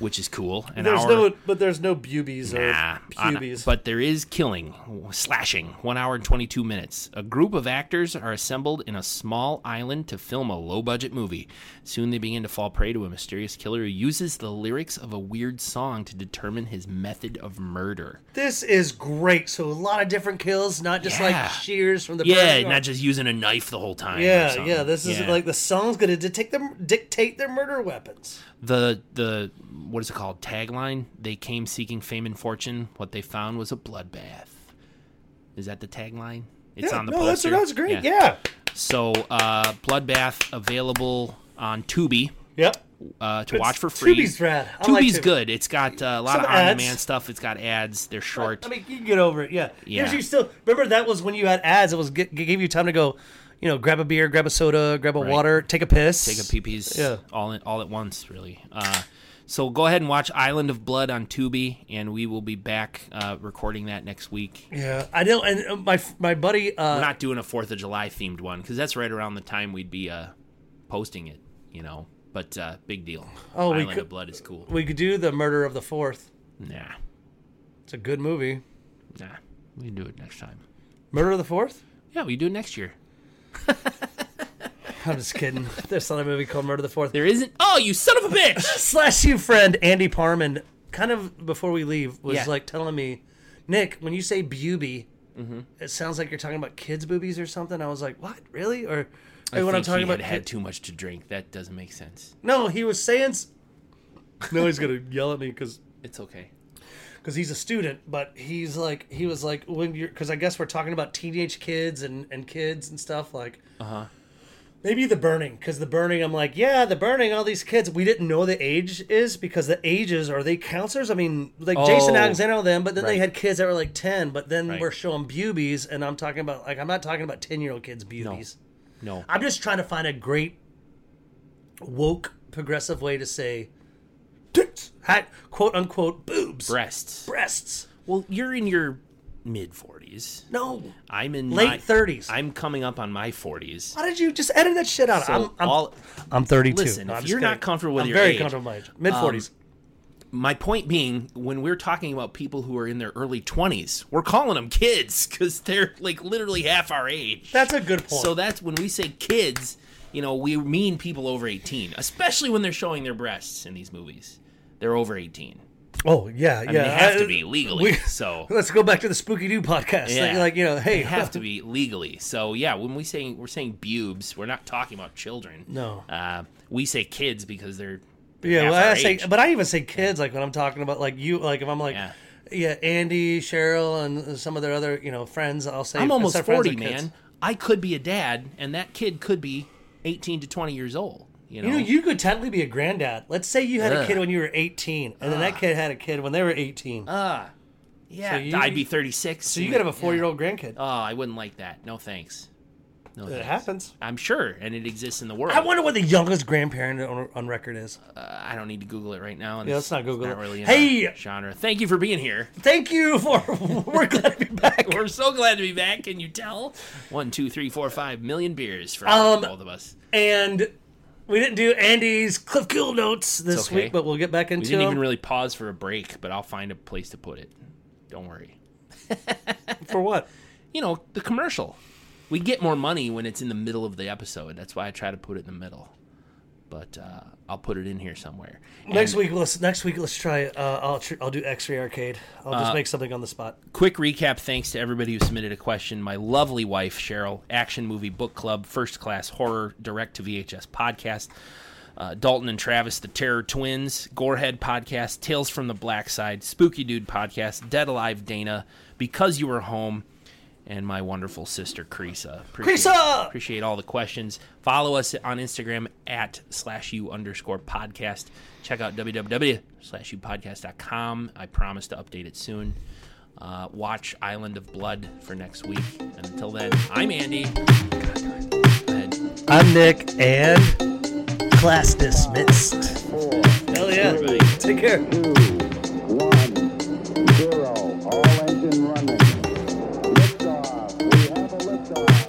Speaker 1: which is cool. An
Speaker 2: there's
Speaker 1: hour,
Speaker 2: no, but there's no bubies
Speaker 1: Nah,
Speaker 2: or
Speaker 1: on-
Speaker 2: pubies.
Speaker 1: but there is killing, slashing, one hour and 22 minutes. A group of actors are assembled in a small island to film a low budget movie. Soon they begin to fall prey to a mysterious killer who uses the lyrics of a weird song to determine his method of murder.
Speaker 2: this is great. So a lot of different kills, not just
Speaker 1: Yeah.
Speaker 2: like shears from the
Speaker 1: Yeah,
Speaker 2: person.
Speaker 1: not just using a knife the whole time. or
Speaker 2: yeah,
Speaker 1: something.
Speaker 2: yeah. This is
Speaker 1: Yeah.
Speaker 2: like the song's gonna dictate their dictate their murder weapons.
Speaker 1: the the what is it called tagline they came seeking fame and fortune what they found was a bloodbath is that the tagline it's
Speaker 2: yeah,
Speaker 1: on the
Speaker 2: no,
Speaker 1: poster
Speaker 2: that's that's great. Yeah.
Speaker 1: so uh bloodbath available on tubi
Speaker 2: Yep.
Speaker 1: uh, to
Speaker 2: It's-
Speaker 1: watch for free
Speaker 2: Tubi's rad. I like
Speaker 1: tubi's
Speaker 2: Tubi.
Speaker 1: good it's got uh, a lot
Speaker 2: Some
Speaker 1: of
Speaker 2: ads.
Speaker 1: on-demand stuff it's got ads they're short
Speaker 2: I mean, you can get over it. Yeah.
Speaker 1: Yeah.
Speaker 2: Here's you still remember that was when you had ads. It was g- gave you time to go, you know, grab a beer, grab a soda, grab a water, take a piss,
Speaker 1: Take a PPs
Speaker 2: Yeah.
Speaker 1: all in, all at once, really. Uh, so go ahead and watch Island of Blood on Tubi, and we will be back uh, recording that next week.
Speaker 2: Yeah, I know. And uh, my my buddy, uh,
Speaker 1: We're not doing a Fourth of July themed one because that's right around the time we'd be uh, posting it, you know. But uh, big deal.
Speaker 2: Oh, we
Speaker 1: Island
Speaker 2: could-
Speaker 1: of Blood is cool.
Speaker 2: we could do the murder of the fourth.
Speaker 1: Nah,
Speaker 2: It's a good movie.
Speaker 1: nah, we can do it next time.
Speaker 2: Murder of the fourth.
Speaker 1: Yeah, we do it next year.
Speaker 2: I'm just kidding. There's not a movie called Murder of the Fourth.
Speaker 1: There isn't. Oh, you son of a bitch!
Speaker 2: Slash you friend Andy Parman, kind of before we leave, was
Speaker 1: Yeah.
Speaker 2: like telling me, Nick, when you say booby,
Speaker 1: Mm-hmm.
Speaker 2: it sounds like you're talking about kids' boobies or something. I was like, what, really? Or, or when I'm
Speaker 1: think
Speaker 2: talking
Speaker 1: he
Speaker 2: about
Speaker 1: had,
Speaker 2: kid-
Speaker 1: had too much to drink. That doesn't make sense.
Speaker 2: No, he was saying. s- No, he's gonna yell at me because
Speaker 1: It's okay.
Speaker 2: because he's a student, but he's like he was like when you're because I guess we're talking about teenage kids and and kids and stuff like. Uh
Speaker 1: Uh-huh.
Speaker 2: huh. Maybe the burning, because the burning, I'm like, yeah, the burning, all these kids. We didn't know the age is because the ages are they counselors? I mean, like Jason
Speaker 1: Oh.
Speaker 2: Alexander, and all them, but then they
Speaker 1: Right.
Speaker 2: had kids that were like 10, but then
Speaker 1: Right.
Speaker 2: we're showing beauties, and I'm talking about, like, I'm not talking about 10 year old kids' beauties.
Speaker 1: No.
Speaker 2: I'm just trying to find a great woke progressive way to say tits, hat, quote unquote boobs,
Speaker 1: Breasts.
Speaker 2: breasts.
Speaker 1: Well, you're in your mid forties.
Speaker 2: No,
Speaker 1: I'm in my-
Speaker 2: late thirties.
Speaker 1: I'm coming up on my forties.
Speaker 2: Why did you just edit that shit out?
Speaker 1: So
Speaker 2: I'm, I'm,
Speaker 1: all
Speaker 2: I'm 32.
Speaker 1: Listen, if
Speaker 2: I'm just
Speaker 1: you're not
Speaker 2: kidding.
Speaker 1: comfortable with
Speaker 2: I'm
Speaker 1: your
Speaker 2: very
Speaker 1: age, um,
Speaker 2: comfortable with my age. Mid 40s.
Speaker 1: my point being, when we're talking about people who are in their early twenties, we're calling them kids because they're like literally half our age.
Speaker 2: That's a good point.
Speaker 1: so that's when we say kids. You know, we mean people over eighteen, especially when they're showing their breasts in these movies. They're over eighteen.
Speaker 2: oh yeah, yeah.
Speaker 1: I mean, they have
Speaker 2: I-
Speaker 1: to be legally.
Speaker 2: we-
Speaker 1: so
Speaker 2: Let's go back to the Spooky Doo podcast. Like, like, you know, hey,
Speaker 1: they have to be legally. So yeah, when we saying we're saying bubes, we're not talking about children.
Speaker 2: No.
Speaker 1: uh, we say kids because they're, they're
Speaker 2: Yeah,
Speaker 1: half
Speaker 2: well, I
Speaker 1: our
Speaker 2: say,
Speaker 1: age.
Speaker 2: but I even say kids, like when I'm talking about like you, like if I'm like,
Speaker 1: Yeah.
Speaker 2: yeah, Andy, Cheryl, and some of their other you know friends, I'll say
Speaker 1: I'm almost
Speaker 2: instead of friends,
Speaker 1: forty,
Speaker 2: they're
Speaker 1: man.
Speaker 2: kids.
Speaker 1: I could be a dad, and that kid could be eighteen to twenty years old. You know,
Speaker 2: You know, you could technically be a granddad. Let's say you had a
Speaker 1: Ugh.
Speaker 2: kid when you were 18, and then that kid had a kid when they were 18.
Speaker 1: yeah,
Speaker 2: so you-
Speaker 1: I'd be thirty six.
Speaker 2: so you could have a four year old grandkid.
Speaker 1: Oh, I wouldn't like that. No thanks. No,
Speaker 2: it
Speaker 1: thanks.
Speaker 2: happens.
Speaker 1: I'm sure, and it exists in the world.
Speaker 2: I wonder what the youngest grandparent on, on record is.
Speaker 1: Uh, I don't need to Google it right now. and
Speaker 2: Yeah,
Speaker 1: it's-
Speaker 2: let's not Google
Speaker 1: it's
Speaker 2: it.
Speaker 1: Really in
Speaker 2: Hey!
Speaker 1: our genre. Thank you for being here.
Speaker 2: Thank you for. we're glad to be back.
Speaker 1: We're so glad to be back. Can you tell? One, two, three, four, five million beers for
Speaker 2: Um,
Speaker 1: both of us.
Speaker 2: And we didn't do Andy's Cliff Gill notes this
Speaker 1: okay.
Speaker 2: week, but we'll get back into
Speaker 1: We didn't
Speaker 2: them.
Speaker 1: even really pause for a break, but I'll find a place to put it. Don't worry.
Speaker 2: for what?
Speaker 1: You know, the commercial. We get more money when it's in the middle of the episode. That's why I try to put it in the middle. But uh, I'll put it in here somewhere. And
Speaker 2: Next week, let's next week let's try. Uh, I'll tr- I'll do X-ray arcade. I'll just make something on the spot.
Speaker 1: Quick recap thanks to everybody who submitted a question. My lovely wife, Cheryl, Action Movie Book Club, First Class Horror, Direct to VHS Podcast, uh, Dalton and Travis, The Terror Twins, Gorehead Podcast, Tales from the Black Side, Spooky Dude Podcast, Dead Alive Dana, Because You Were Home, and my wonderful sister, Creesa. Appreciate-
Speaker 2: Creesa!
Speaker 1: Appreciate all the questions. Follow us on Instagram at slash you underscore podcast. Check out www slash you podcast.com. I promise to update it soon. Uh, watch Island of Blood for next week. And until then, I'm Andy. Go ahead.
Speaker 2: I'm Nick, and class dismissed. Hell yeah! Take care.
Speaker 3: two, one, zero. All engine running. Liftoff. We have a liftoff.